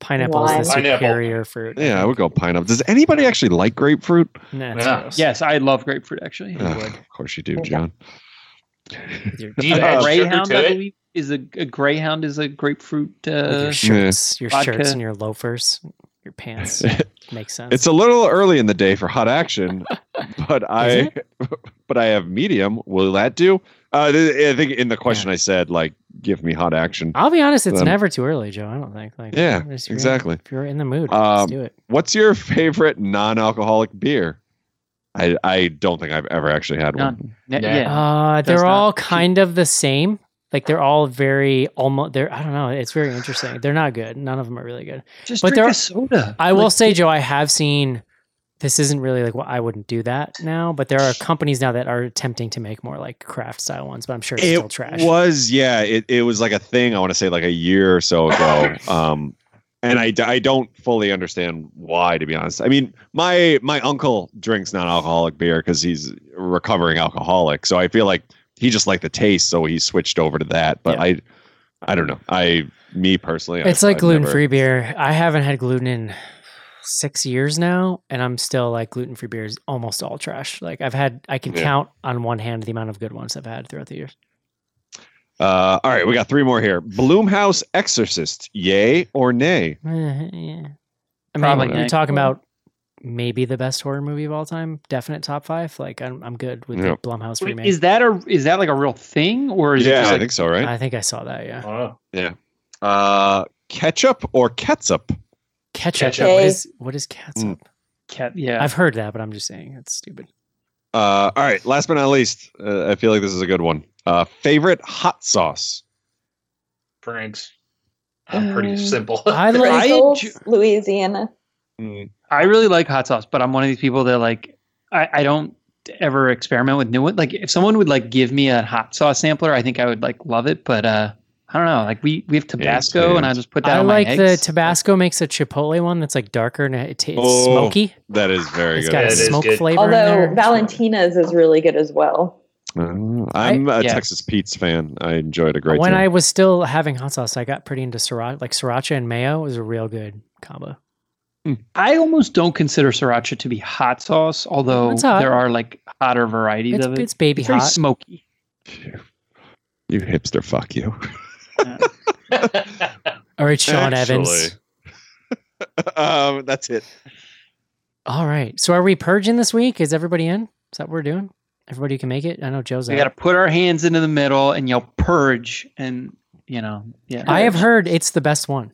Speaker 2: Pineapple
Speaker 3: Why?
Speaker 2: is the
Speaker 5: Pineapple.
Speaker 2: superior fruit.
Speaker 6: Yeah, I would go pineapple. Does anybody actually like grapefruit?
Speaker 2: Nah, it's
Speaker 5: Yeah.
Speaker 2: gross.
Speaker 4: Yes, I love grapefruit actually.
Speaker 6: Ugh, of course you do,
Speaker 3: Yeah.
Speaker 6: John.
Speaker 2: Your,
Speaker 5: Do you
Speaker 4: A
Speaker 5: add sugar
Speaker 4: greyhound,
Speaker 5: to
Speaker 4: I
Speaker 5: it?
Speaker 4: believe, is a, a greyhound is a grapefruit.
Speaker 2: with
Speaker 4: Uh,
Speaker 2: your shirts, your shirts
Speaker 4: vodka.
Speaker 2: and your loafers, your pants. Makes sense.
Speaker 6: It's a little early in the day for hot action, but I but I have medium. Will that do? Uh, th- I think in the question I said like, give me hot action.
Speaker 2: I'll be honest, it's
Speaker 6: Um,
Speaker 2: never too early, Joe. I don't think. Like,
Speaker 6: Yeah,
Speaker 2: if you're in-
Speaker 6: exactly.
Speaker 2: if you're in the mood,
Speaker 6: Um,
Speaker 2: let's do it.
Speaker 6: What's your favorite non-alcoholic beer? I I don't think I've ever actually had one.
Speaker 4: None. Ne-
Speaker 5: Yeah.
Speaker 4: yeah.
Speaker 2: Uh,
Speaker 4: that's
Speaker 2: they're
Speaker 4: not
Speaker 2: all kind of the same. Like they're all very almost. They're I don't know. It's very interesting. They're not good. None of them are really good.
Speaker 4: Just
Speaker 2: But
Speaker 4: drink
Speaker 2: there
Speaker 4: a
Speaker 2: are-
Speaker 4: soda.
Speaker 2: I will
Speaker 4: Like,
Speaker 2: say, Joe, I have seen. This isn't really like what I wouldn't do that now, but there are companies now that are attempting to make more like craft style ones. But I'm sure it's still trash.
Speaker 6: was yeah it, it was like a thing i want to say like a year or so ago um and I, d- I don't fully understand why to be honest i mean my my uncle drinks non-alcoholic beer because he's a recovering alcoholic so i feel like he just liked the taste so he switched over to that but i i don't know i me personally I-
Speaker 2: It's like
Speaker 6: I've
Speaker 2: gluten
Speaker 6: never-
Speaker 2: free beer. I haven't had gluten in six years now, and I'm still like gluten free beer is almost all trash. Like I've had, I can
Speaker 6: Yeah.
Speaker 2: count on one hand the amount of good ones I've had throughout the years.
Speaker 6: uh all right we got three more here bloomhouse exorcist yay or nay
Speaker 2: Eh, yeah. I
Speaker 4: Probably
Speaker 2: mean, you're
Speaker 4: not.
Speaker 2: talking about maybe the best horror movie of all time, definite top five. Like I'm, I'm good with
Speaker 6: Yeah.
Speaker 2: the Blumhouse
Speaker 4: Wait,
Speaker 2: remake.
Speaker 4: is that a is that like a real thing or is it
Speaker 6: yeah
Speaker 4: just
Speaker 6: i
Speaker 4: like,
Speaker 6: think so right
Speaker 2: I think I saw that. Yeah,
Speaker 5: Oh.
Speaker 6: uh ketchup or ketchup
Speaker 2: ketchup.
Speaker 5: Ketchup.
Speaker 2: What
Speaker 3: Yay.
Speaker 2: is what is ketchup?
Speaker 6: Mm.
Speaker 4: cat? Yeah,
Speaker 2: I've heard that, but I'm just saying it's stupid.
Speaker 6: Uh, all right. Last but not least, uh, I feel like this is a good one. Uh, favorite hot sauce.
Speaker 5: Frank's. I'm
Speaker 3: Um,
Speaker 5: pretty simple.
Speaker 2: I like.
Speaker 3: Pringles,
Speaker 4: enjoy-
Speaker 3: Louisiana.
Speaker 4: I really like hot sauce, but I'm one of these people that like I, I don't ever experiment with new one. Like if someone would like give me a hot sauce sampler, I think I would like love it. But uh I don't know. Like we we have Tabasco,
Speaker 6: hands.
Speaker 4: and I just put that
Speaker 2: I
Speaker 4: on
Speaker 2: like
Speaker 4: my
Speaker 2: the
Speaker 4: eggs.
Speaker 2: Tabasco makes a Chipotle one that's like darker and it tastes
Speaker 6: Oh.
Speaker 2: smoky.
Speaker 6: That is very
Speaker 2: It's
Speaker 6: good.
Speaker 2: got a
Speaker 5: Yeah, it is
Speaker 2: smoke
Speaker 5: good.
Speaker 2: flavor. in there.
Speaker 3: Although
Speaker 2: It's
Speaker 3: Valentina's is really good as well.
Speaker 6: Uh, I'm a
Speaker 4: yeah.
Speaker 6: Texas Pete's fan. I enjoyed a
Speaker 2: really-
Speaker 6: great
Speaker 2: when
Speaker 6: deal.
Speaker 2: I was still having hot sauce, I got pretty into sriracha. Like sriracha and mayo was a real good combo.
Speaker 4: Hmm. I almost don't consider sriracha to be hot sauce, although
Speaker 2: It's hot.
Speaker 4: there are like hotter varieties
Speaker 2: It's,
Speaker 4: of it.
Speaker 2: it's baby
Speaker 4: It's very
Speaker 2: hot.
Speaker 4: smoky.
Speaker 6: you hipster, fuck you.
Speaker 2: All right, Sean Evans.
Speaker 6: um, that's it.
Speaker 2: All right. So are we purging this week? Is everybody in? Is that what we're doing? Everybody can make it. I know Joe's.
Speaker 4: We
Speaker 2: out.
Speaker 4: got to put our hands into the middle and yell purge. And, you know, yeah.
Speaker 2: I have heard it's the best one,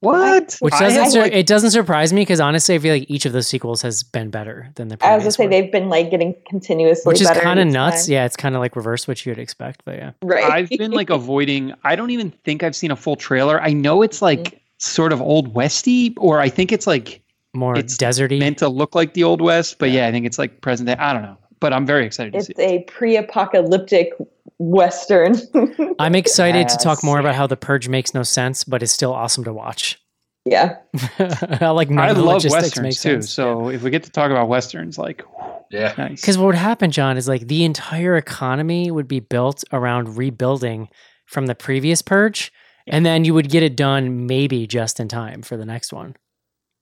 Speaker 4: What?
Speaker 2: which
Speaker 4: I
Speaker 2: doesn't
Speaker 4: have,
Speaker 2: sur-
Speaker 4: like-
Speaker 2: it doesn't surprise me because honestly, I feel like each of those sequels has been better than the
Speaker 3: I was gonna
Speaker 2: previous,
Speaker 3: say they've been like getting continuously
Speaker 2: which is
Speaker 3: better
Speaker 2: kind of
Speaker 3: each
Speaker 2: nuts.
Speaker 3: time.
Speaker 2: Yeah, it's kind of like reverse what you'd expect, but yeah.
Speaker 3: Right.
Speaker 4: I've been like avoiding. I don't even think I've seen a full trailer. I know it's
Speaker 2: Mm-hmm.
Speaker 4: like sort of old westy, or I think it's like
Speaker 2: more
Speaker 4: it's
Speaker 2: deserty.
Speaker 4: meant to look like the old west. But yeah, I think it's like present day. I don't know, but I'm very excited to see.
Speaker 3: it's a pre-apocalyptic western.
Speaker 2: I'm excited to talk
Speaker 4: Yes.
Speaker 2: more about how the purge makes no sense, but is still awesome to watch.
Speaker 3: yeah.
Speaker 2: I like none
Speaker 4: I
Speaker 2: of the
Speaker 4: love
Speaker 2: logistics make
Speaker 4: westerns too.
Speaker 2: sense.
Speaker 4: So if we get to talk about westerns, like
Speaker 5: Yeah.
Speaker 4: nice.
Speaker 2: Because what would happen, John, is like the entire economy would be built around rebuilding from the previous purge, and then you would get it done maybe just in time for the next one.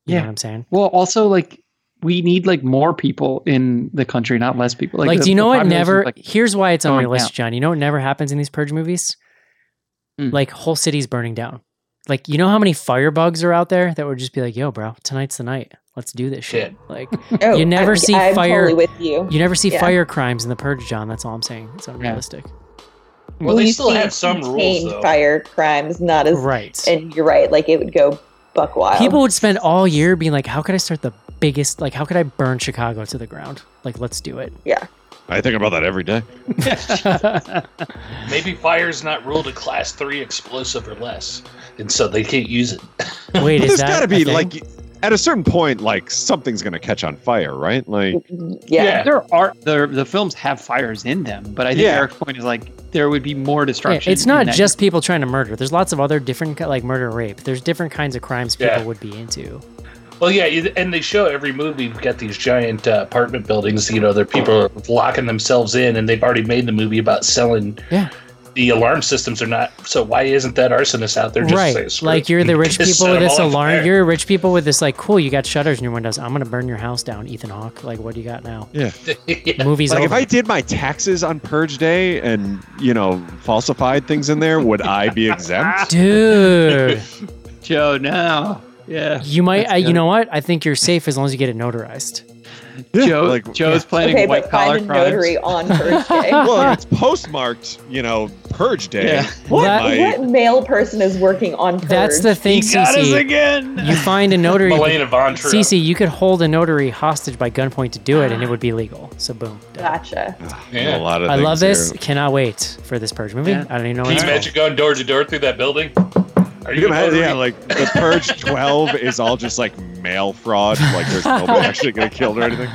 Speaker 2: You know
Speaker 4: Yeah.
Speaker 2: what I'm saying?
Speaker 4: Well, also like we need like more people in the country, not less people.
Speaker 2: Like,
Speaker 4: the-
Speaker 2: do you know
Speaker 4: the
Speaker 2: what
Speaker 4: population's,
Speaker 2: never?
Speaker 4: like-
Speaker 2: here's why it's
Speaker 4: going
Speaker 2: unrealistic,
Speaker 4: down.
Speaker 2: John. You know what never happens in these purge movies?
Speaker 4: Hmm.
Speaker 2: Like whole cities burning down. Like you know how many firebugs are out there that would just be like, "Yo, bro, tonight's the night. Let's do this shit." Like
Speaker 3: Oh,
Speaker 2: You never
Speaker 3: I'm,
Speaker 2: see
Speaker 3: I'm
Speaker 2: fire-
Speaker 3: Totally with you.
Speaker 2: you never see
Speaker 3: Yeah.
Speaker 2: fire crimes in the purge, John. That's all I'm saying. It's unrealistic,
Speaker 5: Well, they
Speaker 3: You
Speaker 5: still
Speaker 3: can't
Speaker 5: have some rules
Speaker 3: contain
Speaker 5: though.
Speaker 3: Fire crimes, not as.
Speaker 2: right?
Speaker 3: And you're right. Like it would go buck wild.
Speaker 2: People would spend all year being like, "How could I start the biggest? Like, how could I burn Chicago to the ground? Like, let's do it."
Speaker 6: I think about that every day.
Speaker 5: Maybe fire's not ruled a class three explosive or less, and so they can't use it.
Speaker 2: Wait,
Speaker 6: But
Speaker 2: is
Speaker 6: there's
Speaker 2: that
Speaker 6: got
Speaker 2: a
Speaker 6: to be
Speaker 2: thing?
Speaker 6: like at a certain point, like something's gonna catch on fire, right? Like
Speaker 3: Yeah.
Speaker 4: there are the the films have fires in them, but I think
Speaker 6: Yeah.
Speaker 4: Eric's point is like there would be more
Speaker 2: Yeah,
Speaker 4: destruction.
Speaker 2: it's
Speaker 4: in
Speaker 2: not
Speaker 4: that
Speaker 2: just people trying to murder. There's lots of other different ki- like murder, rape. There's different kinds of crimes people
Speaker 5: Yeah.
Speaker 2: would be into.
Speaker 5: Well, yeah, you- and they show every movie. We've got these giant uh, apartment buildings. You know, they're people are locking themselves in, and they've already made the movie about selling.
Speaker 2: Yeah.
Speaker 5: The alarm systems are not. So why isn't that arsonist out there just saying,
Speaker 2: Right,
Speaker 5: "Screw
Speaker 2: like
Speaker 5: it,"
Speaker 2: you're the
Speaker 5: and
Speaker 2: rich
Speaker 5: just
Speaker 2: people
Speaker 5: set
Speaker 2: with
Speaker 5: them
Speaker 2: this
Speaker 5: all on
Speaker 2: alarm.
Speaker 5: fire?
Speaker 2: You're rich people with this like, cool. You got shutters in your windows. I'm gonna burn your house down, Ethan Hawke. Like, what do you got now?
Speaker 5: Yeah.
Speaker 2: Movies
Speaker 6: like if
Speaker 2: over.
Speaker 6: I did my taxes on purge day and you know falsified things in there, would I be exempt?
Speaker 2: Dude,
Speaker 4: Joe now. Yeah.
Speaker 2: you might.
Speaker 4: That's
Speaker 2: I, you
Speaker 4: good.
Speaker 2: know what? I think you're safe as long as you get it notarized.
Speaker 6: Yeah,
Speaker 4: Joe,
Speaker 6: like-
Speaker 4: Joe's planning
Speaker 3: Okay,
Speaker 4: white
Speaker 3: but find
Speaker 4: collar
Speaker 3: a
Speaker 4: crimes.
Speaker 3: notary on Purge Day.
Speaker 6: well, if it's postmarked, you know, purge day.
Speaker 4: Yeah.
Speaker 6: What?
Speaker 2: That-
Speaker 3: what male person is working on Purge?
Speaker 2: That's the thing, Cece.
Speaker 4: again.
Speaker 2: You find a notary.
Speaker 5: Milena Von Trapp.
Speaker 2: Cece, you could hold a notary hostage by gunpoint to do it, and it would be legal. So boom. done.
Speaker 3: Gotcha.
Speaker 6: a lot of
Speaker 2: I love
Speaker 6: things
Speaker 2: this.
Speaker 6: here.
Speaker 2: Cannot wait for this purge movie.
Speaker 4: Yeah.
Speaker 2: I don't even know. What
Speaker 5: Can you
Speaker 2: it's
Speaker 5: imagine
Speaker 2: called.
Speaker 5: going door to door through that building? Are
Speaker 6: You
Speaker 5: you
Speaker 6: can
Speaker 5: going
Speaker 6: imagine, yeah,
Speaker 5: to
Speaker 6: like the Purge 12 is all just like mail fraud. Like there's nobody actually gonna kill or anything.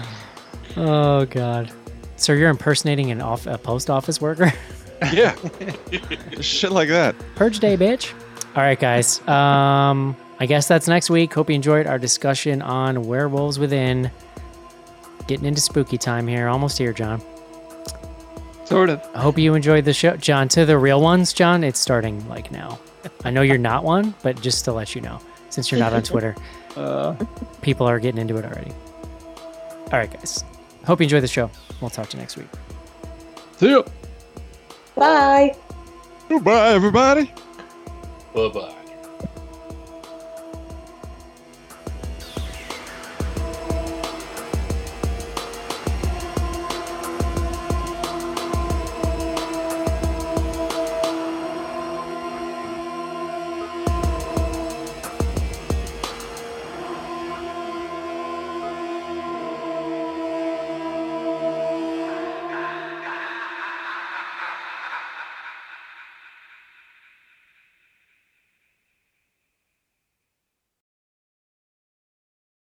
Speaker 2: Oh god. So you're impersonating an off a post office worker?
Speaker 6: Yeah, shit like that.
Speaker 2: purge day, bitch. All right, guys. Um, I guess that's next week. Hope you enjoyed our discussion on werewolves within. Getting into spooky time here. Almost here, John.
Speaker 4: Sort of.
Speaker 2: I hope you enjoyed the show, John. To the real ones, John, it's starting like now. I know you're not one, but just to let you know, since you're not on Twitter, people are getting into it already. All right, guys. Hope you enjoyed the show. We'll talk to you next week.
Speaker 3: Bye.
Speaker 6: Goodbye, everybody.
Speaker 5: Bye bye.